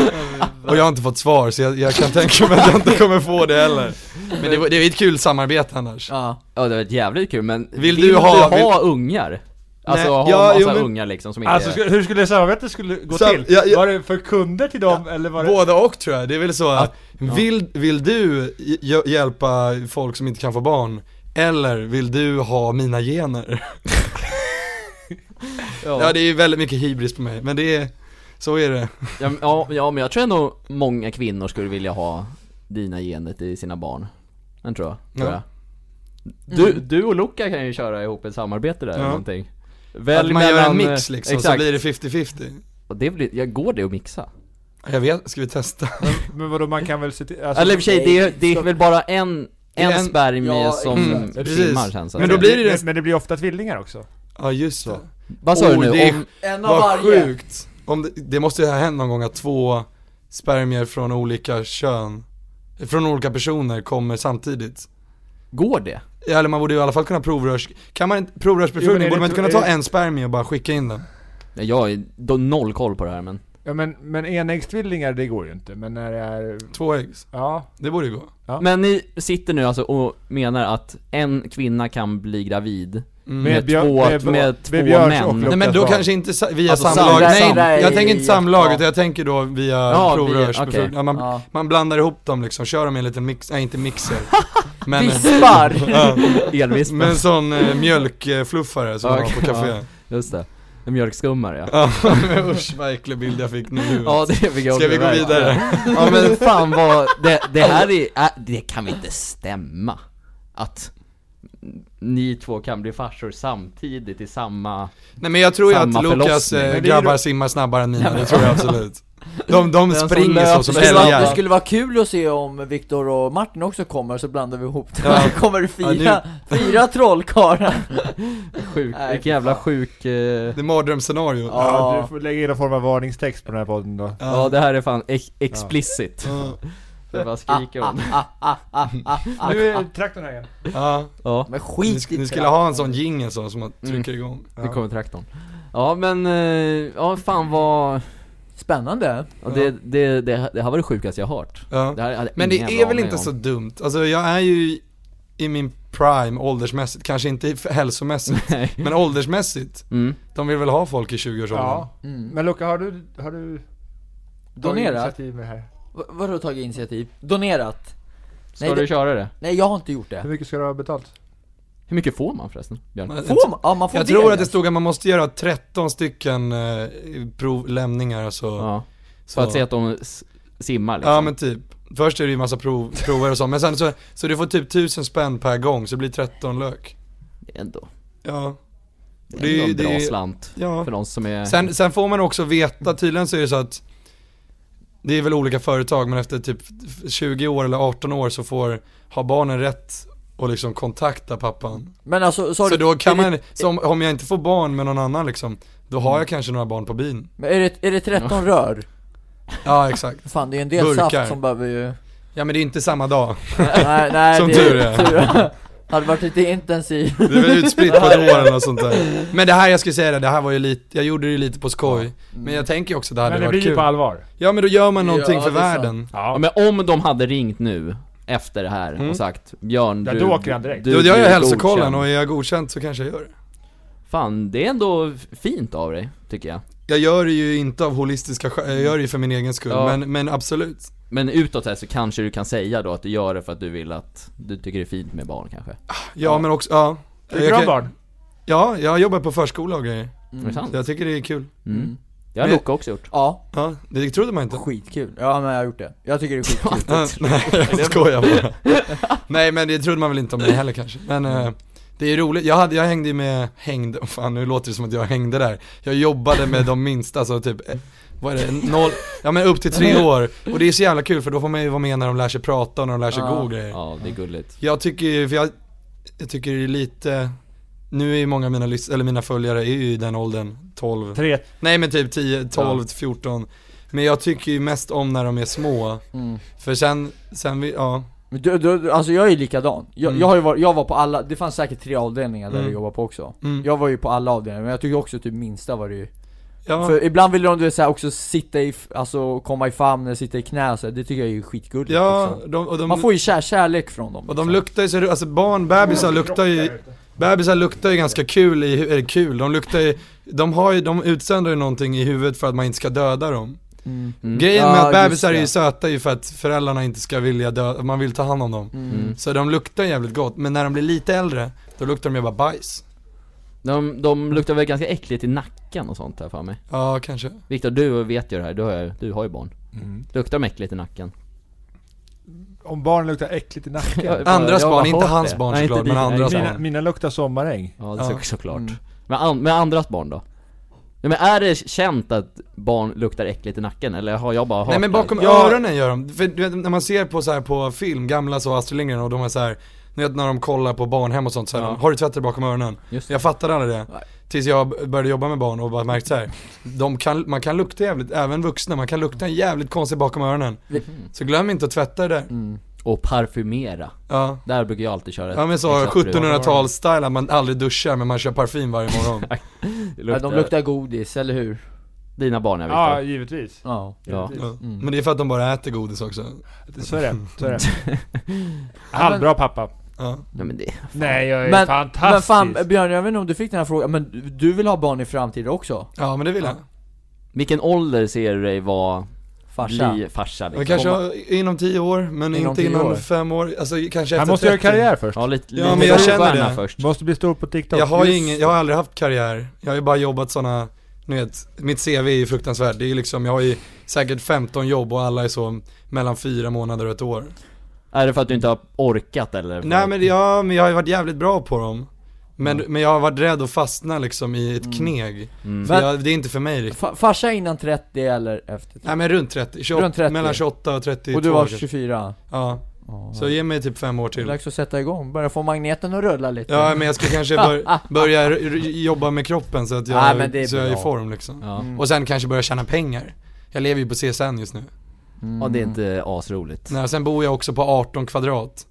[SPEAKER 4] Och jag har inte fått svar, så jag, jag kan tänka mig att jag inte kommer få det heller. Men det, var- det är ett kul samarbete annars.
[SPEAKER 2] Ja.
[SPEAKER 3] Ja det var ett jävligt kul men Vill,
[SPEAKER 4] du
[SPEAKER 3] du ha,
[SPEAKER 4] ha-
[SPEAKER 3] ungar? Alltså ha
[SPEAKER 4] ja,
[SPEAKER 3] massa
[SPEAKER 4] jo, men-
[SPEAKER 3] ungar liksom som inte
[SPEAKER 1] Alltså
[SPEAKER 3] är...
[SPEAKER 1] sku- hur skulle samarbetet skulle gå
[SPEAKER 4] Så-
[SPEAKER 1] till?
[SPEAKER 4] ja, ja.
[SPEAKER 1] Var det för kunder till dem eller var det...
[SPEAKER 4] Båda och tror jag, det är väl så att, vill, vill du hj- hjälpa folk som inte kan få barn? Eller vill du ha mina gener? Ja det är ju väldigt mycket hybris på mig, men det är, så är det.
[SPEAKER 3] Ja, men- ja, ja men jag tror ändå många kvinnor skulle vilja ha dina genet i sina barn. Den tror jag. Tror
[SPEAKER 4] Ja.
[SPEAKER 3] jag. Du, du och Luca kan ju köra ihop ett samarbete där eller
[SPEAKER 4] Ja.
[SPEAKER 3] någonting.
[SPEAKER 4] Att
[SPEAKER 3] Välj
[SPEAKER 4] man gör en
[SPEAKER 3] mellan,
[SPEAKER 4] mix liksom,
[SPEAKER 3] exakt.
[SPEAKER 4] så blir det Alltså, 50-50.
[SPEAKER 3] Och det blir, jag går det att mixa?
[SPEAKER 4] Jag vet, ska vi testa?
[SPEAKER 1] Men vadå man kan väl se till... alltså-
[SPEAKER 3] Eller i och för sig, det är, det är väl bara en, en,
[SPEAKER 4] en-
[SPEAKER 3] spermie
[SPEAKER 2] ja,
[SPEAKER 3] som
[SPEAKER 4] mm, precis.
[SPEAKER 3] simmar sen så att
[SPEAKER 4] Men då
[SPEAKER 3] säga.
[SPEAKER 4] blir det ju
[SPEAKER 1] men,
[SPEAKER 4] det-
[SPEAKER 1] men det blir ofta tvillingar också.
[SPEAKER 4] Ja just det.
[SPEAKER 3] Vad sa du
[SPEAKER 4] Oh,
[SPEAKER 3] nu?
[SPEAKER 4] det är-
[SPEAKER 3] Om,
[SPEAKER 2] En av
[SPEAKER 4] Vad
[SPEAKER 2] varje.
[SPEAKER 4] sjukt. Om det, det måste ju ha hänt någon gång att två spermier från olika kön, från olika personer kommer samtidigt.
[SPEAKER 3] går det?
[SPEAKER 4] Ja, Eller man borde ju i alla fall kunna provrörs... Kan man inte,
[SPEAKER 1] Jo, men är
[SPEAKER 4] provrörsbefruktning,
[SPEAKER 1] det
[SPEAKER 4] borde man inte
[SPEAKER 1] inte-
[SPEAKER 4] kunna ta
[SPEAKER 1] är det-
[SPEAKER 4] en spermie och bara skicka in den?
[SPEAKER 3] Nej, Jag har noll koll på det här men
[SPEAKER 1] Ja men, men enäggstvillingar det går ju inte, men när det är...
[SPEAKER 4] Två äggs.
[SPEAKER 1] Ja,
[SPEAKER 4] Det borde ju gå.
[SPEAKER 1] Ja.
[SPEAKER 3] Men ni sitter nu alltså och menar att en kvinna kan bli gravid
[SPEAKER 4] Mm.
[SPEAKER 1] Med
[SPEAKER 3] med,
[SPEAKER 1] Björn-
[SPEAKER 3] två,
[SPEAKER 1] med
[SPEAKER 3] med,
[SPEAKER 1] Björ-
[SPEAKER 3] två
[SPEAKER 1] med Björns och
[SPEAKER 3] män?
[SPEAKER 1] Lotta.
[SPEAKER 4] Nej men då
[SPEAKER 1] Alltså,
[SPEAKER 4] kanske inte sa- via
[SPEAKER 2] alltså,
[SPEAKER 4] samlag,
[SPEAKER 2] samlag-
[SPEAKER 4] nej
[SPEAKER 2] samlag-
[SPEAKER 4] jag tänker inte samlag
[SPEAKER 2] ja.
[SPEAKER 4] utan jag tänker då via
[SPEAKER 3] Ja, via-
[SPEAKER 4] provrörsbefruktning,
[SPEAKER 3] okej.
[SPEAKER 4] ja, man,
[SPEAKER 2] Ja.
[SPEAKER 4] man blandar ihop dem liksom, kör dem i en liten mix, nej inte mixer Men,
[SPEAKER 2] Vispar!
[SPEAKER 4] ja,
[SPEAKER 3] Elvispen,
[SPEAKER 4] men sån eh, mjölkfluffare som
[SPEAKER 3] Ja,
[SPEAKER 4] man har på
[SPEAKER 3] okej,
[SPEAKER 4] café
[SPEAKER 3] just det. En mjölkskummare ja.
[SPEAKER 4] Ja, men usch vad äcklig bild jag fick nu
[SPEAKER 3] Ja det fick jag
[SPEAKER 4] Mm. Ska vi
[SPEAKER 3] också
[SPEAKER 4] gå
[SPEAKER 3] verkligen.
[SPEAKER 4] vidare?
[SPEAKER 3] Ja men fan vad, det, det här är, äh, det kan inte stämma. Att ni två kan bli farsor samtidigt i samma...
[SPEAKER 4] Nej men jag tror ju
[SPEAKER 3] Samma
[SPEAKER 4] att Lukas
[SPEAKER 3] förlossning.
[SPEAKER 4] eh,
[SPEAKER 1] Men det är ju
[SPEAKER 4] grabbar
[SPEAKER 1] då-
[SPEAKER 4] simmar snabbare än mina, det tror jag absolut De, de
[SPEAKER 3] Den som
[SPEAKER 4] springer
[SPEAKER 3] löper
[SPEAKER 4] så
[SPEAKER 2] Det
[SPEAKER 4] som
[SPEAKER 2] skulle, vara, det
[SPEAKER 4] älgar
[SPEAKER 2] skulle vara kul att se om Viktor och Martin också kommer, så blandar vi ihop det.
[SPEAKER 4] Ja.
[SPEAKER 2] kommer det
[SPEAKER 4] Ja, nu-
[SPEAKER 2] fyra, fyra trollkarlar.
[SPEAKER 3] Sjuk,
[SPEAKER 2] Nej,
[SPEAKER 3] vilken jävla sjuk... eh,
[SPEAKER 4] Det är mardrömsscenario
[SPEAKER 2] Ja.
[SPEAKER 1] Ja, du får lägga in någon form av varningstext på den här podden då.
[SPEAKER 3] Ja det här är fan ex- explicit. Det bara skriker
[SPEAKER 4] Ah,
[SPEAKER 3] om.
[SPEAKER 2] Ah,
[SPEAKER 1] Nu är traktorn här igen.
[SPEAKER 4] Ja,
[SPEAKER 3] Ja,
[SPEAKER 2] Men
[SPEAKER 4] ni,
[SPEAKER 2] skit i
[SPEAKER 4] ni
[SPEAKER 2] det.
[SPEAKER 4] skulle ha en sån jingle så som man trycker igång
[SPEAKER 3] nu Mm. kommer traktorn. Ja men, eh, ja fan vad...
[SPEAKER 2] Spännande.
[SPEAKER 3] Ja, det, det, det, det här var det sjukaste jag hört.
[SPEAKER 4] Ja.
[SPEAKER 3] Det här hade jag
[SPEAKER 4] Men det
[SPEAKER 3] ingen
[SPEAKER 4] är
[SPEAKER 3] jävla
[SPEAKER 4] väl
[SPEAKER 3] aning
[SPEAKER 4] inte
[SPEAKER 3] om.
[SPEAKER 4] så dumt, alltså jag är ju i min prime åldersmässigt, kanske inte f- hälsomässigt,
[SPEAKER 3] Nej.
[SPEAKER 4] men åldersmässigt.
[SPEAKER 3] Mm.
[SPEAKER 4] De vill väl ha folk i 20-årsåldern?
[SPEAKER 1] Ja.
[SPEAKER 4] Mm.
[SPEAKER 1] Men Luca, har du... Har du
[SPEAKER 2] Donerat?
[SPEAKER 1] tagit initiativ med det här?
[SPEAKER 2] V- vadå tagit initiativ? Donerat?
[SPEAKER 3] Ska
[SPEAKER 2] Nej,
[SPEAKER 3] du
[SPEAKER 2] det-
[SPEAKER 3] köra det?
[SPEAKER 2] Nej jag har inte gjort
[SPEAKER 1] Hur
[SPEAKER 2] det.
[SPEAKER 1] mycket ska du ha betalt?
[SPEAKER 3] Hur mycket får man förresten, Björn?
[SPEAKER 4] Men-
[SPEAKER 2] Får man? Ja man får
[SPEAKER 4] Jag tror att det
[SPEAKER 2] det
[SPEAKER 4] stod att man måste göra 13 stycken eh, provlämningar och så.
[SPEAKER 3] Ja,
[SPEAKER 4] så.
[SPEAKER 3] för att se att de s- simmar liksom.
[SPEAKER 4] Ja men typ. Först är det ju massa prov, prover och så, men sen så, så du får typ 1000 spänn per gång, så det blir 13 lök.
[SPEAKER 3] Det är ändå,
[SPEAKER 4] Ja.
[SPEAKER 3] det
[SPEAKER 4] Det är
[SPEAKER 3] är ändå
[SPEAKER 4] ju-
[SPEAKER 3] en
[SPEAKER 4] det är
[SPEAKER 3] bra
[SPEAKER 4] ju-
[SPEAKER 3] slant.
[SPEAKER 4] ja.
[SPEAKER 3] För någon som är...
[SPEAKER 4] Sen, sen får man också veta, tydligen så är det så att det är väl olika företag men efter typ 20 år eller 18 år så får, har barnen rätt att liksom kontakta pappan.
[SPEAKER 2] Men alltså, så,
[SPEAKER 4] Så
[SPEAKER 2] har du,
[SPEAKER 4] då kan man, så om, om jag inte får barn med någon annan liksom, då har jag kanske några barn på bin.
[SPEAKER 2] men är det, är det 13 rör?
[SPEAKER 4] Ja exakt.
[SPEAKER 2] Fan det är ju en del
[SPEAKER 4] Burkar.
[SPEAKER 2] saft som behöver ju...
[SPEAKER 4] Ja men det är inte samma dag.
[SPEAKER 2] Nej, nej,
[SPEAKER 4] Som
[SPEAKER 2] det,
[SPEAKER 4] tur är.
[SPEAKER 2] Hade varit lite intensiv.
[SPEAKER 4] Det är väl utspritt på ett år eller något sånt där. Men det här, jag skulle säga det, det här var ju lite, jag gjorde det ju lite på
[SPEAKER 2] Mm.
[SPEAKER 4] skoj. Men jag tänker också det hade
[SPEAKER 1] Men det blir
[SPEAKER 4] varit
[SPEAKER 1] ju
[SPEAKER 4] kul.
[SPEAKER 1] på allvar.
[SPEAKER 4] Ja men då gör man någonting
[SPEAKER 2] Ja,
[SPEAKER 4] för
[SPEAKER 2] det är sant.
[SPEAKER 4] världen.
[SPEAKER 3] Ja,
[SPEAKER 1] Ja.
[SPEAKER 3] men om de hade ringt nu, efter det här, och sagt Björn,
[SPEAKER 1] Ja,
[SPEAKER 3] du...
[SPEAKER 1] då åker han direkt.
[SPEAKER 4] Mm. Då gör
[SPEAKER 3] du
[SPEAKER 4] jag
[SPEAKER 3] är
[SPEAKER 4] hälsokollen
[SPEAKER 3] godkänd."
[SPEAKER 4] och är jag godkänd så kanske jag gör det.
[SPEAKER 3] Fan, det är ändå fint av dig, tycker jag.
[SPEAKER 4] Jag gör det ju inte av holistiska skäl, jag gör det ju för min egen skull,
[SPEAKER 3] Ja.
[SPEAKER 4] men, men absolut.
[SPEAKER 3] Men utåt här så kanske du kan säga då att du gör det för att du vill att, du tycker det är fint med barn kanske.
[SPEAKER 4] Ja, men också, ja.
[SPEAKER 1] Det är bra
[SPEAKER 4] kan-
[SPEAKER 1] barn.
[SPEAKER 4] Ja, jag jobbar på förskola och grejer.
[SPEAKER 3] Är det sant?
[SPEAKER 4] Så jag tycker det är kul.
[SPEAKER 3] Mm. Det har
[SPEAKER 4] Men-
[SPEAKER 3] Loka också gjort.
[SPEAKER 2] Ja,
[SPEAKER 4] Ja, det trodde man inte.
[SPEAKER 2] skitkul. Ja men jag har gjort det. Jag tycker det är skitkul.
[SPEAKER 4] Ja, nej, jag skojar bara. nej men det trodde man väl inte om mig heller kanske. Men eh, det är roligt, jag, hade, jag hängde ju med, hängde, oh, fan nu låter det som att jag hängde där. Jag jobbade med de minsta, alltså typ, eh, vad är det, noll, ja men upp till tre år. Och det är så jävla kul för då får man ju vara med när de lär sig prata och när de lär sig
[SPEAKER 2] Ja.
[SPEAKER 4] gå och grejer.
[SPEAKER 3] Ja, det är gulligt.
[SPEAKER 4] Jag tycker ju, för jag, jag tycker det är lite, nu är ju många av mina, lys- eller mina följare är ju i den åldern, 12,
[SPEAKER 1] Tre.
[SPEAKER 4] nej men typ 10, 12,
[SPEAKER 3] Ja.
[SPEAKER 4] 14. Men jag tycker ju mest om när de är små,
[SPEAKER 2] Mm.
[SPEAKER 4] för sen, sen vi, ja.
[SPEAKER 2] Men du, du, alltså jag är ju likadan. Jag,
[SPEAKER 4] Mm.
[SPEAKER 2] jag, har ju varit, jag var på alla, det fanns säkert tre avdelningar där
[SPEAKER 4] Mm.
[SPEAKER 2] jag jobbade på också.
[SPEAKER 4] Mm.
[SPEAKER 2] Jag var ju på alla avdelningar, men jag tycker också typ minsta var det ju.
[SPEAKER 4] Ja,
[SPEAKER 2] För ibland ville de du vet, så här, också sitta i, f- alltså komma i famnen, sitta i knä så här. det tycker jag är ju skitgulligt
[SPEAKER 4] ja
[SPEAKER 2] liksom.
[SPEAKER 4] de, och
[SPEAKER 2] Man
[SPEAKER 4] de,
[SPEAKER 2] får ju kär, kärlek från dem
[SPEAKER 4] och de luktar ju så, alltså barn, bebisar luktar ju, bebisar luktar ju ganska kul i, hu- eller kul, de luktar ju, de har ju, de utsöndrar ju någonting i huvudet för att man inte ska döda dem.
[SPEAKER 2] mm.
[SPEAKER 3] Mm.
[SPEAKER 4] Grejen med
[SPEAKER 2] Ja,
[SPEAKER 4] att bebisar
[SPEAKER 2] just
[SPEAKER 4] är ju
[SPEAKER 2] det.
[SPEAKER 4] söta är ju för att föräldrarna inte ska vilja dö, man vill ta hand om dem.
[SPEAKER 3] Mm.
[SPEAKER 4] Så de luktar jävligt gott, men när de blir lite äldre, då luktar de ju bara bajs.
[SPEAKER 3] De, de luktar väl ganska äckligt i nacken och sånt här för mig.
[SPEAKER 4] Ja, kanske.
[SPEAKER 3] Viktor, du vet ju det här, du har, du har ju barn.
[SPEAKER 4] Mm.
[SPEAKER 3] Luktar de äckligt i nacken?
[SPEAKER 1] Om barnen luktar äckligt i nacken.
[SPEAKER 3] Ja,
[SPEAKER 4] Andras
[SPEAKER 3] jag har
[SPEAKER 4] barn, inte
[SPEAKER 3] hört
[SPEAKER 4] hans
[SPEAKER 3] det.
[SPEAKER 4] barn
[SPEAKER 3] Nej, inte
[SPEAKER 4] såklart, men
[SPEAKER 3] dina.
[SPEAKER 4] andras
[SPEAKER 3] Mina-
[SPEAKER 1] Mina,
[SPEAKER 4] barn.
[SPEAKER 1] mina luktar sommaräng.
[SPEAKER 3] Ja,
[SPEAKER 4] Ja. Mm.
[SPEAKER 3] så, såklart. Men, an, men andras barn då? Ja, men är det känt att barn luktar äckligt i nacken, eller har jag bara hört
[SPEAKER 4] Nej men bakom
[SPEAKER 1] Ja.
[SPEAKER 4] öronen gör de, för du vet, när man ser på så här på film, gamla så Astrid Lindgren och de är så här, ni vet när de kollar på barnhem och sånt så här,
[SPEAKER 3] Ja.
[SPEAKER 4] de, har du tvättat bakom öronen?
[SPEAKER 3] Just det.
[SPEAKER 4] Jag fattade aldrig det,
[SPEAKER 2] Nej.
[SPEAKER 4] tills jag b- började jobba med barn och bara märkt så här. De kan, man kan lukta jävligt, även vuxna, man kan lukta en jävligt konstig bakom öronen.
[SPEAKER 3] Mm.
[SPEAKER 4] Så glöm inte att tvätta det där.
[SPEAKER 3] det? Och parfymera.
[SPEAKER 4] Ja.
[SPEAKER 3] Där brukar jag alltid köra ett
[SPEAKER 4] Ja men så
[SPEAKER 3] exempel.
[SPEAKER 4] 1700-tals-style, att man aldrig duschar men man kör parfym varje morgon.
[SPEAKER 3] Det
[SPEAKER 2] Ja, de luktar godis, eller hur?
[SPEAKER 3] Dina barn är
[SPEAKER 1] Ja,
[SPEAKER 3] Viktor.
[SPEAKER 1] givetvis.
[SPEAKER 2] Ja.
[SPEAKER 3] Ja.
[SPEAKER 1] givetvis.
[SPEAKER 2] Mm.
[SPEAKER 4] Men det är för att de bara äter godis också.
[SPEAKER 1] Så är det. Så är det. Halvbra pappa.
[SPEAKER 4] Ja.
[SPEAKER 3] ja, men det...
[SPEAKER 1] Nej, jag är
[SPEAKER 2] Men- Men
[SPEAKER 1] fantastisk.
[SPEAKER 2] fan Björn, jag vet inte om du fick den här frågan, men du- du vill ha barn i framtiden också?
[SPEAKER 4] ja, men det vill jag.
[SPEAKER 3] Vilken ålder ser du dig vara,
[SPEAKER 2] Farsa?
[SPEAKER 3] bli farsa
[SPEAKER 4] Men
[SPEAKER 3] liksom?
[SPEAKER 4] kanske inom tio år, men
[SPEAKER 2] Inom
[SPEAKER 4] inte
[SPEAKER 2] tio
[SPEAKER 4] inom
[SPEAKER 2] år.
[SPEAKER 4] fem år. Alltså kanske
[SPEAKER 1] Han
[SPEAKER 4] efter
[SPEAKER 1] måste göra
[SPEAKER 4] 30.
[SPEAKER 1] karriär först.
[SPEAKER 3] Ja, lite,
[SPEAKER 4] Ja,
[SPEAKER 3] lite
[SPEAKER 4] men jag
[SPEAKER 3] rockstjärna
[SPEAKER 4] känner det.
[SPEAKER 3] först.
[SPEAKER 1] Måste bli stor på TikTok.
[SPEAKER 4] Jag har, ju
[SPEAKER 1] Just-
[SPEAKER 4] ingen, jag har aldrig haft karriär. Jag har ju bara jobbat sådana, ni vet, mitt CV är ju fruktansvärt. Det är ju liksom, jag har ju säkert 15 jobb och alla är så mellan fyra månader och ett år.
[SPEAKER 3] Är det för att du inte har orkat eller? För
[SPEAKER 4] Nej
[SPEAKER 3] att-
[SPEAKER 4] men ja, men jag har ju varit jävligt bra på dem. Men, men jag har varit rädd att fastna liksom i ett kneg.
[SPEAKER 3] Mm.
[SPEAKER 4] För jag, det är inte för mig riktigt.
[SPEAKER 2] Fa- Farsa innan 30 eller efter?
[SPEAKER 4] Nej men runt 30, 28,
[SPEAKER 2] Runt 30.
[SPEAKER 4] mellan 28 och 30
[SPEAKER 2] Och du var 24?
[SPEAKER 4] Ja,
[SPEAKER 2] Ja.
[SPEAKER 4] så ge mig typ fem år till.
[SPEAKER 2] Dags att sätta igång, börja få magneten att rulla lite
[SPEAKER 4] Ja men jag ska kanske bör, börja r- r- jobba med kroppen så att jag,
[SPEAKER 2] Nej, men det är
[SPEAKER 4] så jag är i
[SPEAKER 2] bra.
[SPEAKER 4] form liksom.
[SPEAKER 3] Ja.
[SPEAKER 2] Mm.
[SPEAKER 4] Och sen kanske börja tjäna pengar. Jag lever ju på CSN just nu.
[SPEAKER 2] Mm.
[SPEAKER 3] ja, det är inte asroligt.
[SPEAKER 4] Nej, sen bor jag också på 18 kvadrat.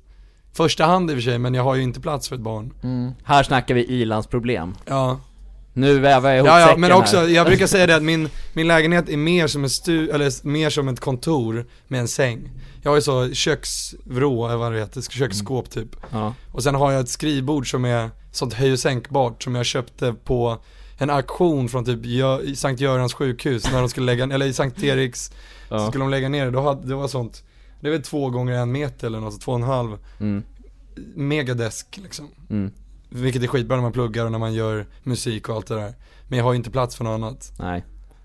[SPEAKER 4] Första hand i och för sig, men jag har ju inte plats för ett barn.
[SPEAKER 2] Mm.
[SPEAKER 3] Här snackar vi ilandsproblem.
[SPEAKER 4] Ja,
[SPEAKER 3] Nu väver jag ihop
[SPEAKER 4] ja, ja
[SPEAKER 3] säcken
[SPEAKER 4] men också,
[SPEAKER 3] här.
[SPEAKER 4] jag brukar säga det att min, min lägenhet är mer som en stu, eller mer som ett kontor med en säng. Jag har ju så köksvrå, eller vad det heter, köksskåp typ.
[SPEAKER 3] Mm. Ja.
[SPEAKER 4] Och sen har jag ett skrivbord som är sånt höj och sänkbart som jag köpte på en auktion från typ Gö- i Sankt Görans sjukhus när de skulle lägga, eller i Sankt Eriks, så
[SPEAKER 3] Ja.
[SPEAKER 4] skulle de lägga ner det. Då hade, det var sånt, det är väl två gånger en meter eller något, så två och en halv.
[SPEAKER 3] Mm.
[SPEAKER 4] megadesk liksom.
[SPEAKER 3] Mm.
[SPEAKER 4] Vilket är skitbra när man pluggar och när man gör musik och allt det där. Men jag har ju inte plats för något annat.
[SPEAKER 3] Nej.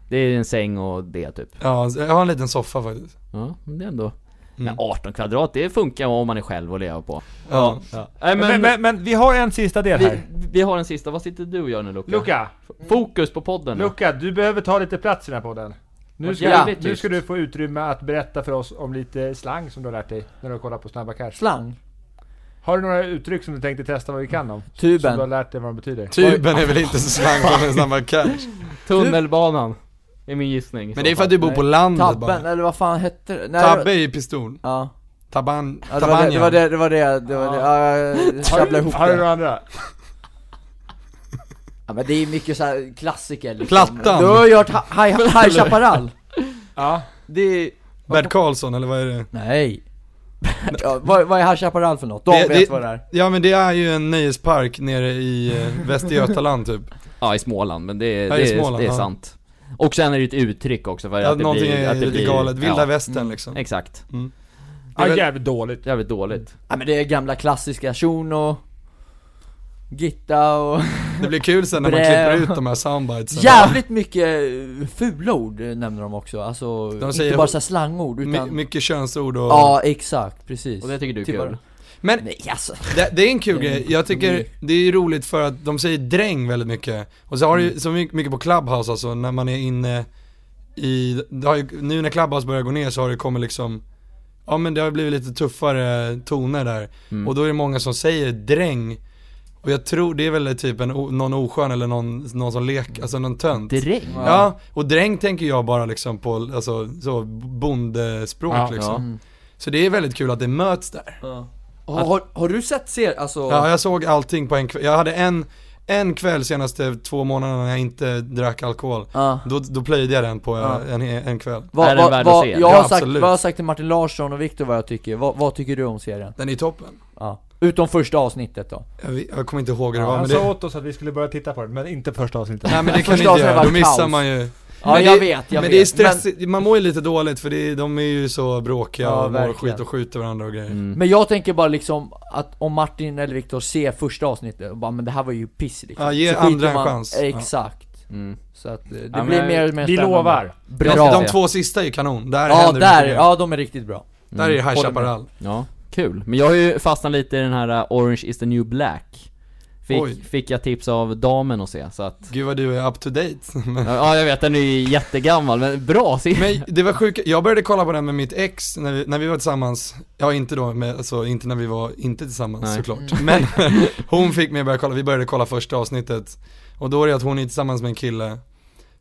[SPEAKER 3] Det är en säng och det typ.
[SPEAKER 4] Ja, jag har en liten soffa faktiskt.
[SPEAKER 3] Ja, men det är ändå. Men
[SPEAKER 4] Mm.
[SPEAKER 3] 18 kvadrat, det funkar om man är själv och lever på.
[SPEAKER 4] Ja.
[SPEAKER 3] Nej
[SPEAKER 1] Men, men, men, vi har en sista del
[SPEAKER 3] vi,
[SPEAKER 1] här.
[SPEAKER 3] vi har en sista, vad sitter du och gör nu Luca?
[SPEAKER 1] Luca,
[SPEAKER 3] Fokus på podden nu.
[SPEAKER 1] Luca, du behöver ta lite plats i den här podden. Nu ska,
[SPEAKER 3] Ja.
[SPEAKER 1] nu ska du få utrymme att berätta för oss om lite slang som du har lärt dig när du har kollat på Snabba Cash.
[SPEAKER 2] Slang?
[SPEAKER 1] Har du några uttryck som du tänkte testa vad vi kan om? Som du har
[SPEAKER 2] Tuben?
[SPEAKER 1] lärt dig vad de betyder?
[SPEAKER 4] Tuben Typ, är väl inte så slang på en snabbare cash.
[SPEAKER 3] Tunnelbanan. Är min gissning. i
[SPEAKER 4] Men
[SPEAKER 3] så
[SPEAKER 4] det är för
[SPEAKER 3] fall.
[SPEAKER 4] att du bor på landet
[SPEAKER 2] Tabben,
[SPEAKER 4] bara.
[SPEAKER 2] eller vad fan hette det? Nej,
[SPEAKER 4] Tabbe är ju pistol.
[SPEAKER 2] Ja,
[SPEAKER 4] Taban,
[SPEAKER 2] ja det, var det, det var det,
[SPEAKER 4] tabanja.
[SPEAKER 2] det var det, det var det, ja, jag sjabblade ihop
[SPEAKER 1] Har du några
[SPEAKER 2] det
[SPEAKER 1] andra?
[SPEAKER 2] ja, men det är mycket så här klassiker liksom.
[SPEAKER 4] Plattan.
[SPEAKER 2] Du har ju hört Hi- Hi- High Chaparral
[SPEAKER 1] Ja.
[SPEAKER 2] Det är,
[SPEAKER 4] Bert Karlsson eller vad är det?
[SPEAKER 2] nej ja, vad, vad är High Chaparral för något? De
[SPEAKER 4] Det-
[SPEAKER 2] vet
[SPEAKER 4] det-
[SPEAKER 2] vad det är
[SPEAKER 4] Ja men det är ju en nöjespark nere i eh, Västergötaland typ.
[SPEAKER 3] Ja, i Småland, men det är,
[SPEAKER 4] Ja, i
[SPEAKER 3] det är,
[SPEAKER 4] Småland,
[SPEAKER 3] det är
[SPEAKER 4] ja.
[SPEAKER 3] sant. Och sen är det ett uttryck också för
[SPEAKER 4] Ja,
[SPEAKER 3] att det
[SPEAKER 4] någonting
[SPEAKER 3] blir...
[SPEAKER 4] är
[SPEAKER 3] Att det
[SPEAKER 4] lite
[SPEAKER 3] blir,
[SPEAKER 4] galet. Vilda
[SPEAKER 3] ja,
[SPEAKER 4] västern liksom.
[SPEAKER 2] Mm.
[SPEAKER 3] Exakt.
[SPEAKER 4] Det är
[SPEAKER 1] ja
[SPEAKER 4] väl-
[SPEAKER 1] jävligt dåligt.
[SPEAKER 3] Jävligt dåligt.
[SPEAKER 2] Ja men det är gamla klassiska, Shuno Gitta och
[SPEAKER 4] Det blir kul sen när man
[SPEAKER 2] Brä-
[SPEAKER 4] klipper ut de här soundbitesen.
[SPEAKER 2] Jävligt mycket eh, fula ord eh, nämner de också, alltså
[SPEAKER 4] De
[SPEAKER 2] inte
[SPEAKER 4] säger-
[SPEAKER 2] bara såhär slangord
[SPEAKER 4] My,
[SPEAKER 2] utan
[SPEAKER 4] mycket könsord och...
[SPEAKER 2] Ja exakt, precis
[SPEAKER 3] Och det tycker du är
[SPEAKER 2] Typ
[SPEAKER 3] kul?
[SPEAKER 2] bara-
[SPEAKER 4] Men
[SPEAKER 2] Nej alltså,
[SPEAKER 4] Det, det är en kul
[SPEAKER 2] Det är-
[SPEAKER 4] grej, jag tycker det är ju roligt för att de säger dräng väldigt mycket. Och så har du ju så my- mycket på Clubhouse alltså, när man är inne i, det har ju, nu när Clubhouse börjar gå ner så har det kommit liksom, ja men det har blivit lite tuffare toner där. Och då är det många som säger dräng. Och jag tror det är väl typ en, o- någon oskön eller någon, någon som leker, alltså någon tönt.
[SPEAKER 3] Dräng?
[SPEAKER 4] Ja, och dräng tänker jag bara liksom på, alltså så bondespråk
[SPEAKER 1] Ja,
[SPEAKER 4] liksom. Så det är väldigt kul att det möts där.
[SPEAKER 2] har, har, har du sett ser, alltså?
[SPEAKER 4] Ja, jag såg allting på en kväll. Jag hade en, en kväll senaste två månaderna när jag inte drack alkohol.
[SPEAKER 2] Ja.
[SPEAKER 4] Då, då plöjde jag den på eh,
[SPEAKER 2] Ja.
[SPEAKER 4] en, en kväll.
[SPEAKER 2] Vad-
[SPEAKER 3] Är den
[SPEAKER 2] vad-
[SPEAKER 3] värd att
[SPEAKER 2] vad-
[SPEAKER 3] se?
[SPEAKER 2] Jag
[SPEAKER 4] Ja,
[SPEAKER 2] har sagt,
[SPEAKER 4] absolut.
[SPEAKER 2] vad jag har sagt till Martin Larsson och Viktor vad jag tycker, vad, vad tycker du om serien?
[SPEAKER 4] Den är toppen.
[SPEAKER 2] Ja. Utom första avsnittet då
[SPEAKER 4] Jag, vet- jag kommer inte ihåg hur det var,
[SPEAKER 1] Han
[SPEAKER 4] men
[SPEAKER 2] alltså,
[SPEAKER 1] sa
[SPEAKER 4] det,
[SPEAKER 1] åt oss att vi skulle börja titta på den, men inte första avsnittet.
[SPEAKER 4] nej, men det kan
[SPEAKER 2] Första
[SPEAKER 4] ni inte
[SPEAKER 2] avsnittet
[SPEAKER 4] göra.
[SPEAKER 2] var
[SPEAKER 4] Då missar
[SPEAKER 2] kaos.
[SPEAKER 4] man ju.
[SPEAKER 2] Ja
[SPEAKER 4] men
[SPEAKER 2] jag
[SPEAKER 4] det,
[SPEAKER 2] vet, jag
[SPEAKER 4] Men
[SPEAKER 2] vet
[SPEAKER 4] det är stressigt, man mår ju lite dåligt för det, de är ju så bråkiga
[SPEAKER 2] Ja,
[SPEAKER 4] och mår
[SPEAKER 2] verkligen. Mm.
[SPEAKER 4] skit och skjuter varandra och grejer.
[SPEAKER 2] men, men jag tänker bara liksom att om Martin eller Viktor ser första avsnittet och bara men det här var ju piss liksom
[SPEAKER 4] Ja, ge
[SPEAKER 2] Så skiter
[SPEAKER 4] andra en
[SPEAKER 2] man-
[SPEAKER 4] chans.
[SPEAKER 2] Exakt
[SPEAKER 3] Mm.
[SPEAKER 2] Så att eh, det
[SPEAKER 3] men
[SPEAKER 2] blir
[SPEAKER 3] jag-
[SPEAKER 2] mer och mer
[SPEAKER 1] Vi
[SPEAKER 2] spännande.
[SPEAKER 1] lovar.
[SPEAKER 3] Bra.
[SPEAKER 4] De, de två sista är ju kanon, där
[SPEAKER 2] Ja
[SPEAKER 4] händer
[SPEAKER 2] där,
[SPEAKER 4] mycket grejer.
[SPEAKER 2] ja de är riktigt bra
[SPEAKER 4] Där är det High
[SPEAKER 2] Håller
[SPEAKER 4] Chaparral.
[SPEAKER 3] Ja, kul. Men jag har ju fastnat lite i den här uh, Orange is the new black.
[SPEAKER 4] Oj.
[SPEAKER 3] Fick, fick jag tips av damen och se, så att...
[SPEAKER 4] Gud vad du är up to date.
[SPEAKER 3] Ja, jag vet, den är ju jättegammal, men bra serie.
[SPEAKER 4] Men det var sjukt, jag började kolla på den med mitt ex när vi, när vi var tillsammans, ja inte då, med, alltså inte när vi var inte tillsammans
[SPEAKER 3] Nej. Mm.
[SPEAKER 4] såklart, men hon fick mig att börja kolla, vi började kolla första avsnittet och då är det att hon är tillsammans med en kille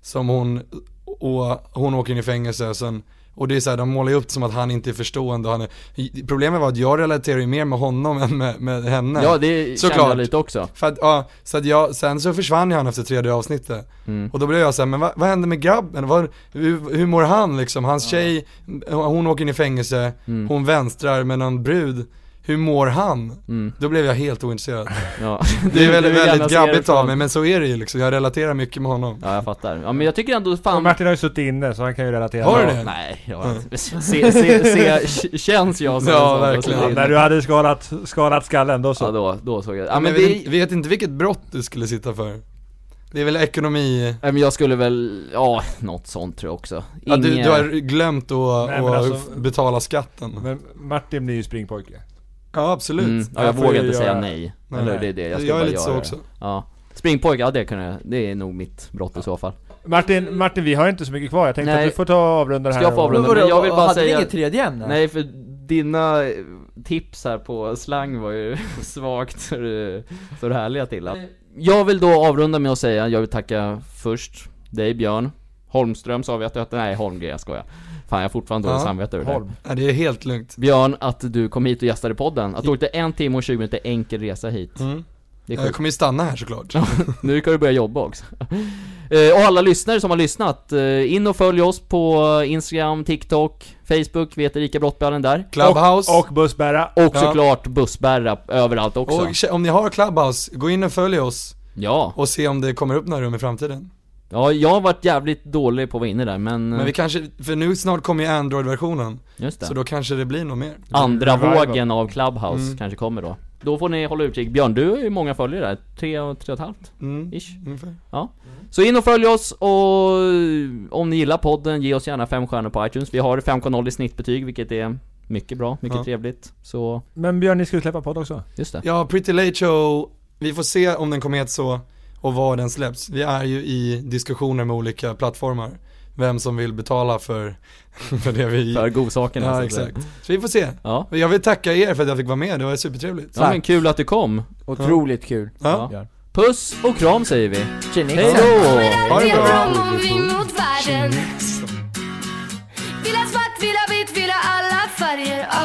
[SPEAKER 4] som hon, och hon åker in i fängelse och sen Och det är så här, de målar ju upp det som att han inte är förstående och han är... Problemet var att jag relaterar ju mer med honom än med, med henne.
[SPEAKER 3] Ja, det kände
[SPEAKER 4] Såklart.
[SPEAKER 3] jag lite också.
[SPEAKER 4] För att, ja, så att jag, sen så försvann ju han efter tredje avsnittet.
[SPEAKER 3] Mm.
[SPEAKER 4] Och då blev jag såhär, men vad, vad hände med grabben? Vad, hur, hur mår han liksom? Hans tjej, hon åker in i fängelse,
[SPEAKER 3] Mm.
[SPEAKER 4] hon vänstrar med någon brud. Hur mår han? Då blev jag helt ointresserad.
[SPEAKER 3] Ja.
[SPEAKER 4] Det är
[SPEAKER 3] Mm. Du- du
[SPEAKER 4] väldigt,
[SPEAKER 3] vill gärna
[SPEAKER 4] väldigt
[SPEAKER 3] se det
[SPEAKER 4] grabbigt
[SPEAKER 3] från-
[SPEAKER 4] av mig, men så är det ju liksom. Jag relaterar mycket med honom.
[SPEAKER 3] Ja, jag fattar. Ja, men jag tycker ändå
[SPEAKER 1] Och
[SPEAKER 3] fan...
[SPEAKER 1] Martin har ju suttit inne så han kan ju relatera.
[SPEAKER 4] Har du
[SPEAKER 1] Ja.
[SPEAKER 4] det?
[SPEAKER 3] Nej, jag har inte. Se, se, se, k- känns jag som
[SPEAKER 4] Ja,
[SPEAKER 3] en sån
[SPEAKER 4] verkligen.
[SPEAKER 3] som sitter
[SPEAKER 1] Ja,
[SPEAKER 3] inne?
[SPEAKER 1] när du hade skalat, skalat skallen, då så.
[SPEAKER 3] Ja, då, då såg jag. Ja,
[SPEAKER 4] men
[SPEAKER 3] men
[SPEAKER 4] jag vet,
[SPEAKER 3] det...
[SPEAKER 4] inte, vet inte vilket brott du skulle sitta för. Det är väl ekonomi...
[SPEAKER 3] Nej, men jag skulle väl, ja, något sånt tror jag också.
[SPEAKER 4] Ja, du,
[SPEAKER 3] Inge-
[SPEAKER 4] du har glömt att
[SPEAKER 1] Nej,
[SPEAKER 4] att
[SPEAKER 1] men alltså-
[SPEAKER 4] betala skatten.
[SPEAKER 1] Men Martin blir ju springpojke.
[SPEAKER 4] Ja, absolut.
[SPEAKER 3] Mm, ja, jag
[SPEAKER 1] Jag får
[SPEAKER 3] vågar
[SPEAKER 1] ju
[SPEAKER 3] inte säga
[SPEAKER 1] göra-
[SPEAKER 3] nej.
[SPEAKER 4] Nej.
[SPEAKER 3] Eller det är det, jag ska
[SPEAKER 4] Jag är
[SPEAKER 3] bara
[SPEAKER 4] lite så
[SPEAKER 3] göra
[SPEAKER 4] också.
[SPEAKER 3] Det. Ja. Springpojke, ja det kan jag, det är nog mitt brott i så fall.
[SPEAKER 1] Martin, Martin, vi har inte så mycket kvar. Jag tänkte
[SPEAKER 3] Nej.
[SPEAKER 1] att du får ta och avrunda det här.
[SPEAKER 3] Ska jag få
[SPEAKER 1] nu.
[SPEAKER 3] avrunda?
[SPEAKER 2] Men vadå,
[SPEAKER 3] jag vill bara
[SPEAKER 2] hade
[SPEAKER 3] säga-
[SPEAKER 2] ni inget tredje ämne?
[SPEAKER 3] Nej, för dina eh, tips här på slang var ju svagt så du så du härliga till att. Jag vill då avrunda med att säga, jag vill tacka först dig Björn, Holmström sa vi att du hette, nej Holmgren, jag skojar. Fan jag har fortfarande dåligt
[SPEAKER 4] Ja,
[SPEAKER 3] samvete över det.
[SPEAKER 1] Holm.
[SPEAKER 4] Nej, det är helt lugnt.
[SPEAKER 3] Björn, att du kom hit och gästade podden. Att du åkte en timme och 20 minuter enkel resa hit. Det är
[SPEAKER 4] Jag
[SPEAKER 3] sjukt.
[SPEAKER 4] kommer ju stanna här såklart.
[SPEAKER 3] Nu kan du börja jobba också. Eh, Och alla lyssnare som har lyssnat, eh, in och följ oss på Instagram, TikTok, Facebook, vi heter Rika Brottbjörnen där.
[SPEAKER 4] Clubhouse.
[SPEAKER 1] Och, och bussbära.
[SPEAKER 3] Och
[SPEAKER 4] Ja.
[SPEAKER 3] såklart bussbärra överallt också.
[SPEAKER 4] Och tje- om ni har Clubhouse, gå in och följ oss
[SPEAKER 3] ja.
[SPEAKER 4] och se om det kommer upp några rum i framtiden.
[SPEAKER 3] ja, jag har varit jävligt dålig på att vara inne där men, eh,
[SPEAKER 4] Men vi kanske, för nu snart kommer ju Android-versionen,
[SPEAKER 3] just det.
[SPEAKER 4] så då Mm. kanske det blir något mer.
[SPEAKER 3] Andra
[SPEAKER 1] Revival.
[SPEAKER 3] vågen av Clubhouse kanske kommer då. Då får ni hålla utkik. Björn, du har ju många följare där. Tre, och- tre och ett halvt,
[SPEAKER 4] Mm,
[SPEAKER 3] ish.
[SPEAKER 4] ungefär.
[SPEAKER 3] Så in och följ oss och om ni gillar podden, ge oss gärna fem stjärnor på iTunes. Vi har 5,0 i snittbetyg, vilket är mycket bra, mycket
[SPEAKER 4] Ja.
[SPEAKER 3] trevligt. Så,
[SPEAKER 1] Men Björn, ni skulle släppa podd också?
[SPEAKER 3] just det.
[SPEAKER 4] Ja, Pretty Late Show, vi får se om den kommer heta så och var den släpps. Vi är ju i diskussioner med olika plattformar, vem som vill betala för, för det vi...
[SPEAKER 3] För alltså. godsakerna. så
[SPEAKER 4] ja,
[SPEAKER 3] att säga.
[SPEAKER 4] exakt. Så vi får se.
[SPEAKER 3] Ja.
[SPEAKER 4] Jag vill tacka er för att jag fick vara med, det var supertrevligt.
[SPEAKER 3] ja, men kul att du kom.
[SPEAKER 2] Otroligt kul.
[SPEAKER 4] Ja.
[SPEAKER 3] Ja. Puss och kram säger vi.
[SPEAKER 2] Tjinix.
[SPEAKER 3] Hej då!
[SPEAKER 4] Ha det
[SPEAKER 5] Till
[SPEAKER 4] bra.
[SPEAKER 5] Rom och vi mot världen Vill ha svart, vill ha vitt, vill ha alla färger Ah, Ah,